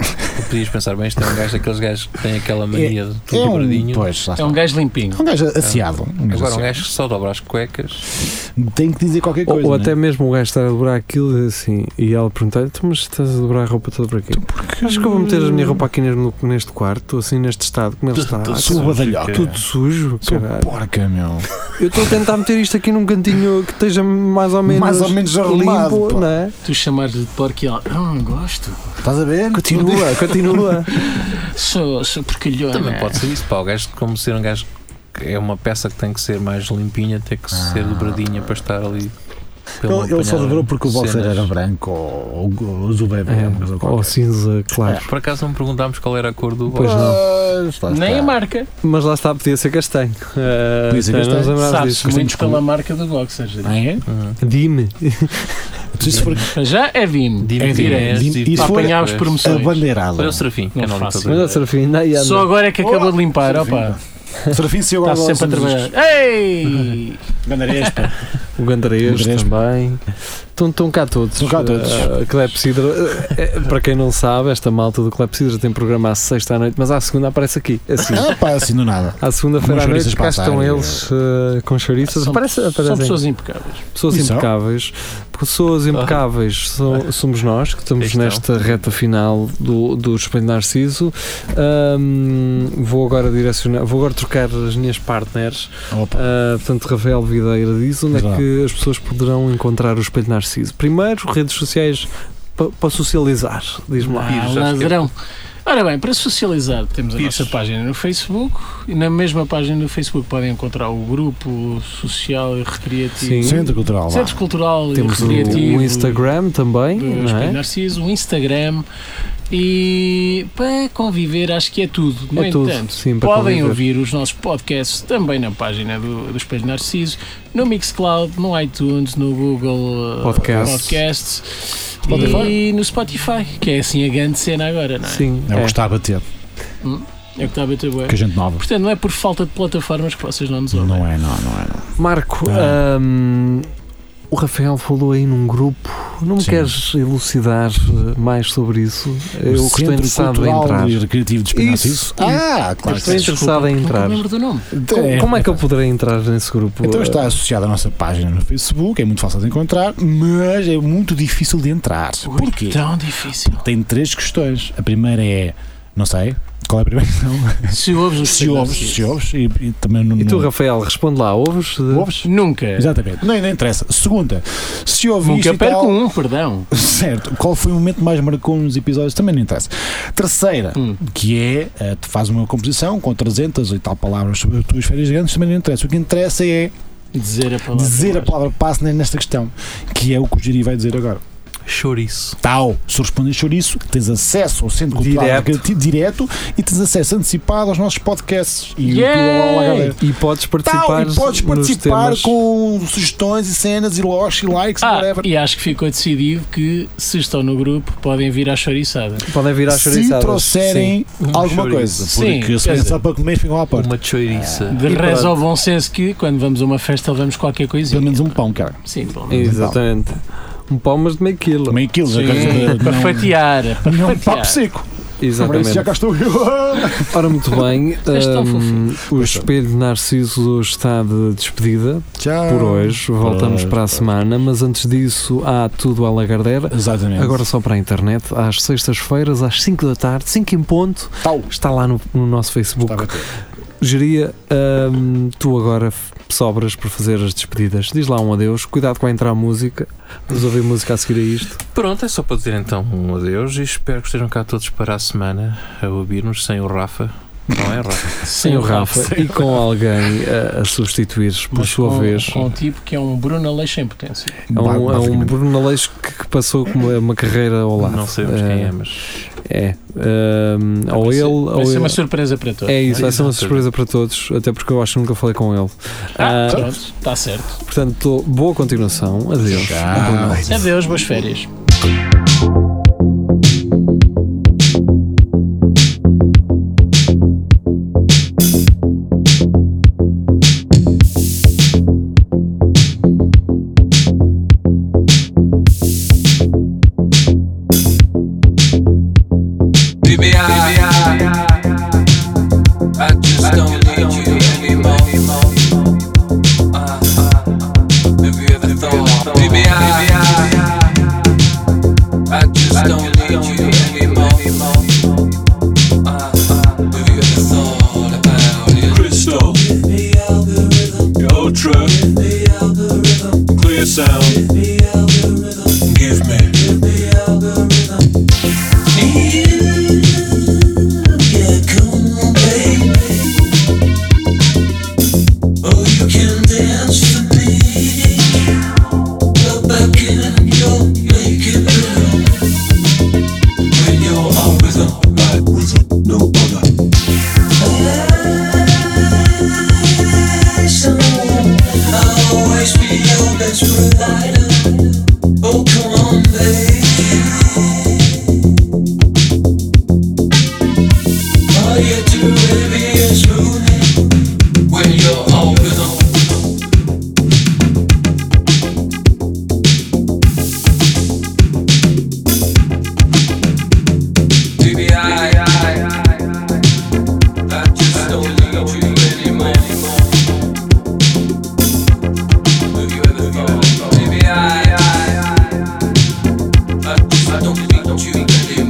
[SPEAKER 4] tu Podias pensar bem, isto é um gajo daqueles gajos que tem aquela mania de tudo
[SPEAKER 3] É um,
[SPEAKER 4] dobradinho.
[SPEAKER 3] pois, lá
[SPEAKER 5] É
[SPEAKER 3] está.
[SPEAKER 5] um gajo limpinho.
[SPEAKER 3] É um gajo aciado. um gajo
[SPEAKER 4] Agora, um
[SPEAKER 5] assim-
[SPEAKER 3] aciado.
[SPEAKER 4] gajo que só dobra as cuecas.
[SPEAKER 3] Tem que dizer qualquer
[SPEAKER 2] Ou,
[SPEAKER 3] coisa.
[SPEAKER 2] ou
[SPEAKER 3] né?
[SPEAKER 2] até mesmo o gajo estar a dobrar aquilo e assim, e ela perguntar-lhe, "Tu, mas estás a dobrar a roupa toda para quê?
[SPEAKER 3] Então,
[SPEAKER 2] Acho que eu vou meter a minha roupa aqui no- neste quarto, assim neste estado, como
[SPEAKER 3] Tá,
[SPEAKER 2] ele
[SPEAKER 4] Tu-
[SPEAKER 2] está.
[SPEAKER 4] tu-
[SPEAKER 2] Ah,
[SPEAKER 4] tu-
[SPEAKER 3] Sou badalhoca.
[SPEAKER 2] Tudo sujo,
[SPEAKER 3] Sou
[SPEAKER 2] caralho.
[SPEAKER 3] porca, meu.
[SPEAKER 2] Eu estou a tentar meter isto aqui num cantinho que esteja mais ou menos,
[SPEAKER 3] Mais ou menos arrumado,
[SPEAKER 2] limpo,
[SPEAKER 3] pá.
[SPEAKER 2] não é?
[SPEAKER 5] Tu chamares-lhe de porco e ela, ah, gosto.
[SPEAKER 3] Estás a ver? é.
[SPEAKER 2] Continua, continua.
[SPEAKER 5] Sou, sou porcalhona.
[SPEAKER 4] Também pode ser isso, pá. O gajo, como ser um gajo que é uma peça que tem que ser mais limpinha, tem que
[SPEAKER 5] Ah.
[SPEAKER 4] ser dobradinha para estar ali. para
[SPEAKER 3] Ele, ele só
[SPEAKER 4] apanhar
[SPEAKER 3] dobrou porque o boxer
[SPEAKER 4] cenas.
[SPEAKER 3] era um- branco ou, ou, ou azul bebê.
[SPEAKER 2] É,
[SPEAKER 3] mas É. ou
[SPEAKER 2] ou
[SPEAKER 3] qualquer.
[SPEAKER 2] cinza, claro.
[SPEAKER 4] Por acaso não perguntámos qual era a cor do
[SPEAKER 2] Pois não.
[SPEAKER 3] Pois, lá
[SPEAKER 5] Nem
[SPEAKER 3] está.
[SPEAKER 5] a marca.
[SPEAKER 2] Mas lá está, podia ser castanho. Eh,
[SPEAKER 3] Podia ser
[SPEAKER 2] não nos
[SPEAKER 3] castanho.
[SPEAKER 2] lembramos
[SPEAKER 5] Sabes
[SPEAKER 2] disso.
[SPEAKER 5] muito pela marca do boxer.
[SPEAKER 3] Ah, é?
[SPEAKER 4] Hum.
[SPEAKER 2] Dime.
[SPEAKER 3] Se isso for
[SPEAKER 5] Já é Vime.
[SPEAKER 4] Dime,
[SPEAKER 3] É
[SPEAKER 5] é
[SPEAKER 3] Vime,
[SPEAKER 5] direto.
[SPEAKER 3] Vime. Isso
[SPEAKER 5] Para
[SPEAKER 3] foi-
[SPEAKER 5] apanhar os
[SPEAKER 3] a
[SPEAKER 5] promoções.
[SPEAKER 4] Olha o
[SPEAKER 3] bandeirada.
[SPEAKER 4] Serafim, que
[SPEAKER 5] Não
[SPEAKER 4] é o nome
[SPEAKER 5] faço.
[SPEAKER 4] da
[SPEAKER 2] Mas
[SPEAKER 4] outra
[SPEAKER 2] a Serafim, não é?
[SPEAKER 5] Só agora é que acabou de limpar,
[SPEAKER 3] Serafim.
[SPEAKER 5] opa.
[SPEAKER 3] Serafim se eu
[SPEAKER 5] Está
[SPEAKER 3] guardo lá
[SPEAKER 5] sempre a
[SPEAKER 3] os discos.
[SPEAKER 5] trabalhar. Ei!
[SPEAKER 3] Bandeiresta.
[SPEAKER 2] O Gandarês
[SPEAKER 3] Gandarês.
[SPEAKER 2] também. Estão, estão cá todos.
[SPEAKER 3] Estão cá todos.
[SPEAKER 2] Eh, Clepsidra, eh, eh, para quem não sabe, esta malta do Clepsidra tem programa à sexta à noite, mas à segunda aparece aqui. Assim.
[SPEAKER 3] Ah, pá, assim do nada.
[SPEAKER 2] À segunda-feira
[SPEAKER 3] Umas
[SPEAKER 2] à noite,
[SPEAKER 3] chouriças
[SPEAKER 2] cá
[SPEAKER 3] para
[SPEAKER 2] estão
[SPEAKER 3] assar,
[SPEAKER 2] eles eh, com chouriças.
[SPEAKER 5] São,
[SPEAKER 2] Aparece,
[SPEAKER 5] são
[SPEAKER 2] aparecem
[SPEAKER 5] pessoas impecáveis.
[SPEAKER 2] pessoas
[SPEAKER 3] E são?
[SPEAKER 2] impecáveis. Pessoas impecáveis so- somos nós, que estamos
[SPEAKER 4] Estão.
[SPEAKER 2] nesta reta final do, do Espelho Narciso. Ahm, vou agora direcionar, vou agora trocar as minhas partners.
[SPEAKER 3] Opa.
[SPEAKER 2] Ah, portanto, Rafael Videira diz onde
[SPEAKER 3] Diz lá.
[SPEAKER 2] é que as pessoas poderão encontrar o Espelho Narciso. Primeiro, redes sociais pa- para socializar, diz-me lá.
[SPEAKER 4] Pires,
[SPEAKER 5] Ah,
[SPEAKER 4] já
[SPEAKER 5] ladrão. Ora bem, para socializar, temos a
[SPEAKER 4] Pires.
[SPEAKER 5] nossa página no Facebook e na mesma página do Facebook podem encontrar o grupo social e recreativo.
[SPEAKER 2] Sim.
[SPEAKER 3] Centro Cultural. lá.
[SPEAKER 5] Centro Cultural
[SPEAKER 2] Temos
[SPEAKER 5] e
[SPEAKER 2] o,
[SPEAKER 5] Recreativo.
[SPEAKER 2] o Instagram também,
[SPEAKER 5] do
[SPEAKER 2] não
[SPEAKER 5] Espelho
[SPEAKER 2] é?
[SPEAKER 5] Narciso, o Instagram e para conviver acho que é tudo. No
[SPEAKER 2] É tudo,
[SPEAKER 5] entanto,
[SPEAKER 2] sim, para
[SPEAKER 5] podem
[SPEAKER 2] conviver.
[SPEAKER 5] ouvir os nossos podcasts também na página do, do Espelho Narciso, no Mixcloud, no iTunes, no Google eh,
[SPEAKER 2] Podcasts.
[SPEAKER 5] Podcasts
[SPEAKER 3] Spotify.
[SPEAKER 5] e no Spotify, que é assim a grande cena agora, não é?
[SPEAKER 2] Sim,
[SPEAKER 3] É o
[SPEAKER 2] é.
[SPEAKER 3] que está a bater.
[SPEAKER 5] É o que está a bater bué.
[SPEAKER 3] Que a gente nova.
[SPEAKER 5] Portanto, não é por falta de plataformas que vocês não nos ouvem.
[SPEAKER 3] Não é, não, não é. não.
[SPEAKER 2] Marco,
[SPEAKER 3] Ah.
[SPEAKER 2] hum, o Rafael falou aí num grupo. Não me
[SPEAKER 3] Sim.
[SPEAKER 2] queres elucidar eh, mais sobre isso? Eu
[SPEAKER 3] O
[SPEAKER 2] estou interessado em
[SPEAKER 3] Cultural
[SPEAKER 2] entrar.
[SPEAKER 3] e Recreativo de Espinhaço.
[SPEAKER 2] Isso.
[SPEAKER 3] Ah, claro que
[SPEAKER 2] Estou
[SPEAKER 3] sim.
[SPEAKER 2] interessado em
[SPEAKER 5] Nunca
[SPEAKER 2] entrar.
[SPEAKER 5] me lembro do nome.
[SPEAKER 2] Como, como é que eu poderei entrar nesse grupo?
[SPEAKER 3] Então está associado à nossa página no Facebook, é muito fácil de encontrar, mas é muito difícil de entrar. Porquê?
[SPEAKER 5] Tão difícil.
[SPEAKER 3] Tem três questões. A primeira é, não sei, qual é a primeira? Não.
[SPEAKER 5] Se ouves o
[SPEAKER 3] Se
[SPEAKER 5] Espelho
[SPEAKER 3] ouves,
[SPEAKER 5] Narciso.
[SPEAKER 3] se ouves, e, e também não.
[SPEAKER 2] E tu,
[SPEAKER 3] não-
[SPEAKER 2] Rafael, responde lá, ouves?
[SPEAKER 3] ouves?
[SPEAKER 5] Nunca.
[SPEAKER 3] Exatamente. Nem, nem interessa. Segunda, se ouviste
[SPEAKER 5] Nunca
[SPEAKER 3] e tal-
[SPEAKER 5] perco um, perdão.
[SPEAKER 3] Certo. Qual foi o momento que mais marcou nos episódios? Também não interessa. Terceira,
[SPEAKER 5] Hum.
[SPEAKER 3] que é, eh, tu fazes uma composição com 300 e tal palavras sobre as tuas férias grandes, também não interessa. O que interessa é
[SPEAKER 5] Dizer a palavra. Ah,
[SPEAKER 3] dizer a palavra passe nesta questão, que é o que o Giri vai dizer agora.
[SPEAKER 4] Chouriço.
[SPEAKER 3] Tal, se respondes sobre isso, tens acesso ao Centro Cultural
[SPEAKER 2] Direto.
[SPEAKER 3] Recreativo direto e tens acesso antecipado aos nossos podcasts. E
[SPEAKER 5] Yay!
[SPEAKER 3] tudo
[SPEAKER 2] E podes
[SPEAKER 3] Tal,
[SPEAKER 2] participar,
[SPEAKER 3] e podes participar
[SPEAKER 2] nos temas.
[SPEAKER 3] com sugestões e cenas e lojas e likes e
[SPEAKER 5] Ah,
[SPEAKER 3] whatever.
[SPEAKER 5] e acho que ficou decidido que se estão no grupo podem vir à chouriçada.
[SPEAKER 2] Podem vir às
[SPEAKER 3] Se
[SPEAKER 2] chouriçadas.
[SPEAKER 3] trouxerem
[SPEAKER 4] Um
[SPEAKER 3] alguma
[SPEAKER 4] chouriço.
[SPEAKER 3] coisa,
[SPEAKER 5] Sim,
[SPEAKER 3] porque se
[SPEAKER 5] quer
[SPEAKER 3] forem
[SPEAKER 5] dizer,
[SPEAKER 3] só para comer, ficam à porta.
[SPEAKER 4] Uma chouriça.
[SPEAKER 5] De
[SPEAKER 2] E
[SPEAKER 5] rezo
[SPEAKER 2] pronto.
[SPEAKER 5] ao bom senso que quando vamos a uma festa levamos qualquer coisinha.
[SPEAKER 3] Pelo menos um pão, cara.
[SPEAKER 5] Sim, pelo
[SPEAKER 2] Sim.
[SPEAKER 5] menos.
[SPEAKER 2] Exatamente. Um pau, mas de meio quilo.
[SPEAKER 3] Então. Meio quilo, já
[SPEAKER 5] Sim,
[SPEAKER 3] quero
[SPEAKER 5] para fatiar. Para
[SPEAKER 3] Não, não
[SPEAKER 5] fatiar.
[SPEAKER 3] papo seco. Para isso
[SPEAKER 2] Exatamente.
[SPEAKER 3] já cá estou eu.
[SPEAKER 2] Ora, muito bem.
[SPEAKER 5] És tão
[SPEAKER 2] hum, o espelho de Narciso hoje está de despedida
[SPEAKER 3] Tchau.
[SPEAKER 2] por hoje. Voltamos
[SPEAKER 3] hoje,
[SPEAKER 2] para a
[SPEAKER 3] Ah. pois.
[SPEAKER 2] semana, mas antes disso há tudo à Lagardera.
[SPEAKER 3] Exatamente.
[SPEAKER 2] Agora só para a internet, às sextas-feiras, às 5 da tarde, 5 em ponto,
[SPEAKER 3] Tal.
[SPEAKER 2] está lá no, no nosso Facebook.
[SPEAKER 3] Estava a ter.
[SPEAKER 2] Geria, hum, tu agora f- sobras para fazer as despedidas. Diz lá um adeus, cuidado com a entrar música. Vamos ouvir música a seguir a isto.
[SPEAKER 4] Pronto, é só para dizer então um adeus e espero que estejam cá todos para a semana a ouvir-nos sem o Rafa. Não é, Rafa?
[SPEAKER 2] Sem
[SPEAKER 5] um
[SPEAKER 2] o Rafa e com alguém a, a substituir por
[SPEAKER 5] Mas
[SPEAKER 2] sua
[SPEAKER 5] com,
[SPEAKER 2] vez.
[SPEAKER 5] Com um tipo que é um Bruno Aleixo em potência.
[SPEAKER 2] É um, é um
[SPEAKER 3] Basicamente.
[SPEAKER 2] Bruno Aleixo que que passou com uma, uma carreira ao lado.
[SPEAKER 4] Não sabemos
[SPEAKER 2] É,
[SPEAKER 4] quem é, mas.
[SPEAKER 2] É. Hum, ou
[SPEAKER 5] Vai
[SPEAKER 2] ele,
[SPEAKER 5] ser-
[SPEAKER 2] ou
[SPEAKER 5] Vai ser
[SPEAKER 2] ele.
[SPEAKER 5] uma surpresa para todos.
[SPEAKER 2] É isso, vai ser uma
[SPEAKER 4] Exatamente.
[SPEAKER 2] surpresa para todos, até porque eu acho que nunca falei com ele.
[SPEAKER 5] Ah,
[SPEAKER 2] Ah,
[SPEAKER 5] pronto, está certo.
[SPEAKER 2] portanto, tô- boa continuação. Adeus.
[SPEAKER 3] Tchau.
[SPEAKER 2] Boa noite.
[SPEAKER 5] Adeus, boas férias.
[SPEAKER 7] Baby, I, I just don't need you anymore. Uh, have you ever thought? Baby, I, I just don't need you anymore. Uh, have you ever thought about it?
[SPEAKER 8] Crystal. Give me algorithm. Ultra. Give me algorithm. Clear sound. Give me algorithm. Give me. Give me algorithm. You get cool, baby. Oh, you can dance for me. Go back in your naked room. When you're on rhythm, right rhythm, no other. Always be your best provider. Oh, come on, baby. All you do really is ruin it when you're all alone.
[SPEAKER 7] Baby, I, I just don't need you anymore. Have you ever thought? Baby, I, I just don't need you anymore.